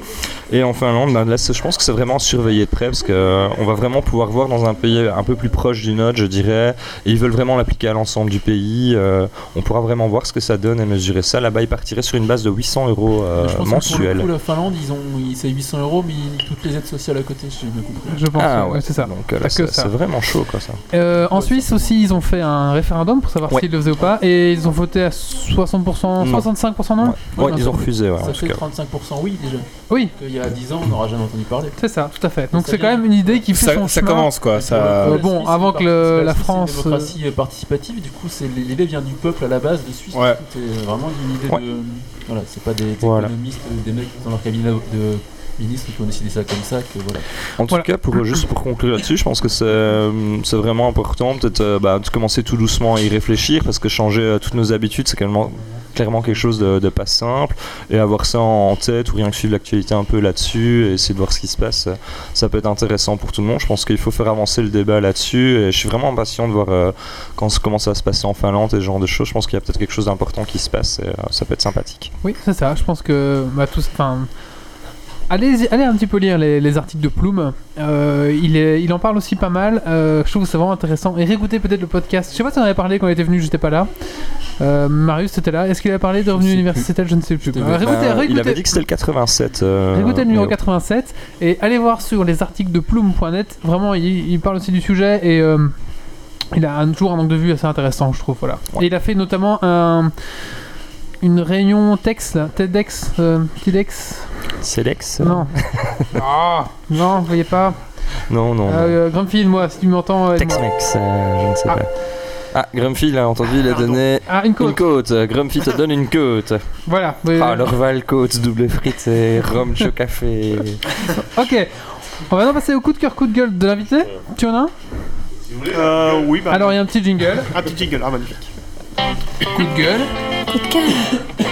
F: Et en Finlande, ben là, c'est- je pense que c'est vraiment à surveiller de près parce que euh, on va vraiment pouvoir voir dans un pays un peu plus proche du nôtre, je dirais. Et ils veulent vraiment l'appliquer à l'ensemble du pays. euh, on pourra vraiment voir ce que ça donne et mesurer ça. Là-bas, ils partiraient sur une base de 800 euros
C: Je
F: euh,
C: pense que pour le
F: mensuels.
C: coup, la Finlande, ils ont, ils- c'est 800 euros, mais ils- toutes les aides sociales à côté, si j'ai bien compris.
A: Je pense,
F: Ah
A: ouais,
F: ouais,
A: c'est ça.
F: Donc euh, là,
A: Pas que
F: c'est
A: ça.
F: c'est vraiment chaud quoi ça.
A: Euh, en Suisse aussi, ils ont fait un référendum pour savoir
F: Ouais.
A: s'ils le faisaient ou pas, et ils ont voté à 60%,
F: Non.
A: 65% non
F: Ouais,
C: Ouais,
F: ils ont refusé. ouais, en
C: Ça
F: tout
C: fait
F: cas.
C: 35% oui déjà.
A: Oui.
C: Qu'il y a 10 ans, on n'aura jamais entendu parler.
A: C'est ça, tout à fait. Donc
C: Ça
A: c'est quand
C: vient-
A: même une idée qui fait
B: Ça,
A: son
B: ça
A: chemin.
B: commence quoi. Ah, Ça...
A: Euh, bon,
C: Suisse,
A: avant
C: c'est
A: que
C: une
A: le- la
C: partie-
A: France,
C: C'est une démocratie euh, participative, du coup, c'est- l'idée vient du peuple à la base de Suisse.
B: Ouais.
C: C'est euh, vraiment une idée
F: Ouais.
C: de. Voilà, c'est pas des, des
F: Voilà.
C: économistes, euh, des mecs dans leur cabinet de ministre qui ont décidé ça comme ça. Que, voilà.
F: En tout
A: Voilà.
F: cas, pour, juste pour conclure là-dessus, je pense que c'est euh, c'est vraiment important peut-être euh, bah, de commencer tout doucement à y réfléchir parce que changer euh, toutes nos habitudes, c'est clairement, clairement quelque chose de, de pas simple. Et avoir ça en, en tête ou rien que suivre l'actualité un peu là-dessus et essayer de voir ce qui se passe, euh, ça peut être intéressant pour tout le monde. Je pense qu'il faut faire avancer le débat là-dessus et je suis vraiment impatient de voir euh, quand, ça- comment ça va se passer en Finlande et ce genre de choses. Je pense qu'il y a peut-être quelque chose d'important qui se passe et euh, ça peut être sympathique.
A: Oui, c'est ça. Je pense que bah, tous. Enfin, allez, allez un petit peu lire les, les articles de Plume. Euh, il, est, il en parle aussi pas mal. Euh, je trouve que c'est vraiment intéressant. Et réécoutez peut-être le podcast. Je sais pas si on en avait parlé quand il était venu, j'étais pas là. Euh, Marius était là. Est-ce qu'il a parlé de revenus
C: sais
A: universitaires Je ne sais plus.
C: Je t'ai
A: Euh,
C: vu.
A: réécoutez,
F: Bah, il
A: réécoutez.
F: avait dit que c'était le 87. euh,
A: Écoutez le
F: mais
A: numéro
F: ouais.
A: 87 et allez voir sur les articles de plume.net. Vraiment, il, il parle aussi du sujet et euh, il a un- toujours un angle de vue assez intéressant, je trouve. Voilà.
F: Ouais.
A: Et il a fait notamment un- une réunion texte, là, TEDx, euh, TEDx,
F: Selex euh,
A: non, Ah, non, vous voyez pas.
F: Non, Oh non. non.
A: Euh, grande fille, moi, si tu m'entends, aide-moi.
F: Tex-Mex, euh, je ne sais
A: Ah.
F: pas. Ah, Grumpy, il a entendu, il a donné
A: Ah, une
F: une
A: côte.
F: côte. Grumpy te donne une côte.
A: Voilà. Euh, Oui,
F: Ah,
A: oui.
F: l'Orval côte, double frites et rhum chaud café.
A: Ok. On va maintenant passer au coup de cœur, coup de gueule de l'invité. Tu en as un
D: Euh, oui, bah.
A: Alors, il y a un petit jingle.
D: un petit jingle, ah, magnifique.
A: Coup de gueule.
H: Coup de cœur.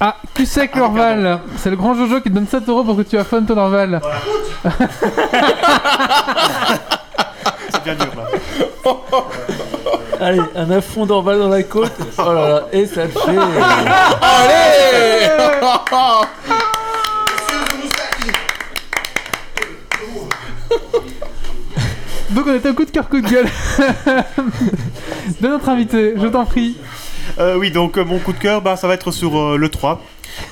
A: Ah, tu sais que l'Orval, c'est le grand Jojo qui te donne 7 euros pour que tu affonnes ton Orval.
D: Ça devient dur là.
C: Allez, un affond d'orval dans la côte. Oh là là, et ça le fait.
A: Donc on était au coup de cœur, coup de gueule de notre invité, je t'en prie.
D: Euh, oui, donc euh, mon coup de cœur, bah, ça va être sur le 3.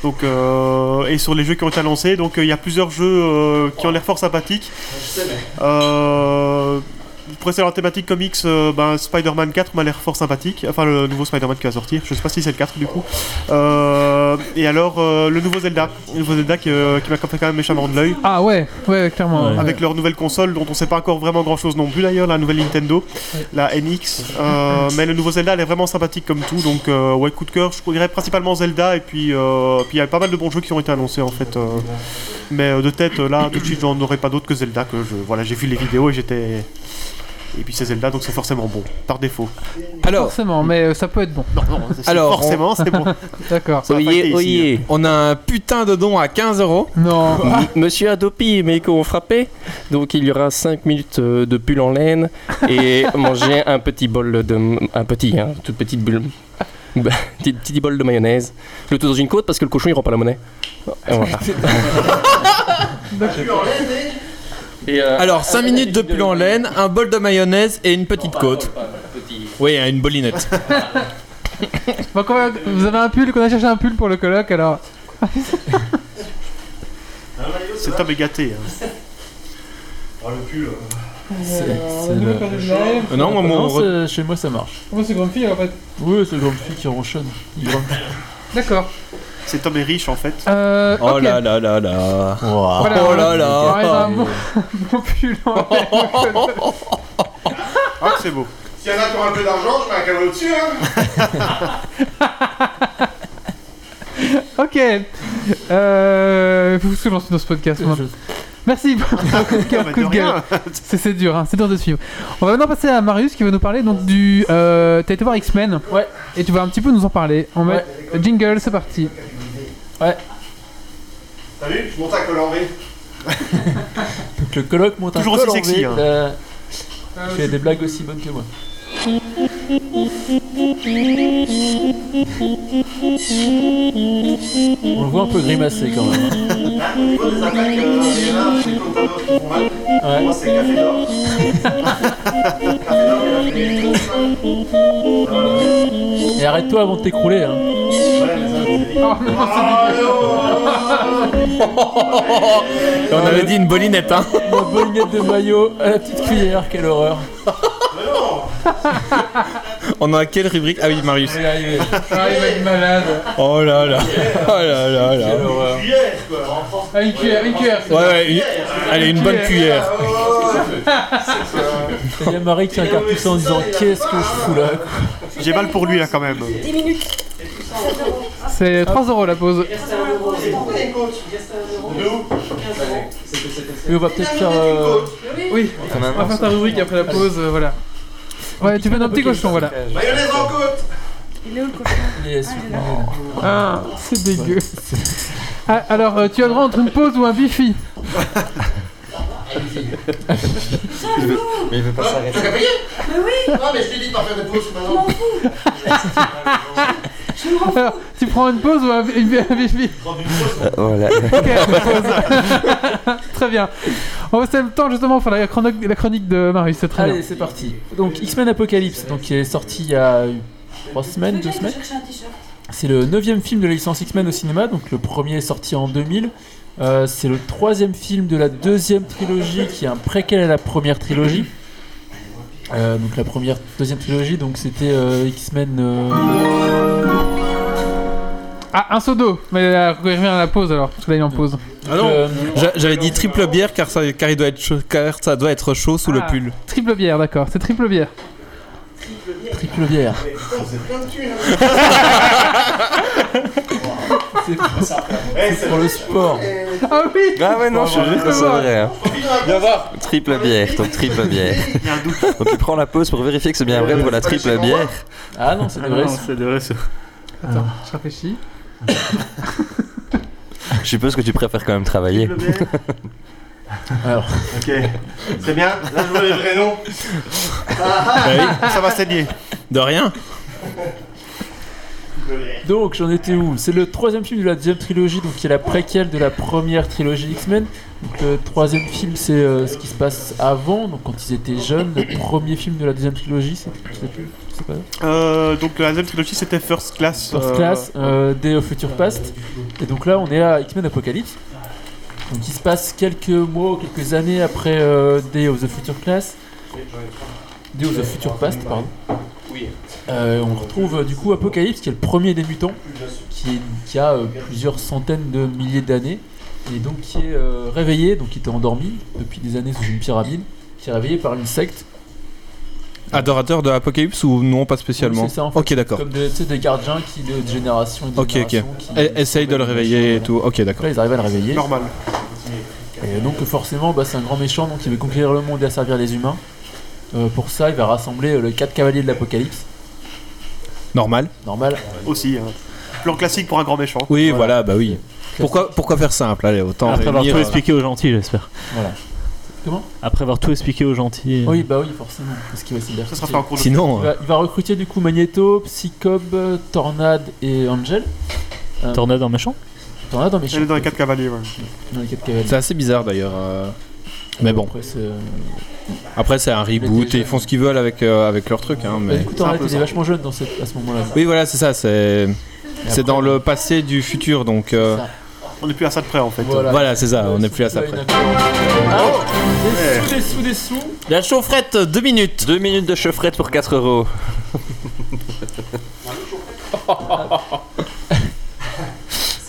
D: Donc, euh, et sur les jeux qui ont été annoncés. Donc euh, il y a plusieurs jeux euh, qui ont l'air fort sympathiques. Euh, pour rester dans la thématique comics, euh, ben, Spider-Man 4 m'a l'air fort sympathique. Enfin, le nouveau Spider-Man qui va sortir. Je sais pas si c'est le 4 du coup. Euh, et alors, euh, le nouveau Zelda. Le nouveau Zelda qui, euh, qui m'a fait quand même méchamment de l'œil.
A: Ah ouais, ouais, clairement. Ah,
E: Ouais.
D: Avec leur nouvelle console, dont on sait pas encore vraiment grand chose non plus d'ailleurs, la nouvelle Nintendo, la NX. Euh, mais le nouveau Zelda, elle est vraiment sympathique comme tout. Donc, euh, ouais, coup de cœur, je dirais principalement Zelda. Et puis, euh, puis il y a pas mal de bons jeux qui ont été annoncés en fait. euh. mais euh, de tête, euh, là, tout de suite, j'en aurais pas d'autres que Zelda. Que je, voilà, j'ai vu les vidéos et j'étais. Et puis c'est Zelda, donc c'est forcément bon, par défaut.
B: Alors,
A: Forcément, mais euh, ça peut être bon.
D: Non, non, c'est-
B: Alors,
D: forcément, c'est bon.
A: D'accord.
D: Ça va pas été ici, hein.
B: on a un putain de don à 15 euros.
A: Non.
F: hein.
I: M- Monsieur Adopi mais qu'on frappé. Donc il y aura 5 minutes euh, de pull en laine et manger un petit bol de m- un petit hein, toute petite bulle. Bah, Petit, petit bol de mayonnaise. Le tout dans une côte parce que le cochon il rend pas la monnaie. Et voilà. Et,
F: Ah,
I: euh,
B: Alors, 5 minutes de pull en laine, un bol de mayonnaise et une petite côte. Oui, hein, une bolinette.
A: Bon, quand même, vous avez un pull, qu'on a cherché un pull pour le colloque, alors.
D: Cet homme est gâté. hein.
C: C'est- c'est le-
B: non, moi,
C: Non,
B: mon re-
C: c'est- chez moi ça marche.
A: Moi, c'est grande fille en fait.
C: Oui, c'est le grand fille qui ronchonne. Il grimpe.
A: D'accord.
D: Cet homme est riche en fait.
A: Euh,
B: Oh
A: ok.
B: là là là là.
A: Voilà,
B: Oh
A: on
B: là
A: arrive à
B: là.
A: un Ah bon, bon pull.
D: Ah, c'est beau.
G: S'il y en a qui ont un peu d'argent, je mets un câble au-dessus. Hein.
A: Ok. Euh, vous vous lancez dans ce podcast. moi.
C: Je-
A: Merci pour ton coup de
D: Ah
A: cœur,
D: bah,
A: coup
D: de
A: de gueule.
D: rien.
A: C'est c'est dur, hein, c'est dur de suivre. On va maintenant passer à Marius qui va nous parler donc du. Euh, T'as été voir X-Men
C: Ouais.
A: Et tu vas un petit peu nous en parler. On met
C: Ouais.
A: jingle, c'est parti.
G: T'as vu Je monte à Coloré.
C: Donc le colloque monte
D: Toujours
C: un
D: aussi
C: col en
D: sexy,
C: V,
D: hein.
C: euh, Tu fais des blagues aussi bonnes que moi. On le voit un peu grimacer quand même. hein.
G: Hein, au niveau des attaques, euh, il y en a chez les contenders qui font mal. Pour
C: hein. Ouais.
G: moi, c'est Café d'Or. Café d'Or, il a fait des trucs.
C: Et arrête-toi avant de t'écrouler. Hein.
G: Ouais, mais ça, c'est-
A: Oh non,
B: Et on avait dit une bolinette, hein.
C: La bolinette de maillot à la petite cuillère, quelle horreur.
B: On a quelle rubrique Ah oui, Marius.
C: On est arrivé.
A: Ah, il va être malade.
B: Oh là là. Oh là là là.
C: Quelle horreur.
A: Ah, une cuillère, une cuillère.
B: Ouais, ouais, une- allez, une bonne cuillère.
C: Il y a Marie qui regarde tout ça en disant Qu'est-ce que je fous là
D: J'ai mal pour lui là quand même.
H: 10 minutes.
A: C'est 3 euros la pause.
C: Et on va peut-être faire. euh,
A: Oui, on va faire ta rubrique après la pause, euh, voilà. Ouais, tu fais un petit cochon, voilà.
G: Mayonnaise en côte
H: Il est où le cochon
C: les-
A: Ah, c'est dégueu. Ah, alors, euh, tu as le droit entre une pause ou un bifi.
F: Mais il veut pas s'arrêter.
H: Mais oui,
G: Non, mais je t'ai dit de pas faire des pauses maintenant.
H: je me rends
A: Alors, tu prends une pause ou un, bi- un bifi
F: Voilà.
A: Ok, pause. très bien. On va passer le temps justement pour la chronique, la chronique de Marius, c'est très
C: Allez, c'est parti. Donc, X-Men Apocalypse, donc, qui est sorti il y a 3
H: Je
C: semaines,
H: vais
C: 2 semaines.
H: chercher un t-shirt.
C: C'est le neuvième film de la licence X-Men au cinéma, donc le premier est sorti en 2000. Euh, c'est le troisième film de la deuxième trilogie qui est un préquel à la première trilogie. Euh, donc la première, deuxième trilogie, donc c'était euh, X-Men. euh,
A: bien. Ah, un seau d'eau, mais euh, il revient à la pause alors, parce que là il est en pause.
B: Ah non.
C: euh,
B: J'a- J'avais dit triple bière car ça, car, il doit être chaud, car ça doit être chaud sous le
A: Ah.
B: pull.
A: Triple bière, d'accord, c'est triple bière.
C: triple bière. C'est pour, c'est pour le sport.
A: Ah oui
F: Ah ouais, non, je suis juste que c'est vrai. hein.
G: Viens voir
F: Triple bière, donc triple bière.
D: Il y a un doute.
F: Donc il prend la pause pour vérifier que c'est bien vrai pour la triple bière.
C: Ah non, c'est vrai.
J: c'est de vrai. ça.
A: Attends, je réfléchis.
F: Je suppose que tu préfères quand même travailler.
C: Alors,
G: Ok, c'est bien. Là, je vois les vrais noms.
K: Bah
D: Ça va saigner.
B: De rien.
C: Donc j'en étais où C'est le troisième film de la deuxième trilogie, donc qui est la préquelle de la première trilogie X-Men. Donc le troisième film, c'est euh, ce qui se passe avant, donc quand ils étaient jeunes. Le premier film de la deuxième trilogie, c'est je sais plus, c'est quoi
D: Euh, donc la deuxième trilogie c'était First Class.
C: First
D: euh,
C: Class, euh, Day of Future Past. Et donc là, on est à X-Men Apocalypse. Donc il se passe quelques mois, ou quelques années après euh, Day of the Future Class. Day of the Future Past, pardon. Euh, on retrouve euh, du coup Apocalypse, qui est le premier des mutants, qui, est- qui a euh, plusieurs centaines de milliers d'années, et donc qui est euh, réveillé, donc qui était endormi depuis des années sous une pyramide, qui est réveillé par une secte,
B: Adorateur de Apocalypse ou non, pas spécialement
C: Oui, c'est ça, en fait.
B: Ok, d'accord.
C: comme des, tu sais, des gardiens qui de, de génération et de
B: Ok, ok.
C: génération. qui-
B: Eh, Essaye de le réveiller et tout. Ok,
C: Donc
B: d'accord.
C: Là, ils arrivent à le réveiller.
D: Normal.
C: Et donc forcément, bah, c'est un grand méchant donc il veut conquérir le monde et asservir les humains. Euh, pour ça, il va rassembler euh, les quatre cavaliers de l'Apocalypse.
B: Normal.
C: Normal.
D: Aussi. hein. Plan classique pour un grand méchant.
B: Oui, voilà, bah oui. Pourquoi, pourquoi faire simple Allez, autant.
E: Après avoir
B: réunir,
E: tout
B: euh,
E: expliqué aux gentils, j'espère.
C: Voilà. Comment
E: Après avoir tout expliqué aux gentils. euh,
C: Oui, bah oui, forcément. Parce qu'il va essayer de les
D: Mm. Ça sera fait
C: recruter.
D: en cours de.
B: Sinon,
C: il,
B: euh,
C: va, il va recruter du coup Magneto, Psychob, euh, Tornade et Angel.
E: euh, Tornade en méchant
C: Tornade en méchant.
D: Elle est dans les 4 cavaliers. ouais.
C: Dans les quatre cavaliers.
B: c'est assez bizarre d'ailleurs. euh, Mais bon,
C: Après, c'est, euh,
B: après c'est un reboot et ils font ce qu'ils veulent avec, euh, avec leur truc. Hein,
C: bah,
B: mais...
C: du coup,
D: C'est un
C: Tornade
D: peu
C: était
D: ça.
C: vachement jeune dans cette- à ce moment-là.
B: Oui, voilà, c'est ça. C'est
C: Et
B: c'est
C: après,
B: dans le passé du futur, donc euh,
C: ça.
D: On n'est plus à ça de près en fait.
C: Voilà.
B: voilà, c'est ça. On n'est plus à ça près.
C: Ah, des sous, des sous, des sous.
B: La chaufferette, deux minutes.
F: Deux minutes de chaufferette pour 4 euros.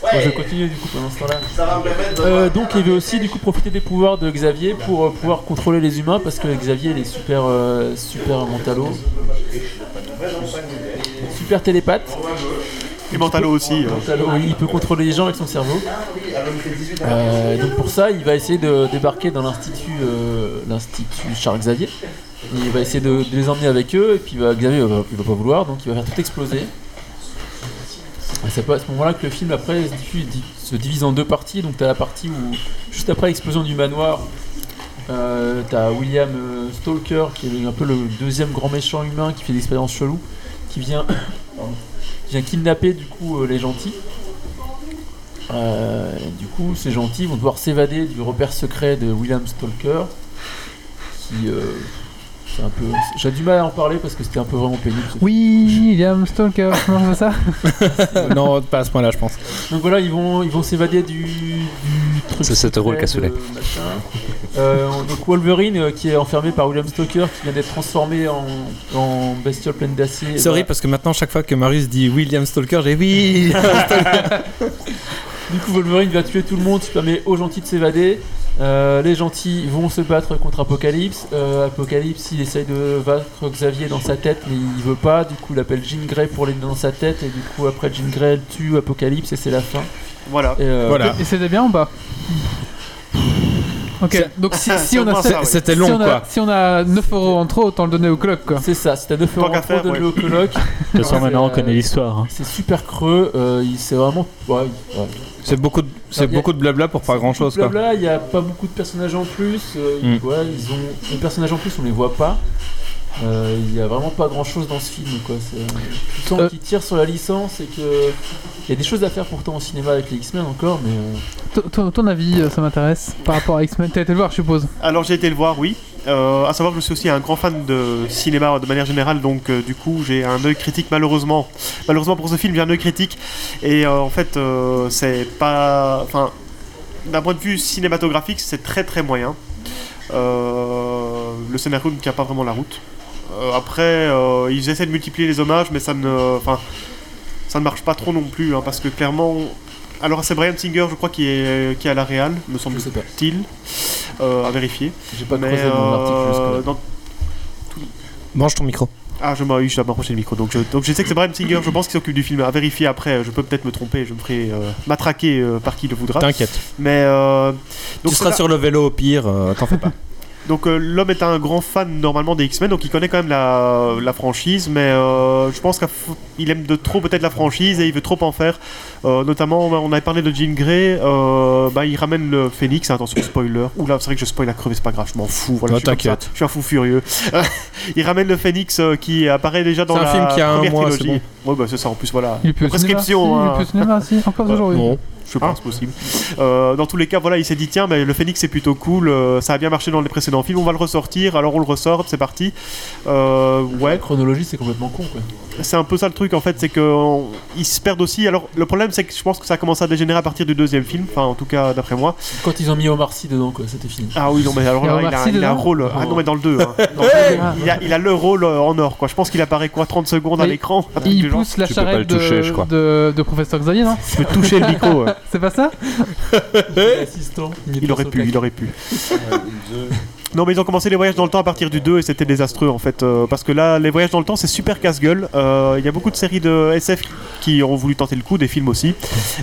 C: Bon, je continue du coup pendant ce temps-là.
G: Ça va me permettre de.
C: Euh, donc il veut aussi du coup profiter des pouvoirs de Xavier pour euh, pouvoir contrôler les humains parce que Xavier il est super euh, super mentalo, super télépathe
D: Et Mentalo aussi. euh.
C: Mentalo, oui, il peut contrôler les gens avec son cerveau. Euh, donc pour ça, il va essayer de débarquer dans l'institut, euh, l'institut Charles Xavier. Et il va essayer de, de les emmener avec eux. Et puis bah, Xavier, va- il va pas vouloir, donc il va faire tout exploser. Et C'est pas à ce moment-là que le film après se diffuse- di- se divise en deux parties. Donc t'as la partie où juste après l'explosion du manoir, euh, t'as William euh, Stalker qui est un peu le deuxième grand méchant humain qui fait des expériences cheloues, qui vient, pardon, qui vient kidnapper du coup euh, les gentils. Euh, et du coup, ces gentils vont devoir s'évader du repère secret de William Stalker, qui euh, c'est un peu. J'ai du mal à en parler parce que c'était un peu vraiment pénible. ce
A: Oui, William Stalker, non, c'est ça
B: Euh, non, pas à ce point-là, je pense.
C: Donc voilà, ils vont, ils vont s'évader du, du truc.
F: C'est 7 euros le
C: secret de machin. Euh, donc Wolverine, euh, qui est enfermé par William Stoker, qui vient d'être transformé en, en bestiole pleine d'acier. bah,
B: Sorry, parce que maintenant, chaque fois que Marius dit William Stalker, j'ai oui
C: Du coup, Wolverine va tuer tout le monde, ça permet aux gentils de s'évader. Euh, les gentils vont se battre contre Apocalypse. Euh, Apocalypse, il essaye de vaincre Xavier dans sa tête, mais il veut pas. Du coup, il appelle Jean Grey pour l'aider dans sa tête. Et du coup, après, Jean Grey tue Apocalypse et c'est la fin.
D: Voilà.
C: Et, euh,
B: Voilà.
A: Et c'était bien ou pas Ok, donc si, si
D: C'est au
A: on a
D: moins ça, oui.
B: C'était
A: si
B: long,
A: on a-
B: quoi.
A: Si on a 9 euros en trop, autant le donner au clock quoi.
C: C'est ça, c'est à 9
D: Tant
C: euros
D: qu'à
C: pour
D: faire,
C: donner
D: ouais.
C: au
E: De
C: coloc.
E: toute façon,
C: Ouais,
E: maintenant, on
C: euh,
E: connaît l'histoire. hein.
C: C'est super creux, euh, il- c'est vraiment. Ouais, ouais.
B: C'est beaucoup, de- c'est
C: Ah, y a-
B: beaucoup de blabla pour pas grand-chose, quoi.
C: Blabla, il n'y a pas beaucoup de personnages en plus. euh, ils-
B: Mm.
C: ouais, ils ont. Les personnages en plus, on les voit pas. Euh, Il y a vraiment pas grand chose dans ce film. Quoi. C'est, euh, tout le temps
A: Euh.
C: qu'ils tirent sur la licence et que. Il y a des choses à faire pourtant au cinéma avec les X-Men encore, mais. euh,
A: Ton- Ton, ton avis, euh, ça m'intéresse par rapport à X-Men. T'as été le voir, je suppose.
D: Alors j'ai été le voir, oui. Euh, à savoir que je suis aussi un grand fan de cinéma de manière générale, donc euh, du coup j'ai un œil critique malheureusement. Malheureusement pour ce film j'ai un œil critique et euh, en fait euh, c'est pas, enfin d'un point de vue cinématographique c'est très très moyen. Euh, le scénario ne tient pas vraiment la route. Euh, après euh, ils essaient de multiplier les hommages mais ça ne, enfin ça ne marche pas trop non plus hein, parce que clairement, alors c'est Brian Singer je crois qui est qui est à la réal me
C: je sais pas.
D: semble-t-il, euh, à vérifier.
C: J'ai pas
D: Mais
C: creusé mon article
D: euh,
C: jusque-là.
D: dans-
B: Mange ton micro.
D: Ah, je m'en- oui, je dois m'approcher du micro. Donc je, donc je sais que c'est Brian Singer, je pense, qui s'occupe du film. À vérifier après, je peux peut-être me tromper, je me ferai euh, matraquer euh, par qui le voudra.
B: T'inquiète.
D: Mais euh, donc,
B: Tu seras
D: ça-
B: sur le vélo au pire, euh, t'en fais pas.
D: donc euh, l'homme est un grand fan normalement des X-Men, donc il connaît quand même la, la franchise, mais euh, je pense qu'il aime de trop peut-être la franchise et il veut trop en faire. Euh, notamment, on avait parlé de Jean Grey, euh, bah, il ramène le Phoenix, hein, attention spoiler. Oula, c'est vrai que je spoil à crever, c'est pas grave, je m'en fous. Voilà,
B: Non,
D: je suis comme ça,
B: t'inquiète.
D: je suis un fou furieux. il ramène le Phoenix euh, qui apparaît déjà dans
B: C'est un
D: la
B: film qui a un
D: première
B: mois, c'est
D: trilogie. Ouais, bah c'est ça, en plus, voilà.
A: Il est plus au cinéma. si,
D: Prescription,
A: Il est
D: hein.
A: plus au cinéma, si. Encore
D: Ouais,
A: aujourd'hui.
B: Bon.
D: Je pense possible. Euh, dans tous les cas, voilà, il s'est dit tiens, mais le Phoenix c'est plutôt cool, euh, ça a bien marché dans les précédents films, on va le ressortir, alors on le ressort, c'est parti. Euh,
C: La
D: ouais,
C: chronologie, c'est complètement con quoi.
D: c'est un peu ça le truc en fait, c'est qu'ils se perdent aussi. Alors le problème c'est que je pense que ça a commencé à dégénérer à partir du deuxième film, enfin en tout cas d'après moi.
C: Quand ils ont mis Omar Sy dedans, quoi, c'était fini.
D: Ah oui, non mais alors
A: Il y a
D: là, il
A: Omar
D: a,
A: Sy
D: il a un
A: dedans
D: rôle. Ah non mais dans le 2, il, a, il a le rôle euh, en or quoi. Je pense qu'il apparaît quoi 30 secondes à
A: Oui.
D: l'écran. un truc
A: Il
D: du genre.
A: pousse la
F: Tu peux pas
A: charrette
F: le toucher,
A: de,
F: je crois.
A: de- de professeur Xavier, non
D: Il peut toucher le micro. ouais.
A: C'est pas ça
C: L'assistant, est
D: Il aurait
C: passé au
D: pu,
C: caca.
D: il aurait pu. Non, mais ils ont commencé les voyages dans le temps à partir du 2 et c'était désastreux en fait. euh, parce que là, les voyages dans le temps, c'est super casse-gueule. Euh, Il y a beaucoup de séries de SF qui ont voulu tenter le coup, des films aussi.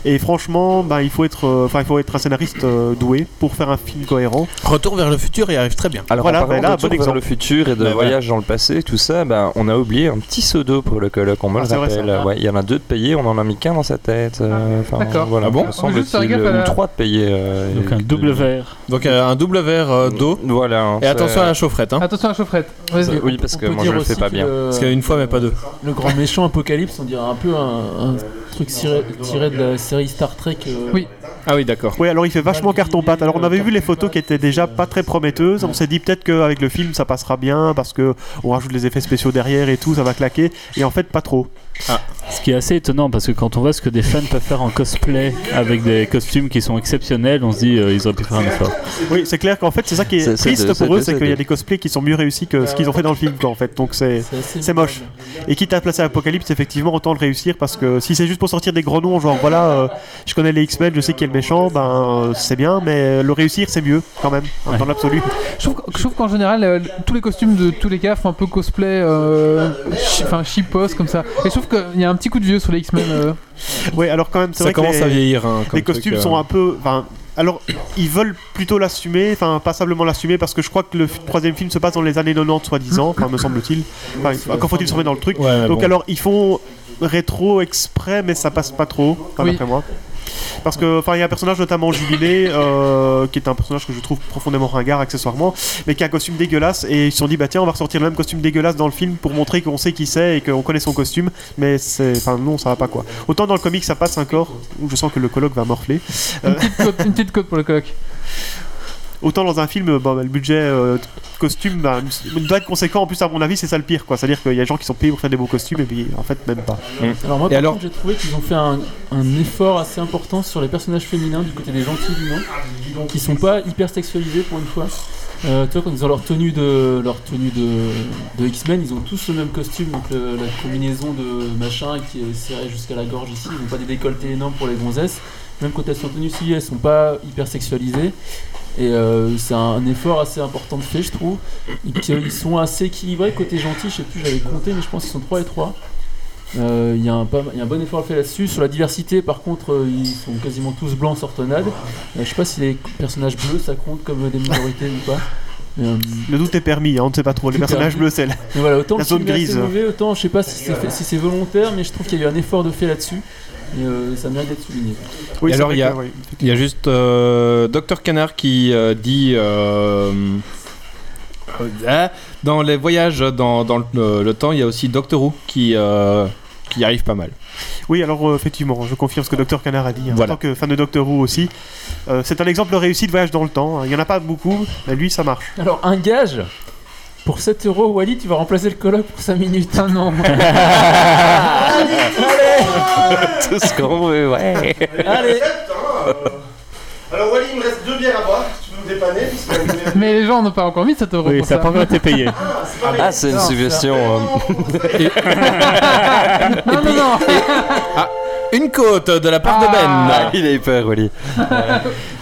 D: Et franchement, ben, il, faut être, euh, enfin, il faut être un scénariste euh, doué pour faire un film cohérent.
B: Retour vers le futur, il arrive très bien.
F: Alors,
D: Voilà,
F: en
D: ben
F: parlant
D: là,
F: de
D: bon
F: retour vers
D: exemple.
F: le futur et de
B: Ben voilà.
F: voyage dans le passé, tout ça, ben, on a oublié un petit pseudo pour le colloque, on me
D: Ah,
F: le
D: c'est vrai,
F: rappelle.
D: ça.
F: Ouais, Il y en a deux de payés, on en a mis qu'un dans sa tête. euh, enfin,
A: D'accord.
F: Voilà,
B: Ah bon
F: me
B: Faut
F: semble-t-il,
A: juste faire gaffe à
F: ou
A: la-
F: trois de payés. euh,
E: Donc,
F: et-
E: un double verre.
B: Donc euh, un double verre euh, d'eau.
F: Voilà. hein,
B: Et
F: ça-
B: attention à la chaufferette, hein.
A: Attention à la chaufferette. Vas-y.
F: Oui, parce
C: On
F: que
C: peut
F: moi,
C: dire
F: je le fais
C: aussi
F: pas
C: que
F: bien.
C: le-
B: Parce qu'une fois, mais pas deux.
C: Le grand méchant Apocalypse, on dirait un peu un, un truc tiré, tiré de la série Star Trek. euh,
A: Oui.
B: Ah oui, d'accord.
D: Oui, alors il fait vachement carton-pâte. Alors on avait vu les photos qui étaient déjà pas très prometteuses. On s'est dit peut-être qu'avec le film ça passera bien parce que on rajoute les effets spéciaux derrière et tout, ça va claquer. Et en fait, pas trop.
E: Ce qui est assez étonnant parce que quand on voit ce que des fans peuvent faire en cosplay avec des costumes qui sont exceptionnels, on se dit euh, ils auraient pu faire un effort.
D: Oui, c'est clair qu'en fait, c'est ça qui est,
F: C'est- c'est
D: triste
F: de-
D: pour eux,
F: c'est de-
D: c'est qu'il y a des cosplays qui sont mieux réussis que ce qu'ils ont fait dans le film, quoi, en fait. Donc c'est.
C: assez
D: C'est moche.
C: minable.
D: Et quitte à placer Apocalypse, effectivement, autant le réussir parce que si c'est juste pour sortir des gros noms, genre voilà, euh, je connais les X-Men, je sais qui est le méchant, ben euh, c'est bien, mais le réussir c'est mieux quand même, hein, dans l'absolu.
A: Je trouve, que- je trouve qu'en général, euh, tous les costumes de tous les gars font un peu cosplay, euh, chi- enfin, chipos comme ça. Et je trouve trouve qu'il y a un petit coup de vieux sur les X-Men. euh.
D: Oui, alors quand même, c'est
B: Ça
D: vrai que
B: commence
D: les,
B: à vieillir. hein, comme
D: les costumes
B: truc, euh.
D: sont un peu. enfin, Alors, ils veulent plutôt l'assumer, enfin, passablement l'assumer, parce que je crois que le f- troisième film se passe dans les années 90, soi-disant, enfin, me semble-t-il. Enfin, encore faut-il se remettre dans le truc.
B: Ouais, mais
D: Donc,
B: Ah bon.
D: alors, ils font rétro exprès, mais ça passe pas trop, enfin,
A: Oui.
D: d'après moi. Parce que, enfin, il y a un personnage notamment jubilé, euh, qui est un personnage que je trouve profondément ringard, accessoirement, mais qui a un costume dégueulasse, et ils se sont dit, bah tiens, on va ressortir le même costume dégueulasse dans le film pour montrer qu'on sait qui c'est et qu'on connaît son costume, mais c'est. Enfin, non, ça va pas quoi. Autant dans le comic, ça passe encore, où je sens que le colloque va morfler.
A: Une petite côte- une petite côte pour le colloque.
D: Autant dans un film, bah, bah, le budget euh, costume bah, doit être conséquent. En plus, à mon avis, c'est ça le pire. quoi. C'est-à-dire qu'il y a des gens qui sont payés pour faire des beaux costumes et puis en fait, même pas.
C: Alors moi,
B: Et
C: par
B: alors
C: contre, j'ai trouvé qu'ils ont fait un, un effort assez important sur les personnages féminins du côté des gentils du moins, qui sont pas hyper sexualisés pour une fois. Euh, tu vois, quand ils ont leur tenue de leur tenue de, de X-Men, ils ont tous le même costume, donc le- la combinaison de machin qui est serrée jusqu'à la gorge ici. Ils n'ont pas des décolletés énormes pour les gonzesses. Même quand elles sont tenues ici, elles sont pas hyper sexualisées. Et euh, c'est un effort assez important de fait, je trouve. Et puis, euh, Ils sont assez équilibrés côté gentil. Je sais plus, j'avais compté, mais je pense qu'ils sont 3 et 3. Euh, Il y, a un pas- il y a un bon effort fait là-dessus. Sur la diversité, par contre, euh, ils sont quasiment tous blancs sur tornade. Euh, je sais pas si les personnages bleus ça compte comme euh, des minorités ou pas. Euh,
D: Le doute est permis, hein, on ne sait pas trop. Les
C: Tout
D: personnages
C: permis.
D: bleus, c'est là.
C: mais voilà, autant
D: La
C: le
D: zone
C: film est assez
D: grise.
C: mauvais, autant je sais pas si c'est fait- si c'est volontaire, mais je trouve qu'il y a eu un effort de fait là-dessus. Et euh, ça mérite d'être souligné.
D: Oui,
B: Et
D: c'est
B: alors,
D: vrai
B: il y a-
D: que, oui.
B: Il y a juste euh, Docteur Canard qui euh, dit euh, euh, ah, dans les voyages dans, dans le, euh, le- le temps, il y a aussi Doctor Who qui euh, qui arrive pas mal.
D: Oui, alors euh, effectivement, je confirme ce que Dr Canard a dit. hein,
B: Voilà.
D: En tant que fan de Doctor Who aussi, Euh, c'est un exemple réussi de voyage dans le temps. hein. Il y en a pas beaucoup, mais lui, ça marche.
C: Alors, un gage Pour 7 euros, Wally, tu vas remplacer le colloque pour 5 minutes.
E: Ah
A: Putain, non.
I: Tout ce qu'on veut, ouais.
C: Allez
G: Alors Wally, il me reste deux bières à boire. Tu peux nous dépanner puisque
A: Mais les gens n'ont pas encore mis cette euro
E: Oui,
A: pour
E: ça
A: ça.
E: n'a pas encore été payé.
G: Ah, c'est pas
F: Ah, c'est une
A: Non,
F: suggestion. euh,
A: Non, non, non.
B: Une côte de la part de Ben.
F: il a eu peur, Wally.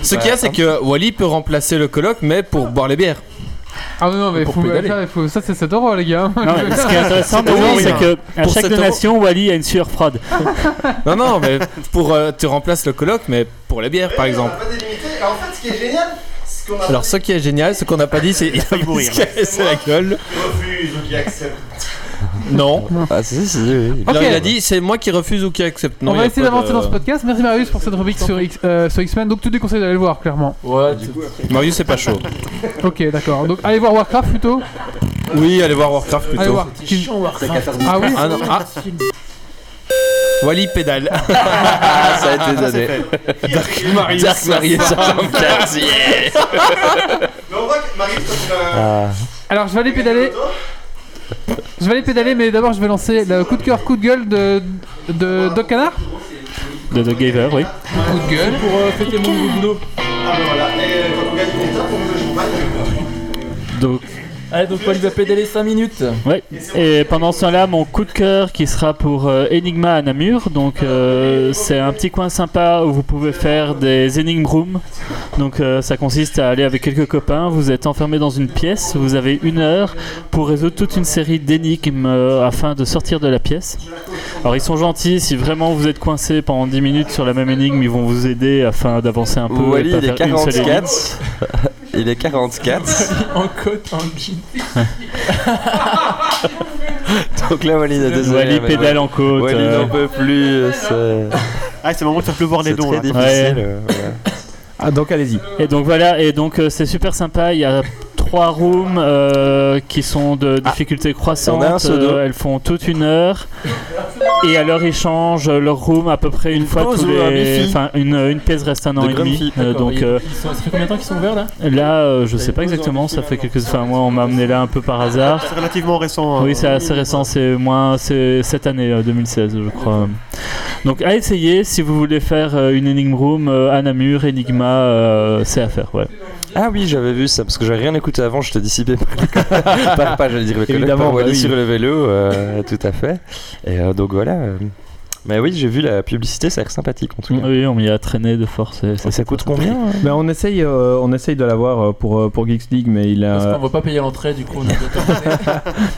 B: Ce qu'il y a, c'est que Wally peut remplacer le colloque, mais pour boire les bières.
A: Ah non, mais
B: Pour
A: faut
B: pédaler.
A: ça, il faut... ça c'est 7 euros les gars.
E: Non, mais ce qui est intéressant,
B: C'est
E: maintenant,
B: oui,
E: c'est
B: hein.
E: que à
B: Pour
E: chaque
B: 7 euros.
E: donation, Wally a une sueur froide.
B: Non, non, mais pour euh, tu remplaces le colloque, mais pour les bières, par exemple.
G: On va pas délimiter. Et en fait, ce qui est génial, c'est qu'on a
B: Alors, ce qui est génial, ce qu'on n'a pas dit, c'est il a
D: failli mourir.
B: C'est la gueule.
G: qui refuse ou qui accepte.
B: Non.
F: Ah, si, si, oui.
B: Alors,
A: Ok.
B: il a dit c'est moi qui refuse ou qui accepte. Non,
A: On
B: il y
A: va
B: a
A: essayer
B: pas de-
A: d'avancer dans ce podcast. Merci Marius pour cette rubrique sur X- euh, sur X-Men. Donc, tu déconseilles d'aller le voir, clairement.
C: Ouais,
B: Marius, c'est pas chaud.
A: Ok, d'accord. Donc, allez voir Warcraft plutôt.
B: Oui, allez voir Warcraft
A: Allez
B: plutôt.
A: voir.
C: c'est chiant, Warcraft.
A: Ah oui
B: Ah non, ah,
C: Ce film.
B: Wally pédale.
F: Ah, ça a été donné.
B: Dark Marius.
F: Dark Maria 44, yeah
G: Mais on voit que Marie, toi, tu vas-
F: Ah.
A: Alors, je vais aller pédaler. Je vais aller pédaler, mais d'abord, je vais lancer le coup de cœur, coup de gueule de, de Doc Canard.
E: De Doug Gaver, oui.
A: Coup de gueule.
C: Pour euh, fêter mon nouveau boulot.
G: Ah, ben voilà. Et quand on gagne une étape, on le champagne.
E: Donc,
C: Allez, donc Wally va pédaler 5 minutes.
E: ouais. Et pendant ce temps-là, mon coup de cœur qui sera pour euh, Enigma à Namur. Donc, euh, c'est un petit coin sympa où vous pouvez faire des énigmes rooms. Donc, euh, ça consiste à aller avec quelques copains. Vous êtes enfermé dans une pièce. Vous avez une heure pour résoudre toute une série d'énigmes euh, afin de sortir de la pièce. Alors, ils sont gentils. Si vraiment vous êtes coincé pendant 10 minutes sur la même énigme, ils vont vous aider afin d'avancer un peu. et
F: Euh, Wally,
E: pas
F: il est
E: faire une seule énigme.
F: 44. Il est 44.
C: En côte, en jean.
F: Donc là, Wally est désolé.
E: Wally
F: mais-
E: pédale en côte.
F: Wally
E: euh,
F: n'en peut plus. euh, C'est
D: Ah, c'est le moment de faire pleuvoir les
F: c'est
D: dons.
F: très
D: là.
F: difficile.
E: Ouais.
F: euh, voilà.
B: Ah, donc allez-y.
E: Et donc voilà, et donc euh, c'est super sympa. Il y a trois rooms euh, qui sont de difficulté croissante.
F: Ah, On a un pseudo.
E: elles font toute une heure. Et alors ils changent leur room à peu près une, fois
F: pause
E: tous
F: ou un
E: les.
F: bifi.
E: Enfin, une, une pièce reste un an
F: De
E: et demi.
F: Grumpy.
E: Euh,
C: D'accord,
E: donc
C: et-
E: euh,
C: ils sont- ça fait combien de temps qu'ils sont ouverts là
E: là, euh, je sais pas
C: pause ou un
E: exactement,
C: bifi
E: ça fait
C: maintenant.
E: quelques. Enfin, moi, on m'a amené là un peu par hasard.
D: C'est relativement récent. hein.
E: Oui, c'est assez récent, c'est moins c'est cette année euh, 2016, je crois. Donc à essayer si vous voulez faire euh, une énigme room euh, à Namur, Enigma, euh, c'est à faire, ouais.
F: Ah oui, j'avais vu ça parce que j'avais rien écouté avant, j'étais dissipé par le
E: bah
F: par, par, j'allais dire le collègue,
B: Évidemment,
F: par Wally
B: bah oui.
F: sur le vélo, euh, tout à fait. Et euh, donc voilà. euh, Mais oui, j'ai vu la publicité, ça a l'air sympathique en tout cas.
E: Oui, on m'y a traîné de force. et
F: Ça, coûte
E: sympa.
F: combien euh
G: Ben, on essaye, euh, on essaye de l'avoir euh, pour, euh, pour Geeks League, mais il
C: Parce
G: a.
F: Euh,
C: qu'on va pas payer l'entrée, du coup, on a bien tenté.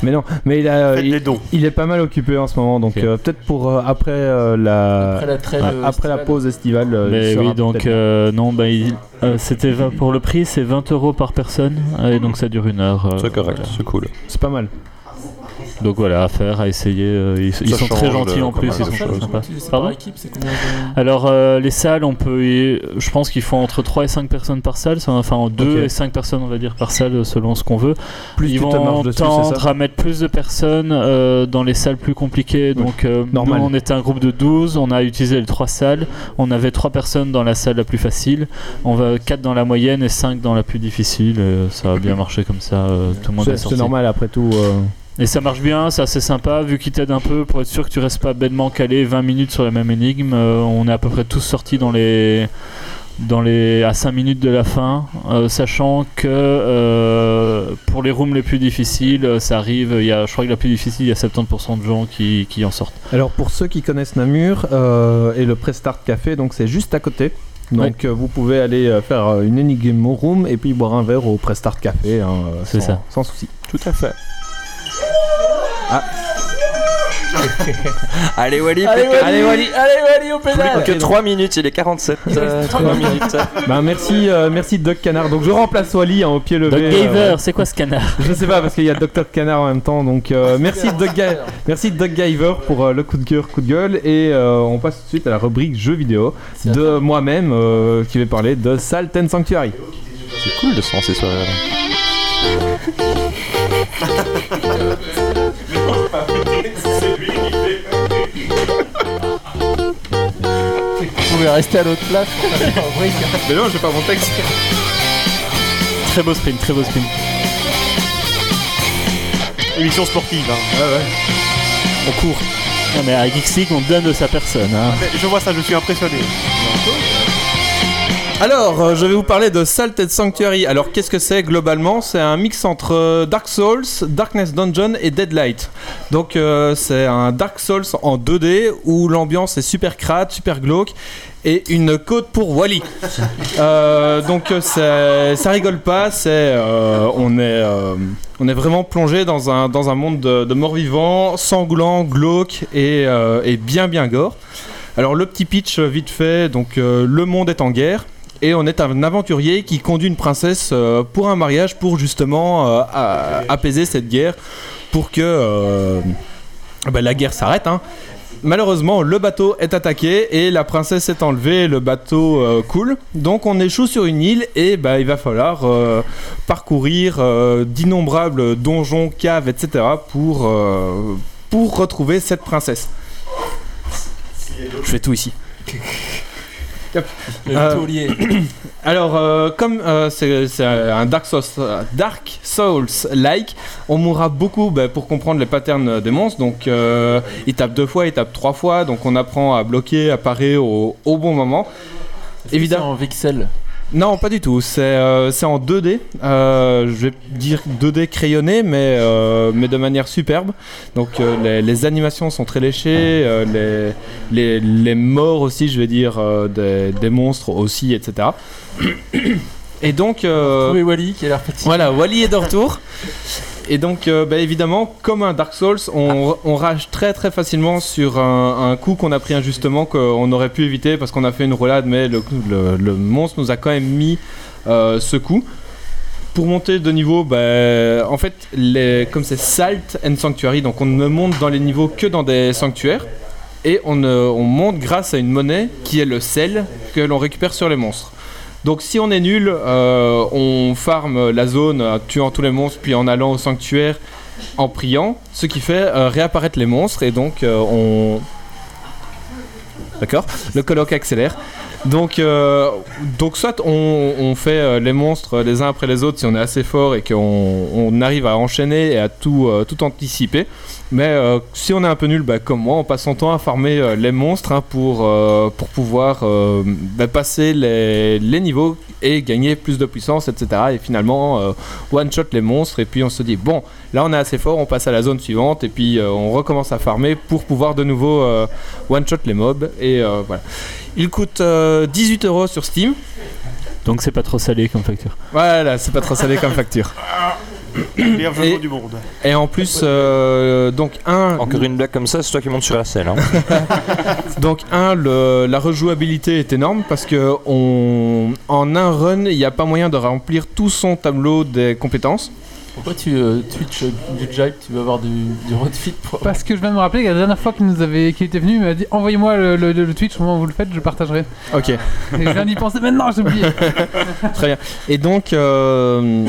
G: Mais non, mais il a.
D: Faites
G: il-
D: des dons.
G: Il est pas mal occupé en ce moment, donc
E: Ok.
G: euh, peut-être pour euh, après euh, la
C: Après la euh, trêve,
G: après
C: estivale.
G: la pause estivale. euh, il
E: Mais
G: sera
E: oui, donc
G: peut-être-
E: euh, non, bah, il- euh, c'était vingt- pour le prix, c'est 20 euros par personne, euh, et donc ça dure une heure. euh,
F: C'est correct,
E: voilà.
F: c'est cool.
G: c'est pas mal.
E: Donc voilà, à faire, à essayer. euh, ils ils
F: Ça
E: sont
F: change,
E: très gentils
F: euh,
E: en
F: quand
E: plus,
F: même,
E: ils
F: les
E: sont
F: choses.
E: sympas.
C: C'est
E: Pardon
C: par équipe, c'est combien de-
E: Alors euh, les salles, on peut, y- je pense qu'il faut entre 3 et 5 personnes par salle, ça- enfin 2
G: Ok.
E: et 5 personnes on va dire par salle selon ce qu'on veut.
G: Plus
E: Ils
G: tu te marches
E: vont
G: dessus, c'est
E: tendre
G: ça
E: à mettre plus de personnes euh, dans les salles plus compliquées. Donc euh,
G: normal.
E: nous on était un groupe de 12, on a utilisé les 3 salles, on avait 3 personnes dans la salle la plus facile, on va 4 dans la moyenne et 5 dans la plus difficile, et ça a bien marché comme ça, euh, tout le monde est,
G: C'est- C'est
E: sorti.
G: normal après tout. euh,
E: Et ça marche bien, c'est assez sympa, vu qu'il t'aide un peu pour être sûr que tu restes pas bêtement calé 20 minutes sur la même énigme. Euh, on est à peu près tous sortis dans les, dans les, à 5 minutes de la fin, euh, sachant que euh, pour les rooms les plus difficiles, euh, ça arrive, il y a, je crois que la plus difficile, il y a 70% de gens qui, qui en sortent.
G: Alors pour ceux qui connaissent Namur euh, et le Prestart Café, donc c'est juste à côté. Donc euh, vous pouvez aller euh, faire euh, une énigme au room et puis boire un verre au Prestart Café. hein, euh,
E: C'est
G: sans-
E: ça.
G: Sans souci.
F: Tout à fait. Allez Wally,
C: Allez, Wally, allez, Wally, au pédale
F: que 3 minutes, il est 47. euh, 3 minutes.
G: Bah, merci, euh, merci Doc Canard. Donc je remplace Wally hein, au pied levé.
E: Doc
G: euh,
E: Gaver, c'est quoi ce canard
G: Je sais pas parce qu'il y a Docteur Canard en même temps. Donc euh, merci Doc Ga- merci Doc Giver pour euh, le coup de cœur, coup de gueule et euh, on passe tout de suite à la rubrique jeux vidéo
C: C'est
G: de moi-même euh, qui vais parler de Salt and Sanctuary.
F: C'est cool de se lancer sur la-
C: Vous pouvez rester à l'autre place.
J: Mais non, j'ai pas mon texte.
E: Très beau spin, très beau spin.
D: Émission sportive. hein.
E: On court. Non mais à Geeks League, on donne de sa personne. hein.
D: Mais je vois ça, je suis impressionné.
J: Alors, euh, je vais vous parler de Salted Sanctuary. Alors, qu'est-ce que c'est globalement C'est un mix entre euh, Dark Souls, Darkness Dungeon et Deadlight. Donc, euh, c'est un Dark Souls en 2D où l'ambiance est super crade, super glauque et une côte pour Wally. Euh, donc, euh, c'est- ça rigole pas. C'est euh, on est euh, on est vraiment plongé dans un dans un monde de, de morts-vivants, sanglant, glauque et euh, et bien bien gore. Alors le petit pitch euh, vite fait, donc euh, le monde est en guerre et on est un aventurier qui conduit une princesse euh, pour un mariage pour justement euh, a- apaiser cette guerre pour que euh, bah, la guerre s'arrête. hein. Malheureusement, le bateau est attaqué et la princesse est enlevée, le bateau euh, coule. Donc on échoue sur une île et bah, il va falloir euh, parcourir euh, d'innombrables donjons, caves, etc. pour, euh, pour retrouver cette princesse. Je fais tout ici.
F: Euh,
C: Le taulier.
J: Alors, euh, comme euh, c'est c'est un Dark Souls, Dark Souls-like, on mourra beaucoup bah, pour comprendre les patterns des monstres. Donc, euh, il tape deux fois, il tape trois fois. Donc, on apprend à bloquer, à parer au, au bon moment. Évidemment.
C: En Vixel.
J: Non, pas du tout. C'est euh, c'est en 2D. Euh, je vais dire 2D crayonné, mais, euh, mais de manière superbe. Donc euh, les, les animations sont très léchées, euh, les, les, les morts aussi, je vais dire, euh, des, des monstres aussi, etc. Et donc... euh,
C: Oui, Wally qui a l'air petit.
J: voilà, Wally est de retour. Et donc, euh, bah, évidemment, comme un Dark Souls, on, on rage très très facilement sur un, un coup qu'on a pris injustement, qu'on aurait pu éviter parce qu'on a fait une roulade, mais le, le- le monstre nous a quand même mis euh, ce coup. Pour monter de niveau, bah, en fait, les- comme c'est Salt and Sanctuary, donc on ne monte dans les niveaux que dans des sanctuaires. Et on, euh, on monte grâce à une monnaie qui est le sel que l'on récupère sur les monstres. Donc si on est nul, euh, on farme la zone en tuant tous les monstres, puis en allant au sanctuaire en priant, ce qui fait euh, réapparaître les monstres et donc euh, on... D'accord Le colloque accélère. Donc, euh, donc soit on, on fait euh, les monstres les uns après les autres si on est assez fort et qu'on on arrive à enchaîner et à tout, euh, tout anticiper. Mais euh, si on est un peu nul, bah, comme moi, on passe son temps à farmer euh, les monstres hein, pour, euh, pour pouvoir euh, bah, passer les, les niveaux et gagner plus de puissance, etc. Et finalement, euh, one shot les monstres. Et puis on se dit, bon, là on est assez fort, on passe à la zone suivante. Et puis euh, on recommence à farmer pour pouvoir de nouveau euh, one shot les mobs. Et euh, voilà. Il coûte euh, 18 euros sur Steam.
E: Donc c'est pas trop salé comme facture.
J: Voilà, c'est pas trop salé comme facture.
D: meilleur jeu de
J: Et-
D: rôle du monde.
J: Et en plus, euh, donc un,
F: Encore une blague comme ça, c'est toi qui montes sur la selle. Hein.
J: Donc un, le- la rejouabilité est énorme parce que on, en un run, il n'y a pas moyen de remplir tout son tableau des compétences.
C: Pourquoi tu euh, Twitch euh, du jive Tu vas avoir du, du road fit pour.
A: Parce que je viens de me rappeler que la dernière fois qu'il nous avait, qu'il était venu, il m'a dit envoyez-moi le, le- le Twitch, au moment où vous le faites, je partagerai.
J: Ok.
A: Et je viens d'y penser maintenant, j'ai oublié.
J: Et donc, euh,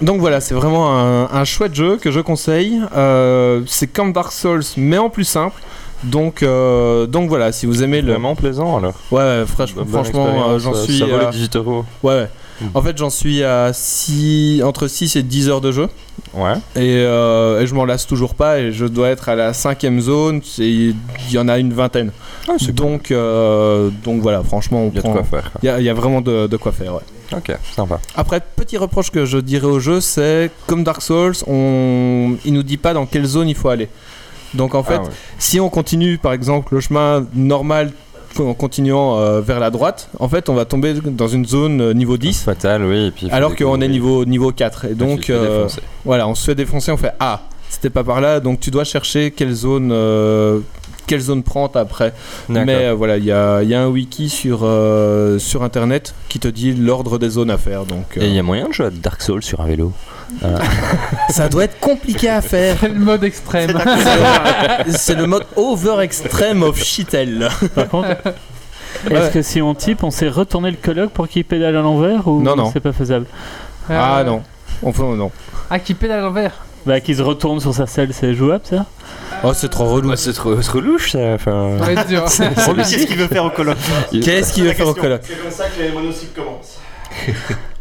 J: donc voilà, c'est vraiment un, un chouette jeu que je conseille. Euh, c'est comme Dark Souls, mais en plus simple. Donc, euh, donc voilà, si vous aimez le,
F: Vraiment plaisant alors.
J: ouais, franch-
F: Bonne
J: franchement, euh,
F: expérience,
J: j'en
F: ça-
J: suis,
F: Ça vaut les
J: euh,
F: 18 euros.
J: ouais. ouais.
F: Mm.
J: En fait, j'en suis à 6, entre 6 et 10 heures de jeu.
F: Ouais.
J: Et, euh, et je m'en lasse toujours pas et je dois être à la cinquième zone. c'est- Il y en a une vingtaine.
F: c'est
J: donc, euh, donc voilà, franchement, on
F: Il y a de
J: prend-
F: quoi faire.
J: Il y, a- il y a vraiment de, de quoi faire. ouais.
F: quoi. Ok, sympa.
J: Après, petit reproche que je dirais au jeu, c'est comme Dark Souls, on... il nous dit pas dans quelle zone il faut aller. Donc en fait,
F: Ah ouais.
J: si on continue par exemple le chemin normal en continuant euh, vers la droite, en fait, on va tomber dans une zone euh, niveau 10.
F: Fatal, oui. Et puis il faut
J: Alors qu'on est
F: découvrir.
J: niveau, niveau 4. Et
F: Il
J: donc,
F: faut
J: euh,
F: défoncer.
J: voilà, on se fait défoncer, on fait Ah, c'était pas par là, donc tu dois chercher quelle zone, euh, quelle zone prendre après.
F: D'accord.
J: Mais euh, voilà, il y a, il y a un wiki sur, euh, sur internet qui te dit l'ordre des zones à faire. Donc, euh,
F: Et il y a moyen de jouer à Dark Souls sur un vélo.
J: ça doit être compliqué à faire.
A: Quel mode extrême.
J: C'est le mode over extreme of shitel.
E: Par contre, est-ce que si on type, on sait retourner le colloque pour qu'il pédale à l'envers ou
J: Non, non.
E: c'est pas faisable
J: Ah
A: Euh,
J: non. Enfin, non.
A: Ah, qui pédale à l'envers.
E: Bah qu'il se retourne sur sa selle, c'est jouable ça
J: Oh, c'est trop relou.
F: c'est trop louche ça. Enfin...
A: Ça va être dur.
D: Qu'est-ce qu'il veut faire au colloque
J: Qu'est-ce qu'il veut
D: La
J: faire au
D: question.
J: colloque
L: C'est comme ça que les monocycles commencent.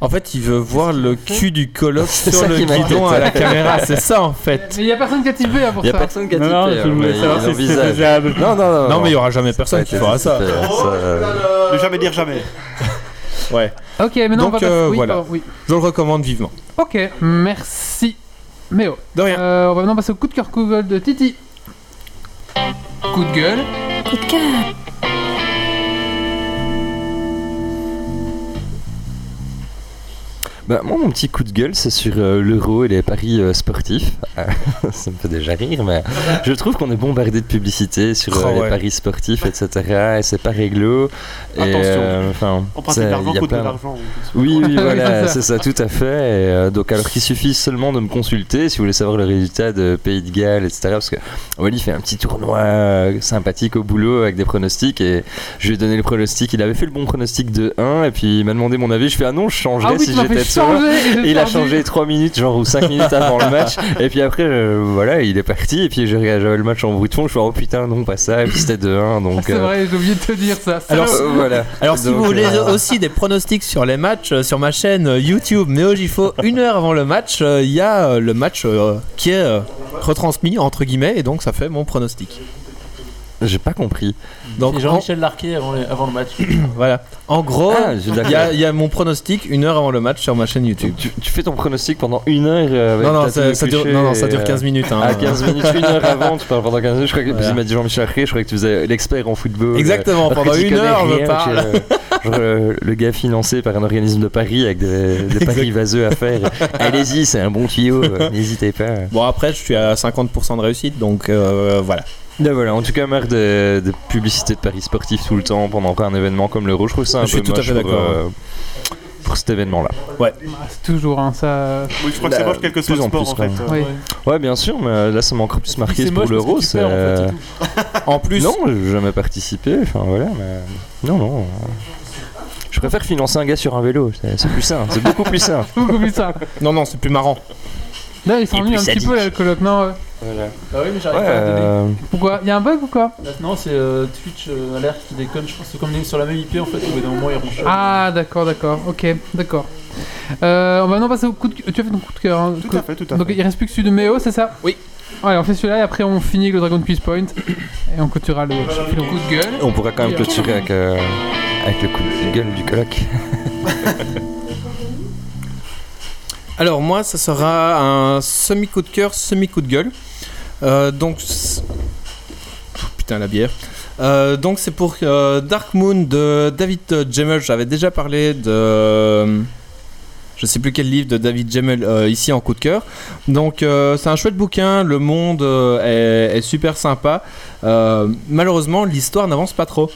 J: En fait, il veut voir le cul du colloque sur
F: ça
J: le
F: qui m'inquiète.
J: guidon à la caméra. C'est ça en fait.
A: Mais y a personne qui a typé hein, pour
F: Il y a
A: ça.
F: personne qui a
E: Non,
F: typé.
E: non, je
F: hein,
E: voulais
F: mais
E: savoir
F: il
E: si c'était
F: envisage.
E: faisable.
F: Non, non, non.
J: Non, mais il y aura jamais personne qui fera ça.
L: Euh,
D: Ne jamais dire jamais.
A: Ok, maintenant on
J: Donc,
A: va passer.
J: euh,
A: oui,
J: voilà.
A: pardon, oui.
J: Je le recommande vivement.
A: Ok, merci. Méo.
J: De rien.
A: Euh, on va maintenant passer au coup de cœur coup de gueule de Titi. Coup de gueule.
M: Coup de cœur.
F: Bah, moi, mon petit coup de gueule, c'est sur euh, l'euro et les paris euh, sportifs. ça me fait déjà rire, mais je trouve qu'on est bombardé de publicité sur euh,
J: Oh, ouais.
F: les paris sportifs, etc. Et c'est pas réglo. Et,
D: Attention.
F: euh, enfin,
D: Emprunter de
F: ça,
D: l'argent
F: il y a
D: coûte de
F: plein-
D: l'argent.
F: Oui, oui,
A: Oui,
F: voilà,
A: c'est
F: c'est ça, tout à fait. Et, euh, donc, alors qu'il suffit seulement de me consulter si vous voulez savoir le résultat de Pays de Galles, etc. Parce que Wally fait un petit tournoi euh, sympathique au boulot avec des pronostics et je lui ai donné le pronostic. Il avait fait le bon pronostic de 1 et puis il m'a demandé mon avis. Je fais ah non, je changerais
A: Ah oui,
F: si
A: tu m'as fait
F: j'étais toi.
A: changer. et j'ai
F: Et il a
A: perdu.
F: changé 3 minutes, genre ou 5 minutes avant le match. Et puis après, euh, voilà, il est parti. Et puis j'ai regardé j'avais le match en bruit de fond. Je fais oh putain, non, pas ça. Et puis c'était 2-1.
A: Ah,
F: Donc
A: C'est
F: euh,
A: vrai, j'ai oublié de te dire ça.
J: Alors,
A: Salaud.
F: euh, voilà.
J: Alors si
F: Donc,
J: vous voulez
F: euh,
J: aussi des pronostics sur les matchs, euh, sur ma chaîne euh, YouTube Neogifo, une heure avant le match, euh, il y a euh, le match euh, qui est euh, retransmis entre guillemets et donc ça fait mon pronostic.
F: J'ai pas compris.
J: Donc
C: C'est
J: en,
C: Jean-Michel Larquet avant, les- avant le match.
J: voilà. En gros,
F: Ah,
J: il
F: j'ai
J: y, a-
F: d'accord.
J: il y a mon pronostic une heure avant le match sur ma chaîne YouTube.
F: Donc, tu, tu fais ton pronostic pendant une heure. euh, avec
J: Non non,
F: ta
J: ça,
F: tenue
J: ça dure,
F: couchée
J: non non, ça
F: et,
J: dure
F: euh,
J: 15 minutes. hein.
F: À 15 minutes, une heure avant, tu parles pendant 15 minutes. Je crois que,
J: Voilà.
F: Il m'a dit Jean-Michel Arquet, je croyais que tu faisais l'expert en football.
J: Exactement,
F: Alors que
J: pendant
F: tu
J: une
F: euh, connais
J: heure, je
F: rien,
J: parle.
F: que, euh, genre, euh, le gars financé par un organisme de Paris avec des, des paris vaseux à faire. Allez-y, c'est un bon tuyau, euh, n'hésitez pas.
J: Bon après, je suis à 50% de réussite, donc euh, voilà.
F: Là, Ben voilà, en tout cas, marre de, de publicité de paris sportifs tout le temps pendant un événement comme l'Euro. Je trouve ça un
J: Je suis
F: peu
J: tout à
F: moche
J: fait
F: pour,
J: d'accord,
F: euh, pour cet événement-là.
A: Ah, c'est toujours hein, ça.
D: Oui, je crois que c'est
F: Là,
D: moche quel que soit
F: plus
D: le
F: en
D: sport
F: plus,
D: en
F: quand
D: fait.
F: même.
D: Euh,
A: Oui.
F: Ouais, bien sûr, mais euh, là, ça m'a encore plus marqué
C: C'est
F: pour
C: moche parce
F: l'Euro.
C: que tu
F: c'est,
C: perds, en fait,
F: euh,
C: c'est tout.
J: En plus,
F: Non, j'ai jamais participé, enfin voilà, mais... Non, non. euh, Je préfère financer un gars sur un vélo, c'est c'est plus simple, c'est beaucoup plus simple.
A: Beaucoup plus simple.
J: non non, c'est plus marrant.
A: Là, ils sont mis un petit peu là, le colloque. Non, euh,
C: Ah oui, mais j'arrive
F: Ouais,
C: pas à la donner.
F: euh,
A: pourquoi Y'a un bug ou quoi
C: Maintenant, c'est euh, Twitch euh, alerte qui déconne. Je pense que comme on est sur la même IP, en fait, au bout d'un moment, ils ronchent.
A: Ah, d'accord, d'accord. Ok, d'accord. Euh, on va maintenant passer au coup de. Tu as fait ton coup de cœur. hein,
D: Tout
A: coup-
D: à fait, tout à
A: Donc
D: fait.
A: il reste plus que celui de Méo, c'est ça
J: Oui.
A: Allez, on fait celui-là et après on finit avec le Dragon Peace Point et on clôturera le, le coup de gueule.
F: on pourra quand même clôturer avec, euh, avec le coup de gueule du coloc.
B: Alors moi, ça sera un semi-coup de cœur, semi-coup de gueule. Euh, donc... c'est- Putain, la bière. Euh, donc c'est pour euh, Dark Moon de David euh, Gemmel. J'avais déjà parlé de... euh, je sais plus quel livre de David Gemmel euh, ici en coup de cœur. Donc euh, c'est un chouette bouquin, le monde euh, est, est super sympa. Euh, malheureusement, l'histoire n'avance pas trop.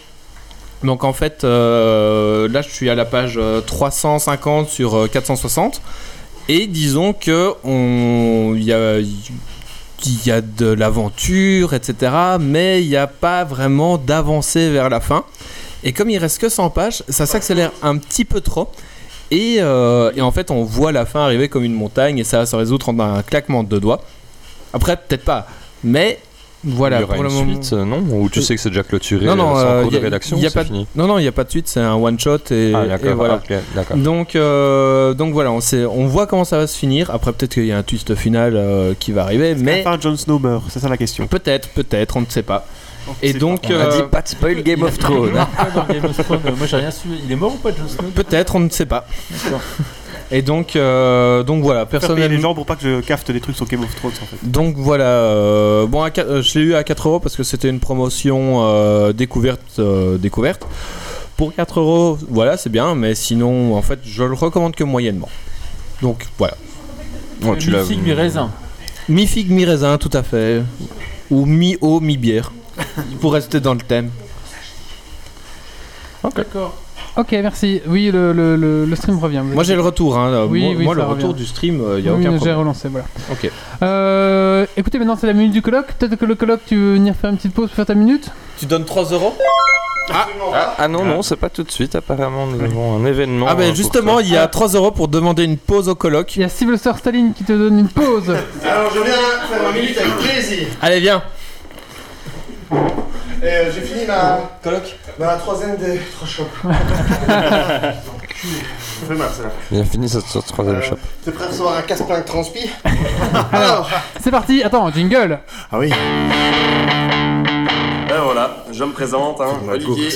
B: Donc en fait, euh, là je suis à la page euh, 350 sur euh, 460. Et disons que on il y a il y a de l'aventure, etc. Mais il n'y a pas vraiment d'avancée vers la fin. Et comme il reste que 100 pages, ça s'accélère un petit peu trop. Et, euh, et en fait, on voit la fin arriver comme une montagne et ça va se résoudre en un claquement de doigts. Après, peut-être pas. Mais voilà,
F: Il y aura
B: pour le
F: une
B: moment.
F: suite, euh, non Ou tu sais que c'est déjà clôturé
B: Non, non,
F: c'est
B: euh,
F: en cours
B: y
F: de
B: a-
F: rédaction
B: y a
F: c'est
B: pas de-
F: fini
B: Non, non, il n'y a pas de suite, c'est un one-shot et,
F: Ah,
B: et
F: d'accord.
B: voilà.
F: ah, ok, d'accord.
B: Donc, euh, donc voilà, on, sait- on voit comment ça va se finir. Après, peut-être qu'il y a un twist final euh, qui va arriver, mais
D: Enfin, Jon Snow meurt, c'est ça la question.
B: peut-être, peut-être, on ne sait pas. Et
D: C'est
B: donc,
F: On a
B: euh,
F: dit pas de spoil Game of Thrones. hein.
C: Après, dans Game of Thrones, euh, moi j'ai rien su. Il est mort ou pas, Jon Snow
B: peut-être, on ne sait pas.
C: D'accord.
B: Et donc, euh, donc voilà,
D: Faire payer les
B: personnellement.
D: gens pour pas que je cafte des trucs sur Game of Thrones en fait.
B: Donc voilà, euh, bon, à qua- euh, je l'ai eu à 4 euros parce que c'était une promotion euh, découverte, euh, découverte. Pour 4 euros, voilà, c'est bien, mais sinon, en fait, je le recommande que moyennement. Donc voilà.
F: Bon, Oh, tu l'as.
C: Mi-figue, mi-raisin.
B: Mi-figue, mi-raisin, tout à fait. Ou mi-eau, mi-bière. Pour rester dans le thème.
C: D'accord.
A: Ok, merci. Oui, le, le, le, le stream revient.
B: Moi j'ai le retour, hein.
A: Oui,
B: moi,
A: oui,
B: moi,
A: ça
B: le retour
A: revient.
B: du stream, euh, il n'y a
A: Oui,
B: aucun
A: j'ai
B: problème.
A: relancé, voilà.
B: Ok.
A: Euh, écoutez, maintenant c'est la minute du colloque. Peut-être que le colloque, tu veux venir faire une petite pause pour faire ta minute
B: Tu donnes 3 euros
F: Ah, ah non, non, c'est pas tout de suite. Apparemment, nous avons un événement.
B: Ah,
F: euh,
B: ben
F: pour
B: justement, il y a 3 euros pour demander une pause au colloque.
A: Il y a Sylvester Staline qui te donne une pause.
G: Alors je viens faire un minute avec plaisir.
B: Allez, viens
G: Et euh, j'ai fini ma,
B: Colloque
G: ma troisième des trois chopes. Ça fait mal ça.
F: ça. Il a fini cette cette troisième
G: Euh,
F: shop.
G: T'es prêt à recevoir un casse-plein de transpi Alors
A: c'est parti, attends, jingle.
G: Ah oui
K: Ben voilà, je me présente, hein, Olivier,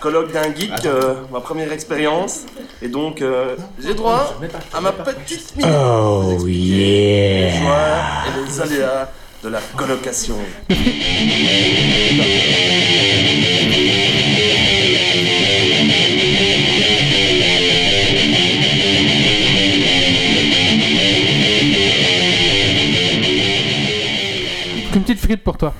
K: colloque d'un geek, euh, ma première expérience, et donc euh, j'ai droit à ma petite minute. Oh yeah Les joies et les aléas de la colocation.
A: Une petite frite pour toi.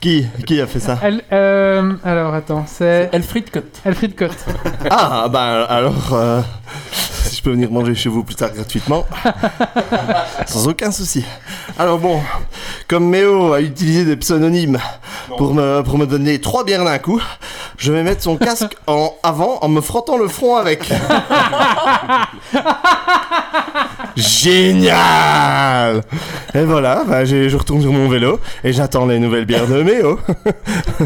G: Qui Qui a fait ça
A: Elle, euh, alors, attends, c'est
C: Elfried Cott.
A: Alfred Cott.
G: Ah bah alors euh, si je peux venir manger chez vous plus tard gratuitement sans aucun souci. Alors bon, comme Méo a utilisé des pseudonymes pour me, pour me donner trois bières d'un coup, je vais mettre son casque en avant en me frottant le front avec. Génial Et voilà, bah, j'ai- je retourne sur mon vélo et j'attends les nouvelles bières de Méo.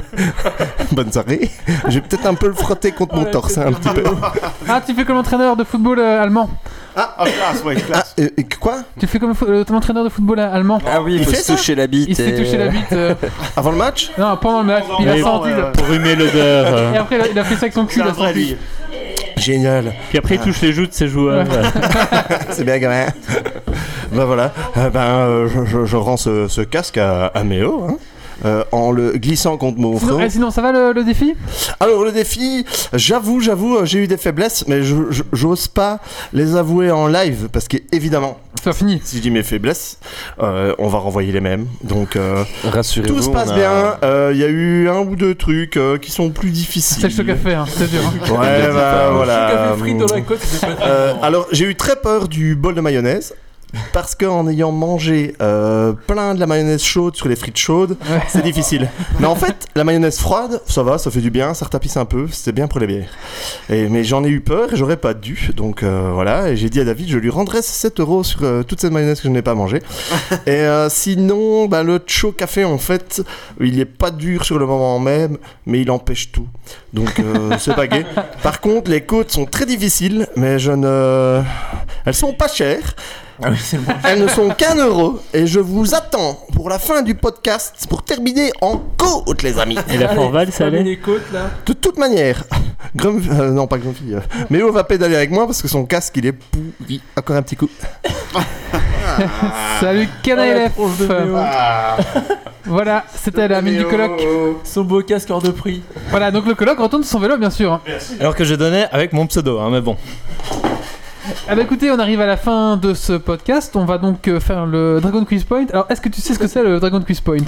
G: Bonne soirée. Je vais peut-être un peu le frotter contre mon torse, hein, un petit peu.
A: Ah, tu fais comme l'entraîneur de football euh, allemand.
D: Ah, classe, ouais,
G: Ah,
D: classe.
G: euh, euh, quoi
A: Tu fais comme le fo- euh, l'entraîneur de football euh, allemand.
F: Ah oui,
G: Il
F: il faut
G: fait
F: se
G: ça
F: toucher la bite.
A: Il s'est
F: et-
A: touché la bite. euh,
G: Avant le match
A: non, pendant le match, puis il a
E: Mais-
A: senti. le-
E: Pour humer l'odeur. euh.
A: Et après, il a- il a fait ça avec son cul.
D: euh, C'est
A: il
D: un
A: a
D: vrai
A: senti.
D: lui.
G: Génial,
E: Puis après, il
F: Ah.
E: touche les joues de ses joueurs.
G: c'est bien gamin. ben voilà, Euh, ben, euh, je, je- je rends ce, ce casque à, à Méo hein, euh, en le glissant contre mon
A: Sinon, eh,
G: front.
A: sinon, ça va le, le défi
G: Alors le défi, j'avoue, j'avoue, euh, j'ai eu des faiblesses, mais je- je- j'ose pas les avouer en live parce que évidemment,
A: C'est fini.
G: si je dis mes faiblesses, euh, on va renvoyer les mêmes. Donc euh,
F: Rassurez-vous.
G: tout se
F: on
G: passe
F: a-
G: bien. Euh, Il y a eu un ou deux trucs euh, qui sont plus difficiles.
A: C'est le choc à faire, hein, c'est dur. hein.
G: Ouais, bah voilà.
C: Café frites dans la côte, c'est pas
G: Euh, alors, j'ai eu très peur du bol de mayonnaise. Parce qu'en ayant mangé euh, plein de la mayonnaise chaude sur les frites chaudes,
A: Ouais.
G: c'est difficile. Mais en fait, la mayonnaise froide, ça va, ça fait du bien, ça retapisse un peu, c'était bien pour les bières. Et, mais j'en ai eu peur et j'aurais pas dû. Donc euh, voilà, et j'ai dit à David, je lui rendrai 7 euros sur euh, toute cette mayonnaise que je n'ai pas mangée. Et euh, sinon, bah, le chaud café, en fait, il est pas dur sur le moment même, mais il empêche tout. Donc euh, c'est pas gay. Par contre, les côtes sont très difficiles, mais je ne. Elles sont pas chères. Elles ne sont qu'un euro et je vous attends pour la fin du podcast pour terminer en côte, les amis.
E: Et la Forval, ça allait
C: les côtes là.
G: De toute manière, Grum... euh, non pas Grumpy, euh, Méo va pédaler avec moi parce que son casque il est pourri. Encore un petit coup.
A: Salut Canal
C: Oh, la tronche de Méo.
A: Voilà, c'était la mine du colloque.
C: Son beau casque hors de prix.
A: Voilà, donc le colloque retourne sur son vélo, bien sûr. hein.
B: Alors que j'ai donné avec mon pseudo, hein, mais bon.
A: Ah bah écoutez, on arrive à la fin de ce podcast. On va donc euh, faire le Dragon Quiz Point. Alors, est-ce que tu sais ce que c'est le Dragon Quiz Point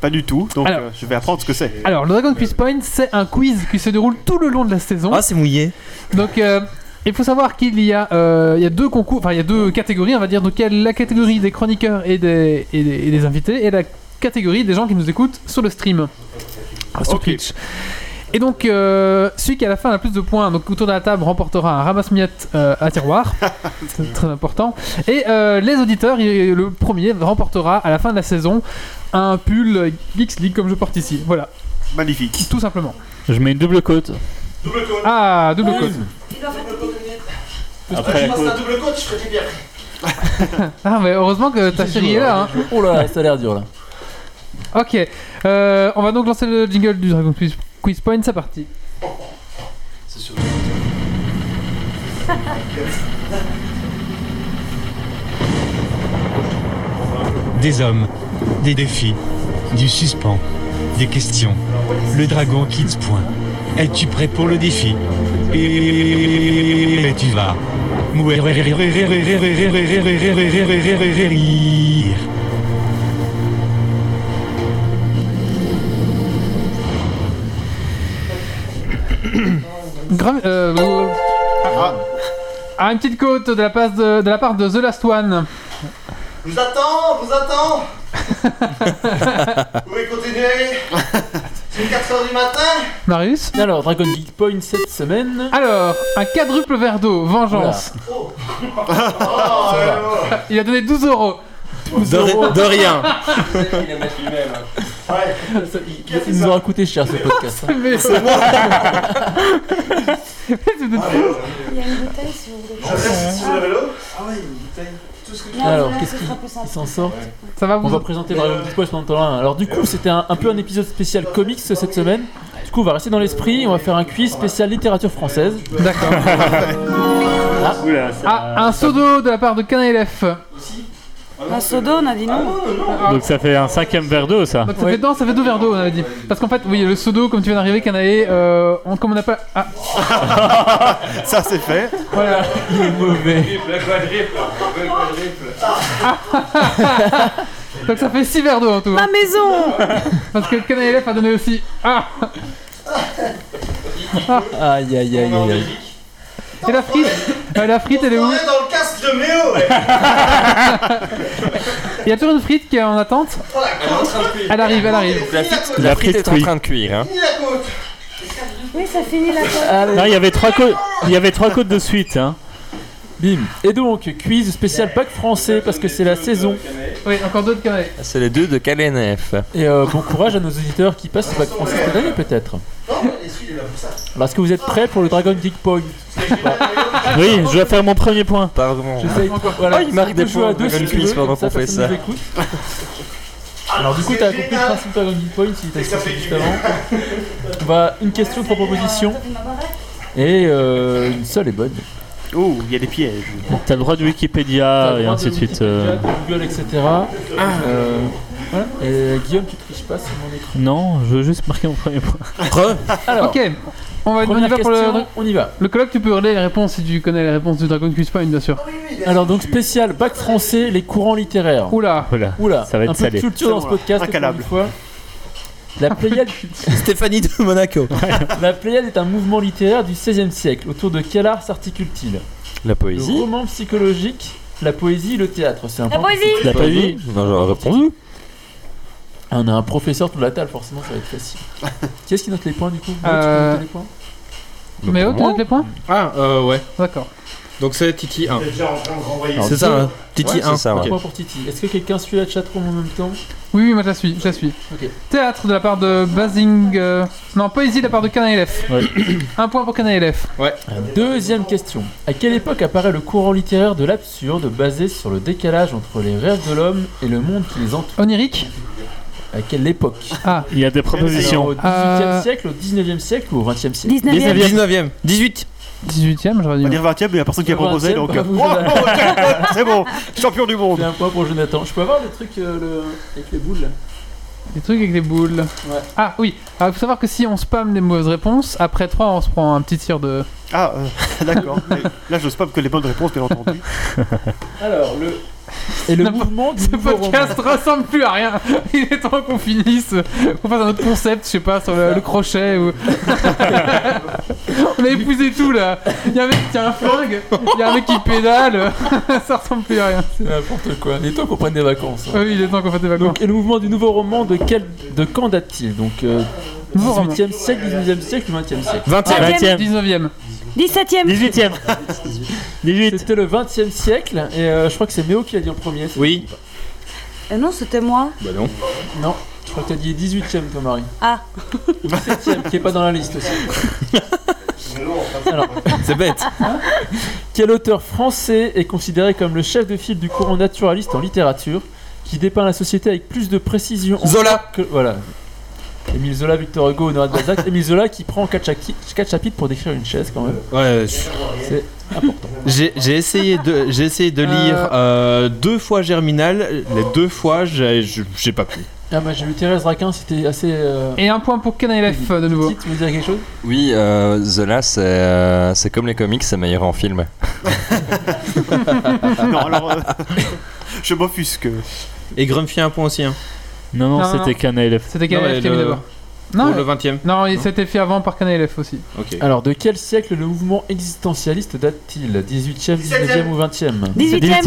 D: Pas du tout, donc
A: Alors-
D: euh, je vais apprendre ce que c'est.
A: Alors, le Dragon Quiz Point, c'est un quiz qui se déroule tout le long de la saison.
B: Ah, c'est mouillé.
A: Donc, euh, il faut savoir qu'il y a, euh, il y a deux concours, enfin, il y a deux catégories, on va dire. Donc, il y a la catégorie des chroniqueurs et des, et des, et des invités, et la catégorie des gens qui nous écoutent sur le stream, Enfin, sur
D: Ok.
A: Twitch. Et donc, euh, celui qui à la fin a le plus de points, donc autour de la table, remportera un ramasse-miettes euh, à tiroir. C'est très important. Et euh, les auditeurs, il- le premier remportera à la fin de la saison un pull Geeks League comme je porte ici. Voilà,
D: Magnifique.
A: tout simplement.
E: Je mets une double côte.
A: Ah, double code.
H: Il en fait
E: Après la côte.
A: Ah, mais heureusement que ta chérie est là. hein.
C: Oh là, ça a l'air dur là.
A: Ok, euh, on va donc lancer le jingle du Dragon Quiz, Quiz Point, c'est parti.
N: Des hommes, des défis, du suspens, des questions. Le dragon quitte point. Es-tu prêt pour le défi Et tu vas. Mourir.
A: Gra- euh, ah. Ah, une petite côte de la, passe de, de la part de The Last One.
K: Je vous attends, je vous attends Vous pouvez continuer C'est 4h du matin
A: Marius
C: Alors, Dragon Geek Point cette semaine.
A: Alors, un quadruple verre d'eau, vengeance.
C: Oh.
A: Il a donné 12 euros.
B: De, ri- de rien.
C: Il nous aura coûté cher ce podcast. hein.
A: Mais-
H: Il y a une bouteille si vous voulez.
C: Alors,
H: Là,
C: qu'est-ce
H: ce
C: qu'il-
H: sera plus simple.
C: Il s'en sort.
A: Ça va
C: On
A: vous
C: va présenter Dragon Geek Point pendant le temps là. Alors, du coup, c'était un, un peu un épisode spécial comics cette semaine. Du coup, on va rester dans l'esprit. On va faire un quiz spécial littérature française.
A: D'accord. Ah, un seau d'eau de la part de Canalef.
H: Un seau d'eau, on a dit non.
E: Donc ça fait un cinquième verre d'eau ça.
A: Donc ça fait, non, ça fait deux verres d'eau, on avait dit. Parce qu'en fait, oui, le seau d'eau, comme tu viens d'arriver, Canaé, euh, on- comme on n'a pas. Ah,
D: Ça c'est fait.
A: voilà.
C: Il est mauvais.
A: Donc ça fait 6 verres d'eau en tout.
H: Ma maison
A: Parce que Canalef a donné aussi. Ah
C: Aïe aïe aïe aïe aïe.
A: Et la frite Euh, La frite, elle est où
K: On est dans le casque de Méo
A: Il y a toujours une frite qui est en attente.
K: Oh,
A: Elle arrive, elle arrive.
K: La frite
F: La frite est en train de cuire. Hein.
K: Ni la côte
H: Oui, ça finit la tête.
C: Allez.
E: Non, il y avait trois côtes. Il y avait trois côtes de suite. Hein.
C: Bim. Et donc, quiz spécial pack français parce que c'est la saison.
A: Oui, encore d'autres Canaé.
F: C'est les deux de KLNF.
C: Et euh, bon courage à nos auditeurs qui passent le bac français cette année peut-être. Alors est-ce que vous êtes prêts pour le Dragon Geek Point
E: Oui, je dois faire mon premier point.
F: Pardon.
C: J'essaye. Voilà,
F: Ah, il marque des
C: on peut jouer
F: points
C: à
F: au
C: deux
F: Dragon
C: si tu
F: Quiz
C: veux,
F: pendant
C: comme ça,
F: qu'on fait
C: personne
F: ça.
C: nous écoute. Alors du coup, t'as compris le principe du Dragon Geek Point si t'as expliqué juste avant. On va une question trois propositions et euh, une seule est bonne.
D: Oh, il y a des pièges.
E: T'as le droit de Wikipédia Ah, et ainsi de suite. euh.
C: Google, etc. Euh, voilà. Et Guillaume, tu triches pas sur mon écran.
E: Non, je veux juste marquer mon premier point.
B: Re.
C: Alors,
A: Ok, on, va, on y
C: première
A: va pour le.
C: question, on y va.
A: Le colloque, tu peux hurler les réponses si tu connais les réponses du Dragon Quiz Point, bien sûr.
C: Alors donc spécial bac français, les courants littéraires.
A: Oula
E: Voilà.
C: Oula,
E: Ça va être
C: un peu de
E: salé.
C: culture dans ce podcast.
D: Incalable.
C: pour une fois. La Pléiade,
B: Stéphanie de Monaco.
C: la Pléiade est un mouvement littéraire du XVIe siècle. Autour de quel art s'articule-t-il
F: La
C: Le
F: poésie.
C: roman psychologique, la poésie, le théâtre. C'est un
H: La
C: point.
H: poésie
F: La poésie. Non, j'aurais répondu.
C: Ah, on a un professeur autour de la table, forcément, ça va être facile. Qui est-ce qui note les points du coup Vous, tu peux
A: Euh,
C: noter les points
A: Mais oh, tu notes les points
B: Ah, euh, ouais.
A: D'accord.
B: Donc c'est Titi 1.
C: Alors,
B: C'est ça,
C: deux.
B: hein. Titi
C: Ouais,
B: 1.
C: c'est ça,
B: Ok.
C: Point pour Titi. Est-ce que quelqu'un suit la chatroom en même temps
A: Oui, oui, moi je la suis, je la suis.
C: Ok.
A: Théâtre de la part de Basing. euh, Non, Poésie de la part de Canal LF. Un point pour Canal LF.
B: Ouais.
C: Deuxième question. À quelle époque apparaît le courant littéraire de l'absurde basé sur le décalage entre les rêves de l'homme et le monde qui les entoure
A: Onirique
C: À quelle époque
A: Ah.
E: Il y a des propositions.
C: Au 18e
A: Euh,
C: siècle, au 19e siècle ou au 20e siècle
A: 19e.
B: 19e. 18.
A: 18ème, j'aurais dit.
D: On va dire 20 e mais il y a personne qui a
C: Le 20e,
D: proposé donc.
C: bravo,
D: Oh,
C: Jonathan.
D: jackpot, C'est bon, champion du monde.
C: J'ai un point pour Jonathan. Je peux avoir le truc euh, le- avec les boules là
A: Des trucs avec des boules. Ah oui, il faut savoir que si on spam des mauvaises réponses, après 3 on se prend un petit tir de.
D: Ah, euh, d'accord. Mais Là, je spam que les bonnes réponses, bien entendu.
C: Alors, le. Et le mouvement du
A: Ce
C: nouveau
A: podcast ressemble plus à rien. Il est temps qu'on finisse, qu'on fasse un autre concept, je sais pas, sur le, le crochet ou. on a épuisé tout là. Il y a un mec qui a un flingue, il y a un mec qui pédale. Ça ressemble plus à rien.
C: C'est n'importe quoi. Il est temps qu'on prenne des vacances. hein.
A: Ah oui, il est temps qu'on fasse des vacances.
C: Donc, et le mouvement du nouveau roman de quel de quand date-t-il Donc euh,
A: Nouveau roman.
C: 18e siècle, 19e siècle ou 20e siècle
A: Ah,
B: 20e.
E: 20e,
A: 19ème.
H: 17ème
E: 18e, 18.
C: C'était le 20e siècle et euh, je crois que c'est Méo qui l'a dit en premier. c'est-
B: Oui.
H: euh, Non, c'était moi.
B: Bah non.
C: Non, je crois que t'as dit 18e toi Marie.
H: Ah.
C: Ou 17e qui est pas dans la liste aussi. Alors,
B: C'est bête.
C: quel auteur français est considéré comme le chef de file du courant naturaliste en littérature qui dépeint la société avec plus de précision encore
B: Zola.
C: que- voilà. Émile Zola, Victor Hugo, Honoré de Balzac. Émile Zola qui prend 4 chapitres pour décrire une chaise quand même.
B: Ouais, je-
C: C'est
B: J'ai j'ai essayé de j'ai essayé de lire euh, deux fois Germinal, les deux fois j'ai je- j'ai pas pu.
C: Ah bah j'ai vu Thérèse Raquin, c'était assez... Euh...
A: Et un point pour Canal F de nouveau.
C: petit, tu veux dire quelque chose
F: Oui, euh, Zola, c'est euh, c'est comme les comics, c'est meilleur en film.
D: non, alors. euh, je m'offusque.
B: Et Grumpy a un point aussi hein,
E: Non, non,
A: Non, non,
E: c'était qu'un élève.
A: C'était
B: Non,
A: Canal
B: mais
A: F qui a mis
B: le-
A: d'abord.
B: pour
A: Non,
B: le 20 e
A: non, il s'était fait avant par Canal F aussi.
B: Ok.
C: Alors, de quel siècle le mouvement existentialiste date-t-il 18e, 19e ou 20e
H: 18ème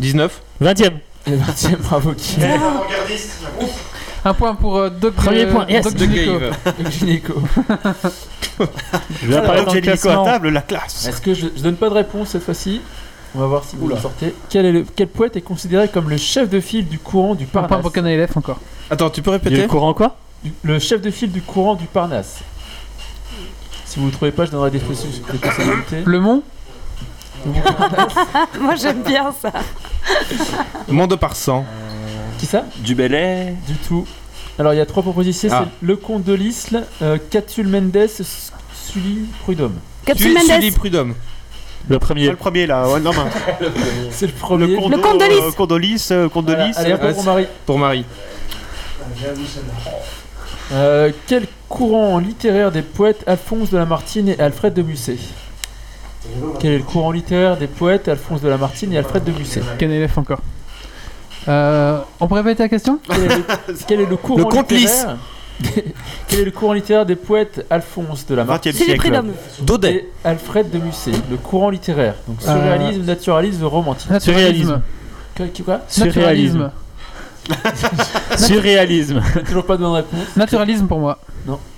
E: 18e,
B: 19.
E: 20e.
C: Le 20e, Eh, bravo qui
A: Un point pour euh, Doc.
E: Premier
A: euh,
E: point, yes.
A: Doc
B: De
A: Gynéco.
B: Cave.
C: Gynéco.
E: Je vais apparaître
D: Donc,
E: dans le
D: j'ai mis sur la
E: classement.
D: table la classe.
C: Est-ce que je, je donne pas de réponse cette fois-ci On va voir si vous la sortez. Quel, est le- quel poète est considéré comme le chef de file du courant du
A: Un point
C: Parnasse
A: pour Canal F encore.
B: Attends, tu peux
E: Il y a
B: répéter
E: le courant quoi
C: Du- Le chef de file du courant du Parnasse. Si vous ne trouvez pas, je donnerai des possi- des possibilités.
A: Le Mont
H: Moi j'aime bien ça.
B: Monde par 100.
C: Qui ça
F: Du Belay
C: Du tout. Alors il y a trois propositions,
B: Ah.
C: c'est le comte de l'Isle, euh, Catul Mendes, S- Sully Prudhomme.
H: Capsule Mendes
B: Prudhomme.
E: Le
D: C'est
E: premier.
D: le premier là, ouais, non, mais-
C: C'est le premier.
H: Le Condolis.
D: euh, Condolis, euh,
C: Voilà,
D: Condolis.
C: allez, hop,
B: ouais,
C: pour
B: c'est-
C: Marie.
B: Pour Marie.
C: Euh, quel courant littéraire des poètes Alphonse de Lamartine et Alfred de Musset Quel est le courant littéraire des poètes Alphonse de Lamartine et Alfred de Musset
A: Canal F encore. Euh, on peut répéter la question
C: Quel est le, quel est le courant
B: Le comte
C: littéraire Quel est le courant littéraire des poètes Alphonse de Lamartine
D: 20 e
H: C'est les
D: siècle.
H: prud'hommes.
B: Daudet.
C: et Alfred de Musset Le courant littéraire. Donc surréalisme, naturalisme, romantisme.
E: Surréalisme.
C: Quoi, qui- quoi
E: Surréalisme. Surréalisme.
C: J'ai Toujours pas de bonne réponse.
A: Naturalisme pour moi.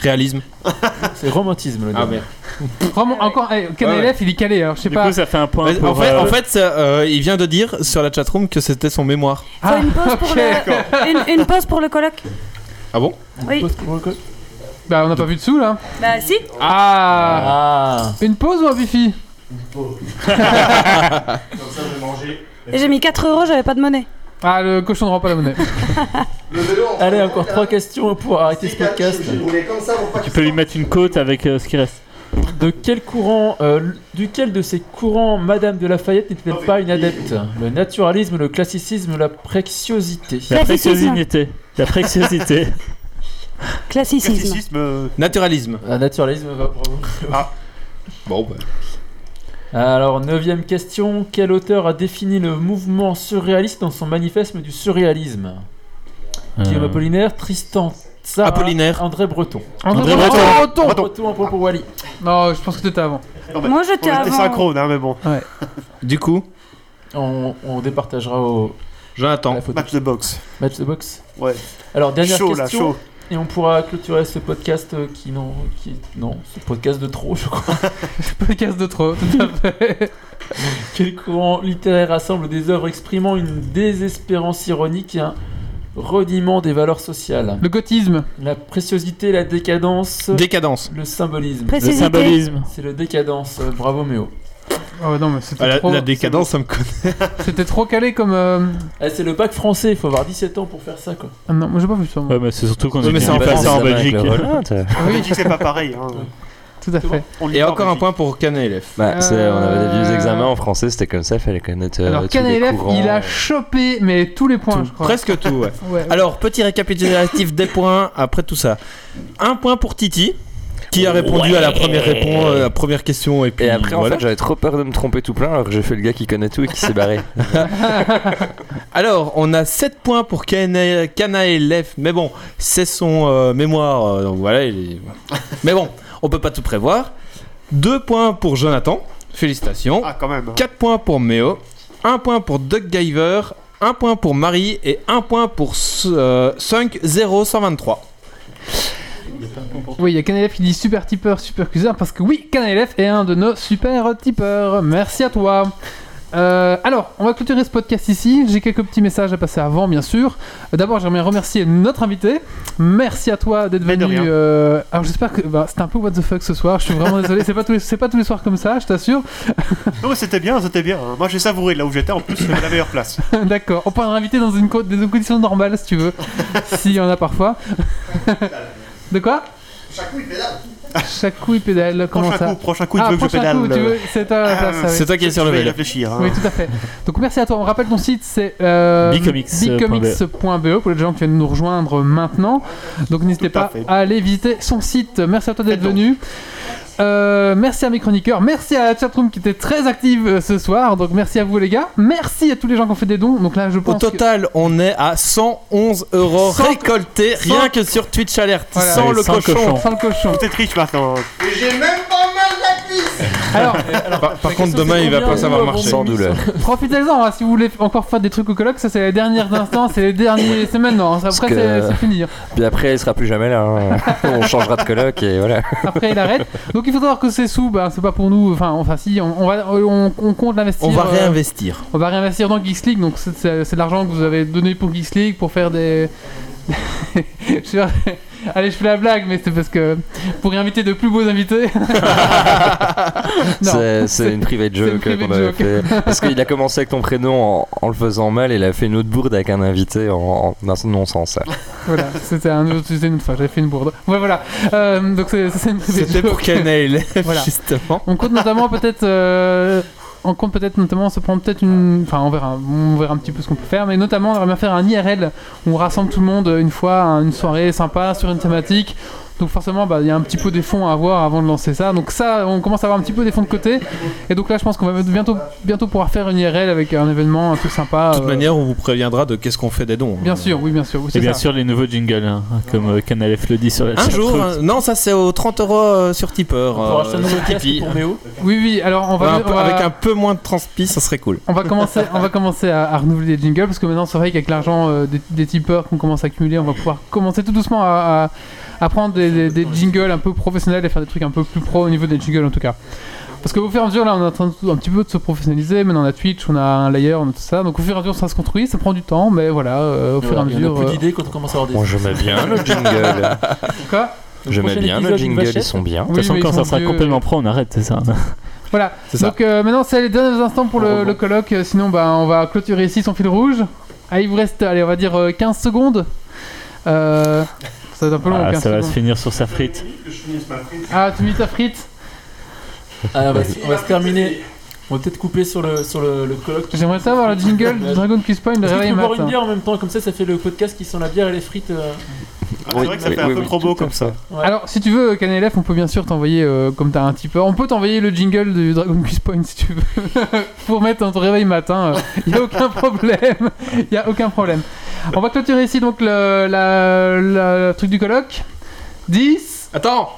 B: Réalisme.
C: C'est romantisme le dernier.
A: Vraiment, encore, eh, Canal
B: Ouais,
A: F, il est calé, alors je sais
E: Du
A: pas.
E: coup, ça fait un point
B: Mais
E: pour.
B: en fait,
E: euh,
B: en fait c'est, euh, il vient de dire sur la chatroom que c'était son mémoire.
H: Faut une pause
A: Ah,
H: pour le. Une, une pause pour le colloque.
B: Ah bon
H: Oui.
C: Pause pour le co-
A: Bah, on n'a pas vu dessous là.
H: Bah si.
A: Ah,
C: Ah
A: Une pause ou un wifi
H: Et j'ai mis 4 euros, j'avais pas de monnaie.
A: Ah, le cochon ne rend pas la monnaie.
C: Allez, encore trois questions pour arrêter ce podcast.
E: Tu peux lui mettre une côte avec euh, ce qui reste.
C: De quel courant, euh, l- duquel de ces courants Madame de Lafayette n'était-elle pas une adepte Le naturalisme, le classicisme, la préciosité.
E: La
H: Classicisme.
E: préciosité. La préciosité.
H: Classicisme.
D: Classicisme, euh,
B: Naturalisme.
C: Un naturalisme va pour vous.
B: Bon bah.
C: Alors, neuvième question. Quel auteur a défini le mouvement surréaliste dans son manifeste du surréalisme Guillaume
E: Euh,
C: Apollinaire, Tristan Tzara,
B: Apollinaire.
C: André Breton.
A: André
E: André
A: Breton.
E: Breton.
A: Oh, Breton.
C: Breton, un point pour Wally.
A: Non, je pense que t'étais avant.
H: Moi
D: on
H: j'étais
D: était
H: avant.
D: synchrone, hein, mais bon.
B: Du coup,
C: On, on départagera au, à
B: Jonathan.
C: la photo.
D: Match de boxe.
C: Match de boxe.
D: Ouais.
C: Alors, dernière
D: chaud là,
C: question.
D: chaud.
C: Et on pourra clôturer ce podcast euh, qui non, qui non, ce podcast de trop, je crois.
A: podcast de trop, tout à fait.
C: Quel courant littéraire assemble des œuvres exprimant une désespérance ironique et un reniement des valeurs sociales.
A: Le gothisme.
C: La préciosité, la décadence.
B: Décadence.
C: Le symbolisme.
B: Préciosité. Le symbolisme.
C: C'est le décadence. Euh, Bravo Méo.
A: Ah ouais, non, mais c'était
B: Ah, la-
A: trop...
B: la décadence, ça me connaît.
A: C'était trop calé comme. euh,
C: Eh, c'est le bac français, il faut avoir 17 ans pour faire ça quoi.
A: Ah non, moi j'ai pas vu ça. moi. Ah
E: Ouais, mais c'est surtout qu'on
B: Ouais, mais c'est en France, en Belgique.
D: euh,
F: euh,
D: En Belgique, c'est pas pareil. hein.
A: Tout à fait.
D: On
B: Et encore un point pour Canet
F: Bah, c'est- on avait des vieux examens en français, c'était comme ça, il fallait connaître euh,
A: Alors,
F: tous les
A: Canelef,
F: courants.
A: il a chopé mais tous les points, je crois.
B: Presque tout, ouais.
A: Ouais, ouais.
B: Alors, petit récapitulatif des points après tout ça. Un point pour Titi, qui a répondu à la première réponse, à la première question, et puis
F: Et après,
B: voilà.
F: en fait, j'avais trop peur de me tromper tout plein, alors que j'ai fait le gars qui connaît tout et qui s'est barré.
B: Alors, on a 7 points pour Kana Kana et Lef, mais bon, c'est son euh, mémoire, euh, donc voilà. il est- mais bon, on peut pas tout prévoir. 2 points pour Jonathan, félicitations.
D: Ah, quand même.
B: 4 points pour Méo, 1 point pour Doug Giver, 1 point pour Marie et 1 point pour euh, 5 0 123.
A: Oui, il y a Canelef qui dit super tipeur, super cuiseur, parce que oui, Canelef est un de nos super tipeurs. Merci à toi. Euh, alors, on va clôturer ce podcast ici. J'ai quelques petits messages à passer avant, bien sûr. Euh, D'abord, j'aimerais remercier notre invité. Merci à toi d'être
D: Mais de
A: venu.
D: rien.
A: euh, Alors, j'espère que bah, c'était un peu what the fuck ce soir. Je suis vraiment désolé. C'est pas tous les, c'est pas tous les soirs comme ça, je t'assure.
D: Non, mais c'était bien, c'était bien. Moi, j'ai savouré là où j'étais. En plus, c'était la meilleure place.
A: D'accord. On peut en inviter dans une co- des conditions normales, si tu veux, s'il y en a parfois. de quoi Chaque coup, il pédale. Chaque coup, il pédale. Comment
D: Prochain
A: ça
D: coup, prochain coup,
A: ah,
D: tu veux que je
A: prochain
D: pédale. Euh,
A: coup, tu veux, c'est toi la place, ah, oui.
B: C'est toi qui es sur le
D: Je vais y
B: vélo.
D: réfléchir. hein.
A: Oui, tout à fait. Donc merci à toi. On rappelle ton site, c'est euh,
E: Bicomics.be.
D: E.
A: bicomics.be E, pour les gens qui viennent nous rejoindre maintenant. Donc n'hésitez
D: Tout à
A: pas
D: fait.
A: à, aller visiter son site. Merci à toi d'être
D: Faites donc.
A: venu. Euh, merci à mes chroniqueurs, merci à la chatroom qui était très active euh, ce soir, donc merci à vous les gars, merci à tous les gens qui ont fait des dons, donc là je
B: Au
A: pense que-
B: total, on est à 111 euros
A: Sans-
B: récoltés rien que sur Twitch Alert,
A: Voilà.
B: sans
E: Et
B: le
E: sans le
B: cochon.
E: cochon.
A: Sans le cochon.
D: Vous êtes riche maintenant.
A: Alors,
B: Par, par contre,
C: question,
B: demain,
C: c'est
B: il va
C: combien
B: pas
C: de
B: savoir
C: mois
B: marcher.
F: Sans douleur.
A: profitez-en hein, si vous voulez encore faire des trucs au colloque, ça c'est les dernières instants, c'est les derniers, c'est maintenant, hein. après
F: que-
A: c'est- c'est fini.
F: Puis après, il sera plus jamais là. hein. on changera de coloc et voilà.
A: Après, il arrête. Donc, il faut savoir que ces sous, bah, c'est pas pour nous. Enfin, enfin si, on, on va, on, on compte l'investir.
B: On va
A: euh,
B: réinvestir.
A: on va réinvestir dans Geeks League. Donc, c'est- c'est c'est de l'argent que vous avez donné pour Geeks League pour faire des. Je sais pas. Allez, je fais la blague, mais c'est parce que pour inviter de plus beaux invités. non.
F: C'est c'est une private
A: c'est une
F: joke euh, qu'on
A: private
F: avait
A: joke.
F: fait. Parce qu'il a commencé avec ton prénom en, en le faisant mal et il a fait une autre bourde avec un invité en, en un non-sens. ça.
A: Voilà, c'était un autre- c'était une autre fois, j'avais fait une bourde. Ouais, voilà. Euh, donc, c'est ça, c'est une private
B: C'était pour
A: joke.
B: Canaille,
A: Voilà.
B: justement.
A: On compte notamment peut-être. euh, on compte peut-être notamment, on se prend peut-être une. Enfin, on verra, on verra un petit peu ce qu'on peut faire, mais notamment, on aimerait bien faire un IRL où on rassemble tout le monde une fois, à une soirée sympa sur une thématique. Donc, forcément, bah, il y a un petit peu des fonds à avoir avant de lancer ça. Donc, ça, on commence à avoir un petit peu des fonds de côté. Et donc, là, je pense qu'on va bientôt, bientôt pouvoir faire une IRL avec un événement, un truc sympa.
B: De toute
A: euh,
B: manière, Eh on vous préviendra de qu'est-ce qu'on fait des dons.
A: Bien sûr, oui, bien sûr. oui,
E: Et
A: c'est
E: bien
A: ça.
E: sûr, les nouveaux jingles, hein, comme euh, Canalef le dit sur la
B: Un
E: chatroom.
B: jour, hein. un- non, ça c'est aux 30 euros euh, sur Tipeur.
C: On
B: euh,
C: pourra acheter un nouveau
B: sur
C: casque
B: Tipeee.
C: pour Méo.
A: Oui, oui, alors on va.
B: Un peu-
A: on va-
B: Avec un peu moins de transpi, ça serait cool.
A: On va commencer, on va commencer à, à renouveler les jingles parce que maintenant c'est vrai qu'avec l'argent euh, des, des tipeurs qu'on commence à accumuler, on va pouvoir commencer tout doucement à, à- à prendre des, des- des jingles un peu professionnels et faire des trucs un peu plus pro au niveau des jingles en tout cas. Parce qu'au fur et à mesure, là, on est en train de- un petit peu de se professionnaliser. Maintenant, on a Twitch, on a un layer, on a tout ça. Donc, au fur et à mesure, ça se construit, ça prend du temps, mais voilà, euh, au fur et à
C: Voilà, il y en a
A: mesure.
C: plus
A: euh,
C: d'idées quand on commence à avoir des.
F: Bon, j'aimais bien le jingle.
A: quoi
C: Le
F: J'aimais
C: prochain
F: bien le
C: épisode, une
F: jingle, ils
C: vachette.
F: sont bien.
E: De toute
A: Oui, mais
E: façon, quand
A: ils
E: ça
A: sont
E: sera
A: vieux.
E: complètement pro, on arrête, c'est ça.
A: Voilà.
B: C'est ça.
A: Donc, euh, maintenant, c'est les derniers instants pour le, le colloque. Euh, Sinon, bah, on va clôturer ici son fil rouge. Ah, il vous reste, allez, on va dire euh, 15 secondes. Euh, ça va être un peu long,
E: Ah,
A: 15
E: ça va se
A: secondes.
E: finir sur sa frite.
A: Ah, tu mets ta frite
C: Ah, on va se- on va se terminer. On va peut-être couper sur le sur le, le colloque.
A: J'aimerais savoir le jingle du Dragon Quest Point, le
C: Est-ce que tu
A: réveil
C: peux boire une
A: matin.
C: bière en même temps Comme ça, ça fait le podcast qui sent la bière et les frites. euh.
D: Ah, c'est vrai que ça
F: Oui,
D: fait un
F: oui,
D: peu
F: oui,
D: trop beau comme ça.
A: Alors, si tu veux, Canelef, on peut bien sûr t'envoyer, euh, comme t'as un tipeur, on peut t'envoyer le jingle du Dragon Quest Point si tu veux, pour mettre dans ton réveil matin. Il a aucun problème. Il a aucun problème. On va clôturer ici donc le, la- la- le truc du colloque. 10,
B: Attends,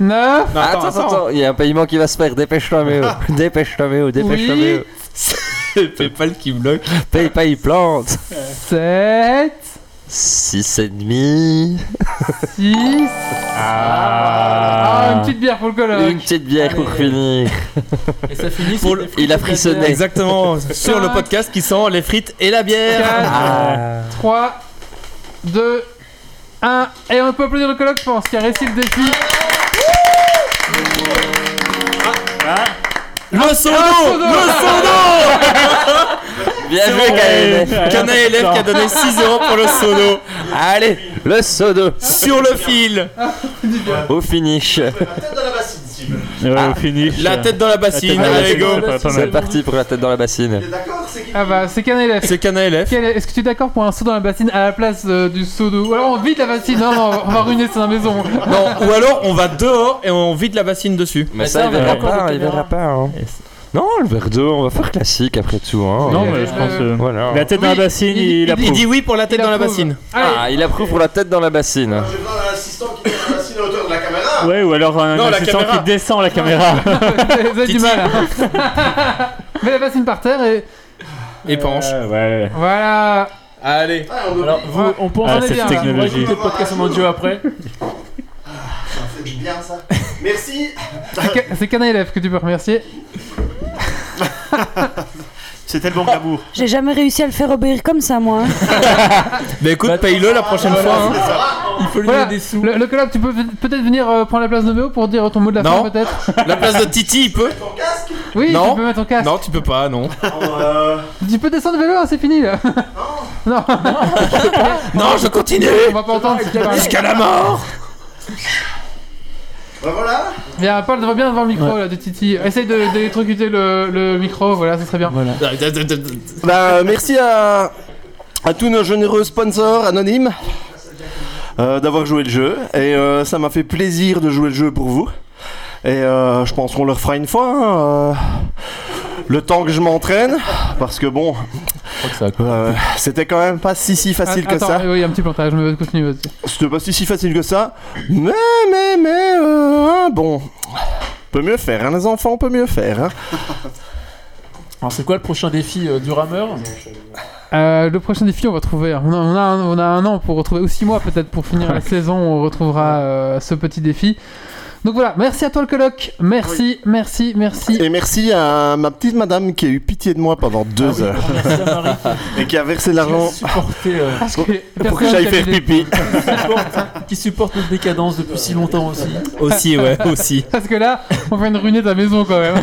A: 9,
B: non, attends, attends.
F: il y a un paiement qui va se faire. Dépêche-toi, Méo. Dépêche-toi, Méo. Dépêche-toi,
A: Oui.
F: Méo.
B: PayPal qui bloque.
F: Paye pas, il plante.
A: 7,
F: 6,5.
A: 6. Ah, une petite bière pour le coloc.
F: Une petite bière pour finir.
C: Et ça finit
F: Pour le- Il a frissonné.
B: Exactement, sur le podcast qui sent les frites et la bière.
F: Ah.
A: 3, 2, 1. Et on peut applaudir le colloque, je pense, qui a réussi le défi.
B: Ah, Le son d'eau Le
F: Bien joué, KNF.
B: Cana élève qui a donné 6 euros pour le solo.
F: Allez, le sodo
B: Sur le fil,
F: au finish.
E: Ouais, au finish. euh.
B: la tête dans la bassine.
F: dans la
B: Allez
F: bassine,
B: go.
E: c'est pas- pas
F: C'est
E: mal.
F: parti pour la tête dans la bassine.
A: Ah bah, c'est qu'un élève.
B: C'est Cana élève.
A: Quel- Est-ce que tu es d'accord pour un saut dans la bassine à la place euh, du saut d'eau Ou alors on vide la bassine, non, non, on va ruiner sa maison.
B: Non, ou alors on va dehors et on vide la bassine dessus.
F: Mais
C: Mais
F: ça,
C: ça,
F: il
C: on
F: verra
C: verra quand
F: pas,
C: le
F: il verra
C: caméra.
F: pas. hein. Non, le verre d'eau, on va faire classique après tout. hein.
E: Non,
F: Et-
E: mais je pense. euh,
F: Voilà.
E: La tête dans la
A: Oui,
E: bassine,
A: il-
E: il,
A: il-
E: approuve.
B: Il dit oui pour la tête
A: Il
B: dans la
A: approuve.
B: bassine.
A: Allez,
F: Ah, il approuve pour la tête dans la bassine.
K: J'ai besoin d'un assistant qui met un assis à la hauteur de la caméra.
E: Ouais, ou alors un
B: Non, la
E: assistant
B: caméra.
E: qui descend la caméra.
B: Ah,
A: vous avez du mal. hein. Mets la bassine par terre et
B: Et penche.
E: Euh, ouais.
A: voilà.
B: Allez.
K: Ah, on
C: Alors, vous, on pense
E: Ah,
C: on est
E: cette
C: bien,
E: technologie.
C: On va écouter le podcast en audio après.
K: fait du bien ça. Merci.
A: C'est Ca- C'est qu'un élève que tu peux remercier.
D: C'est tellement glamour.
H: J'ai jamais réussi à le faire obéir comme ça, moi. hein.
B: Bah écoute, paye-le la prochaine fois. hein.
C: Il faut lui
A: Voilà.
C: donner des sous.
A: Le, le colloque, tu peux v- peut-être venir euh, prendre la place de Méo pour dire ton mot de la
B: Non.
A: fin peut-être
B: La place de Titi, il peut
A: Oui,
B: Non.
A: tu peux mettre ton casque.
B: Non, tu peux pas, non.
A: Tu peux descendre le vélo, hein, c'est fini là. Non.
B: Non, je continue
A: on va pas entendre ce que tu parles.
B: jusqu'à la mort.
K: Bah voilà.
A: Viens, Paul, devant bien devant le micro là de Titi. Essaye de de d'électrocuter le, le micro, voilà, ça serait bien.
C: Voilà.
G: Bah, euh, merci à, à tous nos généreux sponsors anonymes euh, d'avoir joué le jeu. Et euh, ça m'a fait plaisir de jouer le jeu pour vous. Et euh, je pense qu'on le refera une fois. hein, euh, le temps que je m'entraîne. Parce que bon, euh, c'était quand même pas si si facile
A: Ah,
G: que
A: attends,
G: ça.
A: euh, Oui, un petit plantage, mais continue. vas-y.
G: C'était pas si si facile que ça. Mais, mais, mais, euh, hein, bon. Peut mieux faire, hein, les enfants, on peut mieux faire. hein.
C: Alors, c'est quoi le prochain défi euh, du rameur
A: Euh, le prochain défi, on va trouver. On a, on a un, on a un an pour retrouver, ou six mois peut-être pour finir la saison. On retrouvera euh, ce petit défi. Donc voilà, merci à toi le coloc. Merci, merci, merci.
G: Et merci à ma petite madame qui a eu pitié de moi pendant
C: Ah
G: deux heures.
C: Merci à Marie
G: et qui a versé
C: qui a
G: l'argent
C: supporté, euh,
A: Parce que
G: pour que
A: personne qui
G: j'aille
A: a
G: faire
A: l'idée.
G: pipi.
C: supporte- qui supporte notre décadence depuis si longtemps aussi.
B: Aussi, ouais, aussi.
A: Parce que là, on vient de ruiner ta maison quand même.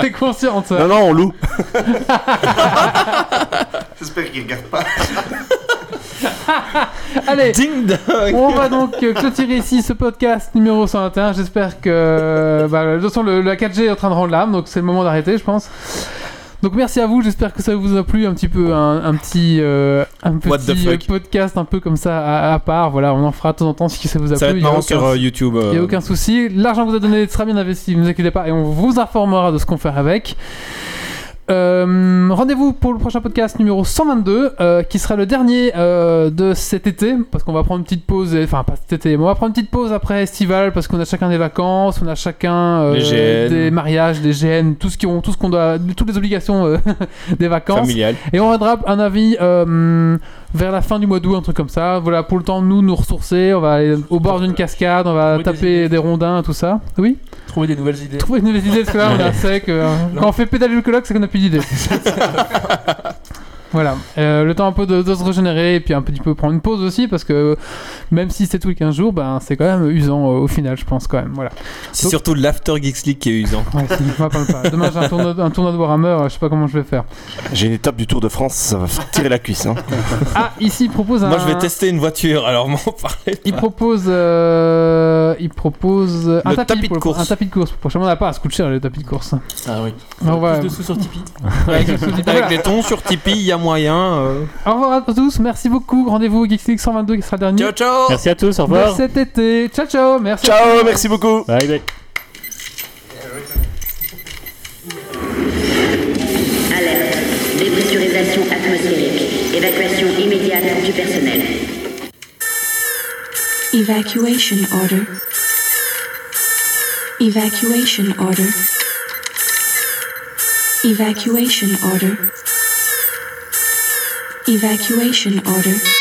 A: T'es consciente.
G: Non, non, on loue.
K: J'espère qu'il regarde pas.
A: Allez,
B: Ding dong.
A: On va donc euh, clôturer ici ce podcast numéro 121. J'espère que. euh, Bah, de toute façon, le- la 4G est en train de rendre l'âme, donc c'est le moment d'arrêter, je pense. Donc merci à vous, j'espère que ça vous a plu un petit peu, un, un petit, euh, un
B: What the
A: petit
B: fuck.
A: euh, podcast un peu comme ça à, à part. Voilà, on en fera de temps en temps si ça vous a
B: Ça va
A: plu. il y
B: être
A: a
B: marrant
A: aucun-
B: sur euh, YouTube. euh,
A: il n'y a aucun souci. L'argent que vous a donné sera bien investi, ne vous inquiétez pas, et on vous informera de ce qu'on fait avec. Euh, Rendez-vous pour le prochain podcast numéro 122, euh, qui sera le dernier euh, de cet été, parce qu'on va prendre une petite pause, et- enfin pas cet été, mais on va prendre une petite pause après estivale, parce qu'on a chacun des vacances, on a chacun euh,
B: Les GN.
A: des mariages, des GN, tout ce qui- tout ce qu'on doit, toutes les obligations euh, des vacances.
B: familial.
A: Et on rendra un avis euh, vers la fin du mois d'août, un truc comme ça. Voilà, pour le temps de nous nous ressourcer, on va aller au bord d'une cascade, on va
C: Trouver des
A: taper des,
C: idées.
A: rondins, tout ça. Oui
C: Trouver des nouvelles idées.
A: Trouver une nouvelle idée, parce que là, on est à sec. euh, quand on fait pédaler le colloque, c'est qu'on n'a plus d'idées. voilà, Euh, le temps un peu de, de se régénérer et puis un petit peu prendre une pause aussi, parce que même si c'est tous les 15 jours, ben, c'est quand même usant euh, au final, je pense quand même. Voilà.
B: C'est surtout l'After Geeks League qui est usant.
A: Ouais, c'est- je m'en parle pas. Demain, j'ai un tournoi, un tournoi de Warhammer, euh, je sais pas comment je vais faire.
G: J'ai une étape du Tour de France, ça va faire tirer la cuisse. hein.
A: Ah, ici, il propose un.
B: Moi, je vais tester une voiture, alors m'en parler.
A: Il propose, euh, il propose euh, un
B: Le
A: tapis,
B: tapis de
A: pour le-
B: course.
A: Un tapis de course. Prochainement, on n'a pas à se coûter cher le tapis de course.
C: Ah oui.
A: Au revoir.
C: Plus de sous sur Tipeee.
A: Avec le sous-titre.
B: Avec
A: Voilà.
B: les tons sur Tipeee, il y a moyen. euh.
A: Au revoir à tous. Merci beaucoup. Rendez-vous au Geeks League 122 qui sera le dernier
B: Ciao, ciao
E: Merci à tous, au
A: de
E: revoir.
A: cet été. Ciao, ciao. Merci.
G: Ciao, merci beaucoup.
E: Bye bye.
O: Alerte. Dépressurisation atmosphérique. Évacuation immédiate du personnel.
P: Evacuation order. Evacuation order. Evacuation order. Evacuation order.